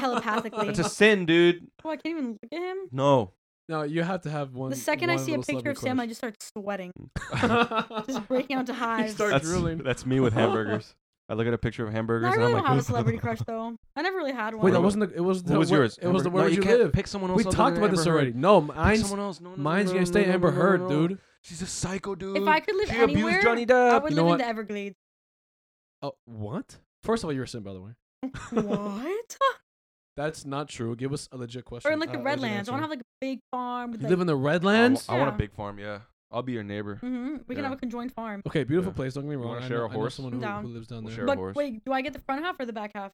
S3: telepathically.
S1: That's a sin, dude.
S3: oh, I can't even look at him.
S1: No.
S2: No, you have to have one.
S3: The second I
S2: one
S3: see a
S2: little
S3: picture of
S2: celebrity
S3: Sam, I
S2: crush.
S3: just start sweating.
S2: just
S3: Just breaking out into hives.
S2: start
S1: That's,
S2: drooling.
S1: that's me with hamburgers. I look at a picture of hamburgers
S3: I
S1: and
S3: really
S1: I'm
S3: don't
S1: like,
S3: have a celebrity crush though. I never really had one.
S1: Wait,
S2: Wait, that
S1: wait.
S2: wasn't the. It was the.
S1: What was
S2: where-
S1: yours?
S2: It was the
S1: Amber-
S2: where
S1: no,
S2: would you
S1: can't
S2: live?
S1: Pick someone else.
S2: We
S1: other
S2: talked
S1: than
S2: about this
S1: Amber Heard.
S2: already. No,
S1: Pick
S2: mine's
S1: someone else. No, no, no,
S2: mine's
S1: no,
S2: gonna
S1: no,
S2: stay
S1: no, no,
S2: Amber
S1: no, no,
S2: Heard,
S1: no.
S2: dude.
S1: She's a psycho, dude.
S3: if I could live
S1: she
S3: anywhere,
S1: abused Johnny
S3: I
S1: Depp.
S3: would
S2: You
S3: live
S2: know
S3: in
S2: what?
S3: the Everglades.
S2: Oh, what? First of all, you're a sim, by the way.
S3: what?
S2: That's not true. Give us a legit question.
S3: or in like the
S2: uh, legit
S3: Redlands. I want to
S2: answer.
S3: have like a big farm with
S2: You
S3: like,
S2: live in the
S1: I, w-
S2: Redlands?
S1: I want a
S3: Yeah.
S1: big farm, yeah. I'll be your neighbor.
S3: hmm We can
S1: Yeah.
S3: have a conjoined farm.
S2: Okay, beautiful
S1: Yeah.
S2: place. Don't get me
S1: You
S2: wrong.
S1: wanna
S2: I
S1: share
S2: know-
S1: a
S2: I know
S1: horse?
S2: someone who,
S3: Down.
S2: who lives down
S1: We'll
S2: there.
S1: share a
S3: But
S1: horse.
S3: wait, do I get the front half or the back half?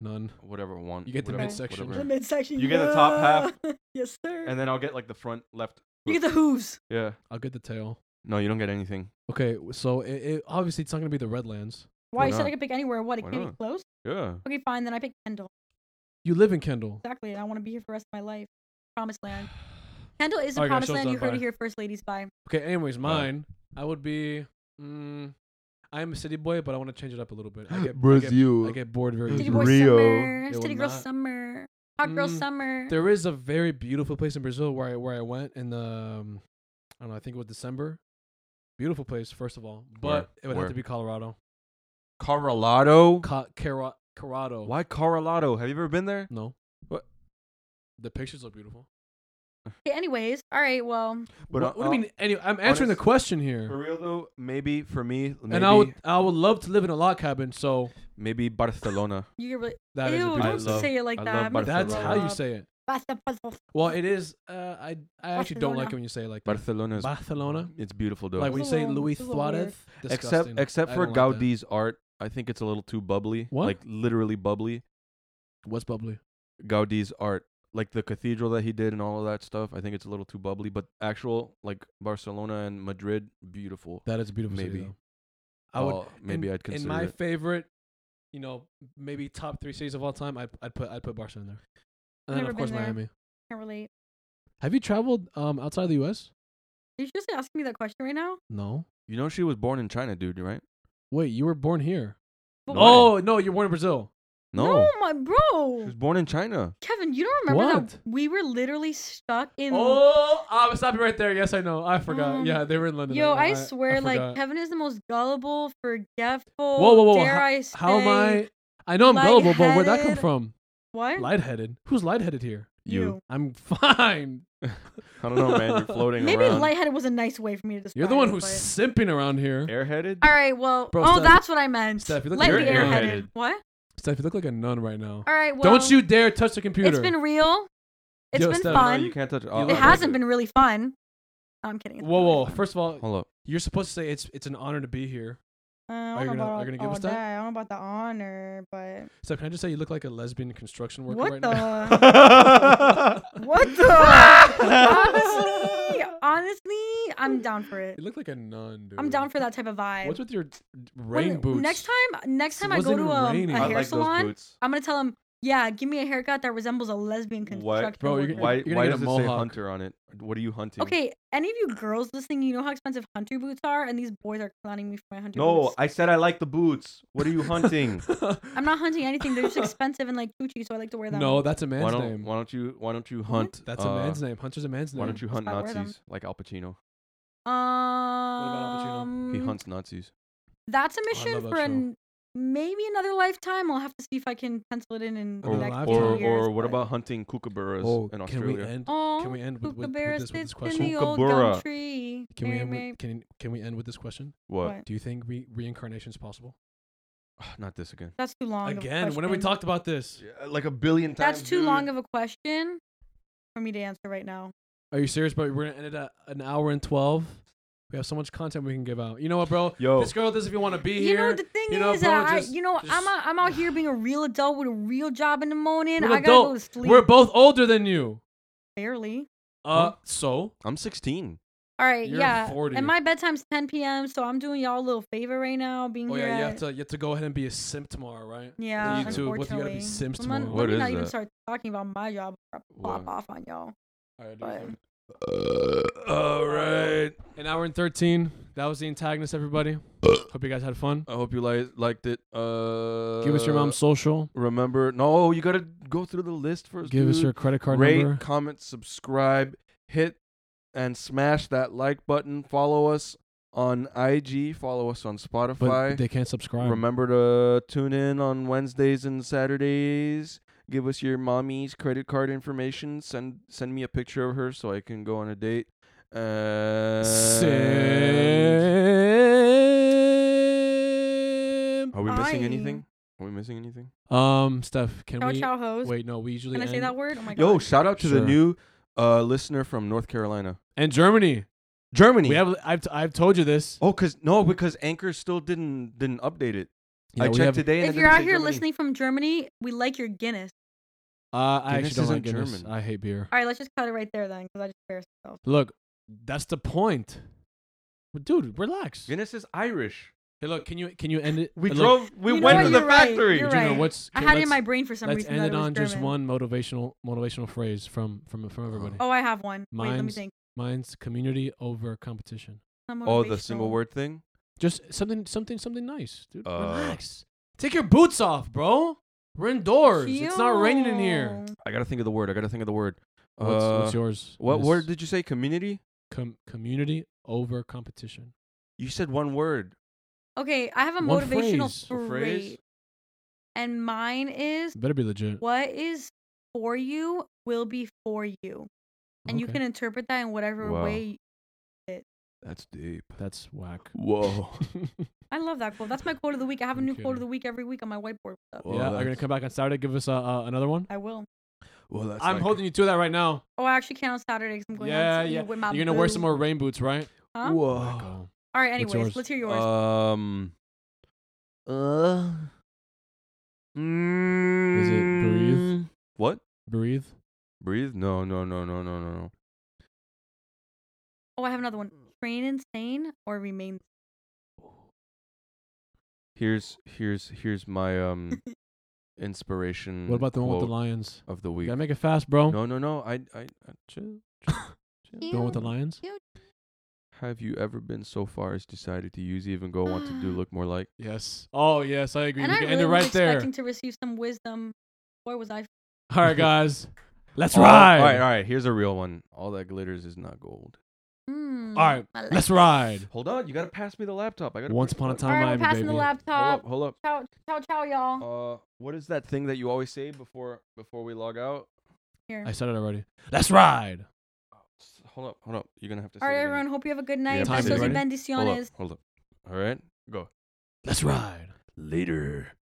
S2: None.
S1: Whatever one.
S2: You get the
S1: whatever,
S2: midsection.
S1: whatever.
S3: The midsection.
S1: You get the top half.
S3: yeah. yes, sir.
S1: And then I'll get like the front left.
S3: you get the hooves.
S1: Yeah.
S2: I'll get the tail.
S1: No, you don't get anything.
S2: Okay, w- so it, it obviously it's not gonna be the Redlands.
S3: Why
S1: Why
S3: you said
S1: not?
S3: I could pick anywhere? What? It
S1: Why
S3: can't be
S1: not?
S3: close.
S1: Yeah.
S3: Okay, fine. Then I pick Kendall.
S2: You live in Kendall.
S3: Exactly. And I want to be here for the rest of my life. Promised land. Kendall is a
S2: Alright, guys,
S3: promised
S2: show's
S3: land. You
S2: done.
S3: heard
S2: Bye.
S3: it here first, ladies. Bye.
S2: Okay, anyways, mine. I would be. Mm, I am a city boy, but I want to change it up a little bit. I get, I
S1: Brazil.
S2: get, I get bored very
S3: City
S2: easily.
S3: boy
S1: Rio.
S3: summer.
S2: It
S3: City
S2: will
S3: girl
S2: not-
S3: summer. Hot girl
S2: Mm,
S3: summer.
S2: There is a very beautiful place in Brazil where I where I went in the um, I don't know I think it was December. Beautiful place, first of all, but it would
S1: Where?
S2: have to be Colorado.
S1: Colorado.
S2: Ca- Cara- Colorado.
S1: Why Colorado? Have you ever been there?
S2: No.
S1: What?
S2: The pictures look beautiful.
S3: Okay, anyways, all right. Well,
S1: But
S2: what,
S1: uh,
S2: what do you
S1: uh,
S2: mean? Any, I'm answering the
S1: honest-
S2: question
S1: For
S2: here.
S1: real though, maybe for me, maybe,
S2: And I would I would love to live in a log cabin. So
S1: maybe Barcelona.
S3: you get really.
S2: that is a
S3: Ew,
S1: I
S3: don't
S2: beautiful
S1: love-
S2: place.
S3: say it like
S1: I
S3: that.
S1: love
S3: Mix it
S2: That's
S1: Barcelona.
S2: how you
S3: up.
S2: say it.
S3: Basta- basta-
S2: Well, it is. Uh, I I actually don't like
S3: Barcelona.
S2: it when you say it like that.
S1: Barcelona is
S2: Barcelona.
S1: it's beautiful though.
S2: Like when you
S3: It's a
S2: say
S3: little-
S2: Luis
S3: it's a little weird.
S2: Suarez.
S1: except
S2: disgusting.
S1: except
S2: I
S1: for
S2: don't like that.
S1: Gaudi's art, I think it's a little too bubbly.
S2: What?
S1: Like literally bubbly.
S2: What's bubbly?
S1: Gaudi's art, like the cathedral that he did and all of that stuff, I think it's a little too bubbly. But actual like Barcelona and Madrid, beautiful.
S2: That is a beautiful. city,
S1: Maybe.
S2: though. I would
S1: Oh, maybe
S2: in,
S1: I'd consider
S2: in my
S1: it.
S2: favorite, you know, maybe top three cities of all time. I'd I'd put I'd put Barcelona there, and then
S3: Never
S2: of course
S3: been there.
S2: Miami.
S3: Can't relate.
S2: Have you traveled um outside of the U.S.?
S3: Are you just asking me that question right now?
S2: No.
S1: you know she was born in China, dude, right?
S2: Wait, you were born here.
S3: But
S1: No.
S3: what-
S2: Oh no, you're born in Brazil.
S1: No.
S3: my
S1: She was
S3: bro.
S1: born in China.
S3: Kevin, you don't remember
S2: What?
S3: that we were literally stuck in.
S2: Oh, I'm stopping right there. Yes, I know. I forgot.
S3: Um,
S2: yeah, they were in London.
S3: Yo,
S2: and
S3: I, swear, like
S2: forgot.
S3: Kevin is the most gullible, forgetful.
S2: whoa, whoa, whoa!
S3: Dare
S2: how,
S3: I say?
S2: how am I? I know I'm gullible, but where'd that come
S3: lightheaded?
S2: from?
S3: What?
S2: Lightheaded? Who's lightheaded here?
S1: You.
S2: I'm fine.
S1: I don't know, man. You're floating
S3: Maybe
S1: around.
S3: lightheaded was a nice way for me to describe.
S2: You're the one
S3: it,
S2: who's
S3: but-
S2: simping around here.
S1: Airheaded?
S3: All right, well,
S2: Bro,
S3: oh,
S2: Steph-
S3: that's what I meant.
S2: Steph, you look
S3: Let
S1: like
S3: me
S1: you're
S3: airheaded.
S1: airheaded.
S3: What?
S2: Steph, you look like a nun right now.
S3: All right, well,
S2: Don't you dare touch the computer.
S3: It's been real. It's
S2: Yo,
S3: been
S2: Steph.
S1: No,
S3: fun.
S1: you can't touch it.
S2: look
S3: it
S2: like
S3: hasn't
S2: it.
S3: been really fun. I'm kidding. it's
S2: whoa,
S3: been really
S2: whoa!
S3: fun.
S2: First of all,
S1: Hold up.
S2: you're supposed to say it's it's an honor to be here.
S3: Uh, I
S2: Are you
S3: don't know
S2: gonna-
S3: about
S2: are
S3: all-
S2: you gonna give
S3: all
S2: us that?
S3: I don't know about the honor, but
S2: Steph, can I just say you look like a lesbian construction worker
S3: what
S2: right
S3: the?
S2: now?
S3: what the? honestly, honestly, I'm down for it.
S2: You look like a nun, dude.
S3: I'm down for that type of vibe.
S2: What's with your
S3: When-
S2: rain boots?
S3: Next time, next
S2: It
S3: time I
S2: wasn't
S3: go to
S2: even
S3: um,
S2: raining.
S3: a
S2: I
S1: I
S3: hair
S1: like
S3: salon,
S1: those boots.
S3: I'm gonna tell him, yeah, give me a haircut that resembles a lesbian construction.
S1: What?
S2: Bro, you're
S3: worker."
S2: gonna-
S1: Why,
S2: gonna
S1: why
S2: get a
S1: does it say
S2: mohawk.
S1: hunter on it? What are you hunting?
S3: Okay, any of you girls listening, you know how expensive hunter boots are, and these boys are clowning me for my hunter
S1: No,
S3: boots.
S1: I said I like the boots. What are you hunting?
S3: I'm not hunting anything. They're just expensive and like coochie, so I like to wear them.
S2: No, that's a
S1: why
S2: man's
S1: don't
S2: name.
S1: why don't you why don't you hunt?
S2: That's a
S1: uh,
S2: man's name. Hunter's a man's name.
S1: Why don't you hunt
S3: why I wear them.
S1: Nazis like Al Pacino?
S2: Al Pacino? Oh,
S3: Um,
S1: He hunts Nazis.
S3: That's a
S2: I
S3: mission
S2: love that
S3: for
S2: show.
S3: an, maybe another lifetime. I'll have to see if I can pencil it in in
S2: Or-
S3: the next
S2: I've
S1: Or
S3: few
S1: or,
S2: tried.
S3: years.
S1: what
S3: but-
S1: about hunting kookaburras
S2: Oh,
S1: in
S2: can we
S1: Australia?
S2: end?
S3: Oh,
S2: Can we end with, with, with
S3: kookaburra
S2: this, with this
S3: sits
S2: question?
S3: in the old
S1: Kookaburra.
S3: gum tree?
S2: Can we
S3: Mary,
S2: end
S3: Mary-
S2: with, can can we end with this question?
S1: what?
S3: What?
S2: Do you think re- reincarnation is possible?
S1: Not this again.
S3: That's too long. of a
S2: Again, when have we
S3: question.
S2: talked about this?
S1: like a billion
S3: That's too long of a question for me to answer right now.
S2: Are you serious? But we're gonna end it at an hour and twelve. We have so much content we can give out. You know what, bro?
S1: Yo.
S2: This girl doesn't even want to be
S3: You
S2: here.
S3: know the thing
S2: you know,
S3: is,
S2: bro,
S3: that I,
S2: just-
S3: you know, I'm
S2: just-
S3: out, I'm out here being a real adult with a real job in the morning.
S2: We're
S3: I gotta go to
S2: adult.
S3: sleep.
S2: We're both older than you.
S3: barely.
S2: Uh,
S1: Huh?
S2: so
S1: I'm 16.
S3: All right,
S2: You're
S3: yeah.
S2: 40.
S3: And my bedtime's 10 p.m., so I'm doing y'all a little favor right now, being
S2: oh
S3: here.
S2: yeah, you have
S3: at-
S2: to you have to go ahead and be a simp tomorrow, right?
S3: yeah,
S2: you too. What you gotta
S3: unfortunately.
S2: be simps
S3: Let me-
S2: tomorrow.
S1: What
S3: Let me
S1: is
S3: not even
S1: that?
S3: start talking about my job. Or I'll pop
S1: What?
S3: off on y'all.
S2: All right,
S3: But-
S2: dude.
S1: Uh, all right.
S2: An hour and thirteen. That was the antagonist, everybody. Hope you guys had fun.
S1: I hope you li- liked it. Uh,
S2: Give us your mom's social.
S1: Remember, no, you gotta go through the list first.
S2: Give us
S1: dude.
S2: your credit card
S1: rate,
S2: number.
S1: comment, subscribe, hit and smash that like button. Follow us on IG. Follow us on
S2: But
S1: Spotify.
S2: they can't subscribe.
S1: Remember to tune in on Wednesdays and Saturdays. Give us your mommy's credit card information. Send send me a picture of her so I can go on a date. And
S2: Simp.
S1: Are we missing
S3: Bye.
S1: anything? Are we missing anything?
S2: Um, Steph, can
S3: Ciao,
S2: we?
S3: ciao, hoes.
S2: Wait, no, we usually
S3: Can I say
S2: end-
S3: that word? Oh my god.
S1: Yo, shout out to
S2: Sure.
S1: the new uh, listener from North Carolina.
S2: And Germany.
S1: Germany.
S2: We have. I've, t- I've told you this.
S1: oh, cause no, because Anchor still didn't didn't update it.
S2: You
S1: I
S2: know, we
S1: checked
S2: have-
S1: today. And
S3: if
S1: it
S3: you're
S1: didn't
S3: out
S1: say
S3: here
S1: Germany.
S3: listening from Germany, we like your Guinness.
S2: Uh, I
S1: Guinness
S2: actually don't like
S1: isn't
S2: Guinness.
S1: German.
S2: I hate beer.
S3: All right, let's just cut it right there then, because I just embarrassed myself.
S2: Look, that's the point. But dude, relax.
S1: Guinness is Irish.
S2: Hey, look, can you can you end it?
S1: We
S2: uh, look,
S1: drove. We
S3: You know
S1: went
S3: what?
S1: to the
S3: You're right.
S1: factory.
S3: You're
S2: Junior,
S3: right.
S2: what's
S3: I
S2: okay,
S3: had it in
S2: let's-
S3: my brain for some
S2: let's
S3: reason.
S2: end
S3: that
S2: it
S3: was
S2: on just one
S3: German.
S2: motivational motivational phrase from from from everybody.
S3: Oh, I have one. Wait, let me
S2: Mine's-
S3: think.
S2: Mine's community over competition.
S3: Some
S1: Oh, the single
S3: motivational-
S1: word thing.
S2: Just something something something nice, dude.
S1: Uh.
S2: Relax. Take your boots off, bro. We're indoors. It's not raining in here.
S3: Cute.
S1: I gotta think of the word. I gotta think of the word.
S2: What's,
S1: Uh,
S2: what's yours?
S1: What
S2: Miss?
S1: word did you say? Community.
S2: Com- community over competition.
S1: You said one word.
S3: Okay, I have a
S2: One
S3: motivational
S2: phrase.
S1: A
S3: phrase.
S1: phrase?
S3: And mine is
S2: Better be legit.
S3: what is for you will be for you. And you
S2: Okay.
S3: can interpret that in whatever
S1: Wow.
S3: way.
S1: That's deep.
S2: That's whack.
S1: Whoa.
S3: I love that quote. That's my quote of the week. I have a new quote
S2: Okay.
S3: of the week every week on my whiteboard. So
S1: Well,
S2: yeah, are you gonna
S1: that's-
S2: come back on Saturday? Give us uh, uh, another one.
S3: I will.
S1: well, that's.
S2: I'm
S1: like-
S2: holding you to that right now.
S3: Oh, I actually can't on Saturday because I'm going
S2: Yeah,
S3: out to eat
S2: yeah.
S3: with my
S2: You're gonna wear some
S3: boo.
S2: more rain boots, right?
S3: Huh?
S1: Whoa.
S2: Wacko.
S3: All right,
S2: What's
S3: anyways,
S2: yours?
S3: let's hear yours.
S1: Um. Uh.
S2: Is it breathe?
S1: mm, What?
S2: Breathe.
S1: Breathe? No, no, no, no, no, no, no.
S3: oh, I have another one. Train insane or remain.
S1: Here's here's here's my um inspiration.
S2: What about the one with the
S1: Mm, quote
S2: lions?
S1: of the
S2: You
S1: week?
S2: gotta make it fast, bro.
S1: No, no, no. I I, I chill.
S2: The one with the lions.
S1: Have you ever been so far as decided to use even go want to do look more like?
S2: Yes. Oh yes, I agree.
S3: And
S2: we
S3: I
S2: can
S3: really
S2: end it
S3: was
S2: right there.
S3: expecting to receive some wisdom. Boy, was I
S2: All right, guys. Let's
S1: All-
S2: ride.
S1: All right, all right. Here's a real one. All that glitters is not gold.
S3: Hmm,
S2: All right,
S3: I like
S2: Let's
S3: it.
S2: ride.
S1: Hold on, you gotta pass me the laptop. I gotta.
S2: Once
S1: press
S2: upon a
S1: the
S3: All
S2: time,
S3: right, we're
S2: Miami,
S3: passing
S2: baby.
S3: the laptop.
S2: Oh.
S1: button. Hold up,
S3: Ciao, ciao, ciao, y'all.
S1: hold up. Uh, what is that thing that you always say before before we log out?
S3: Here.
S2: I said it already. Let's ride.
S1: S- Hold up, hold up. You're gonna have to. say
S3: All right,
S1: it again.
S3: everyone. Hope you have a good night.
S1: Yeah,
S2: time is
S3: Besos y
S2: ready.
S1: Hold up,
S3: bendiciones.
S1: hold up. All right, go.
S2: Let's ride.
S1: Later.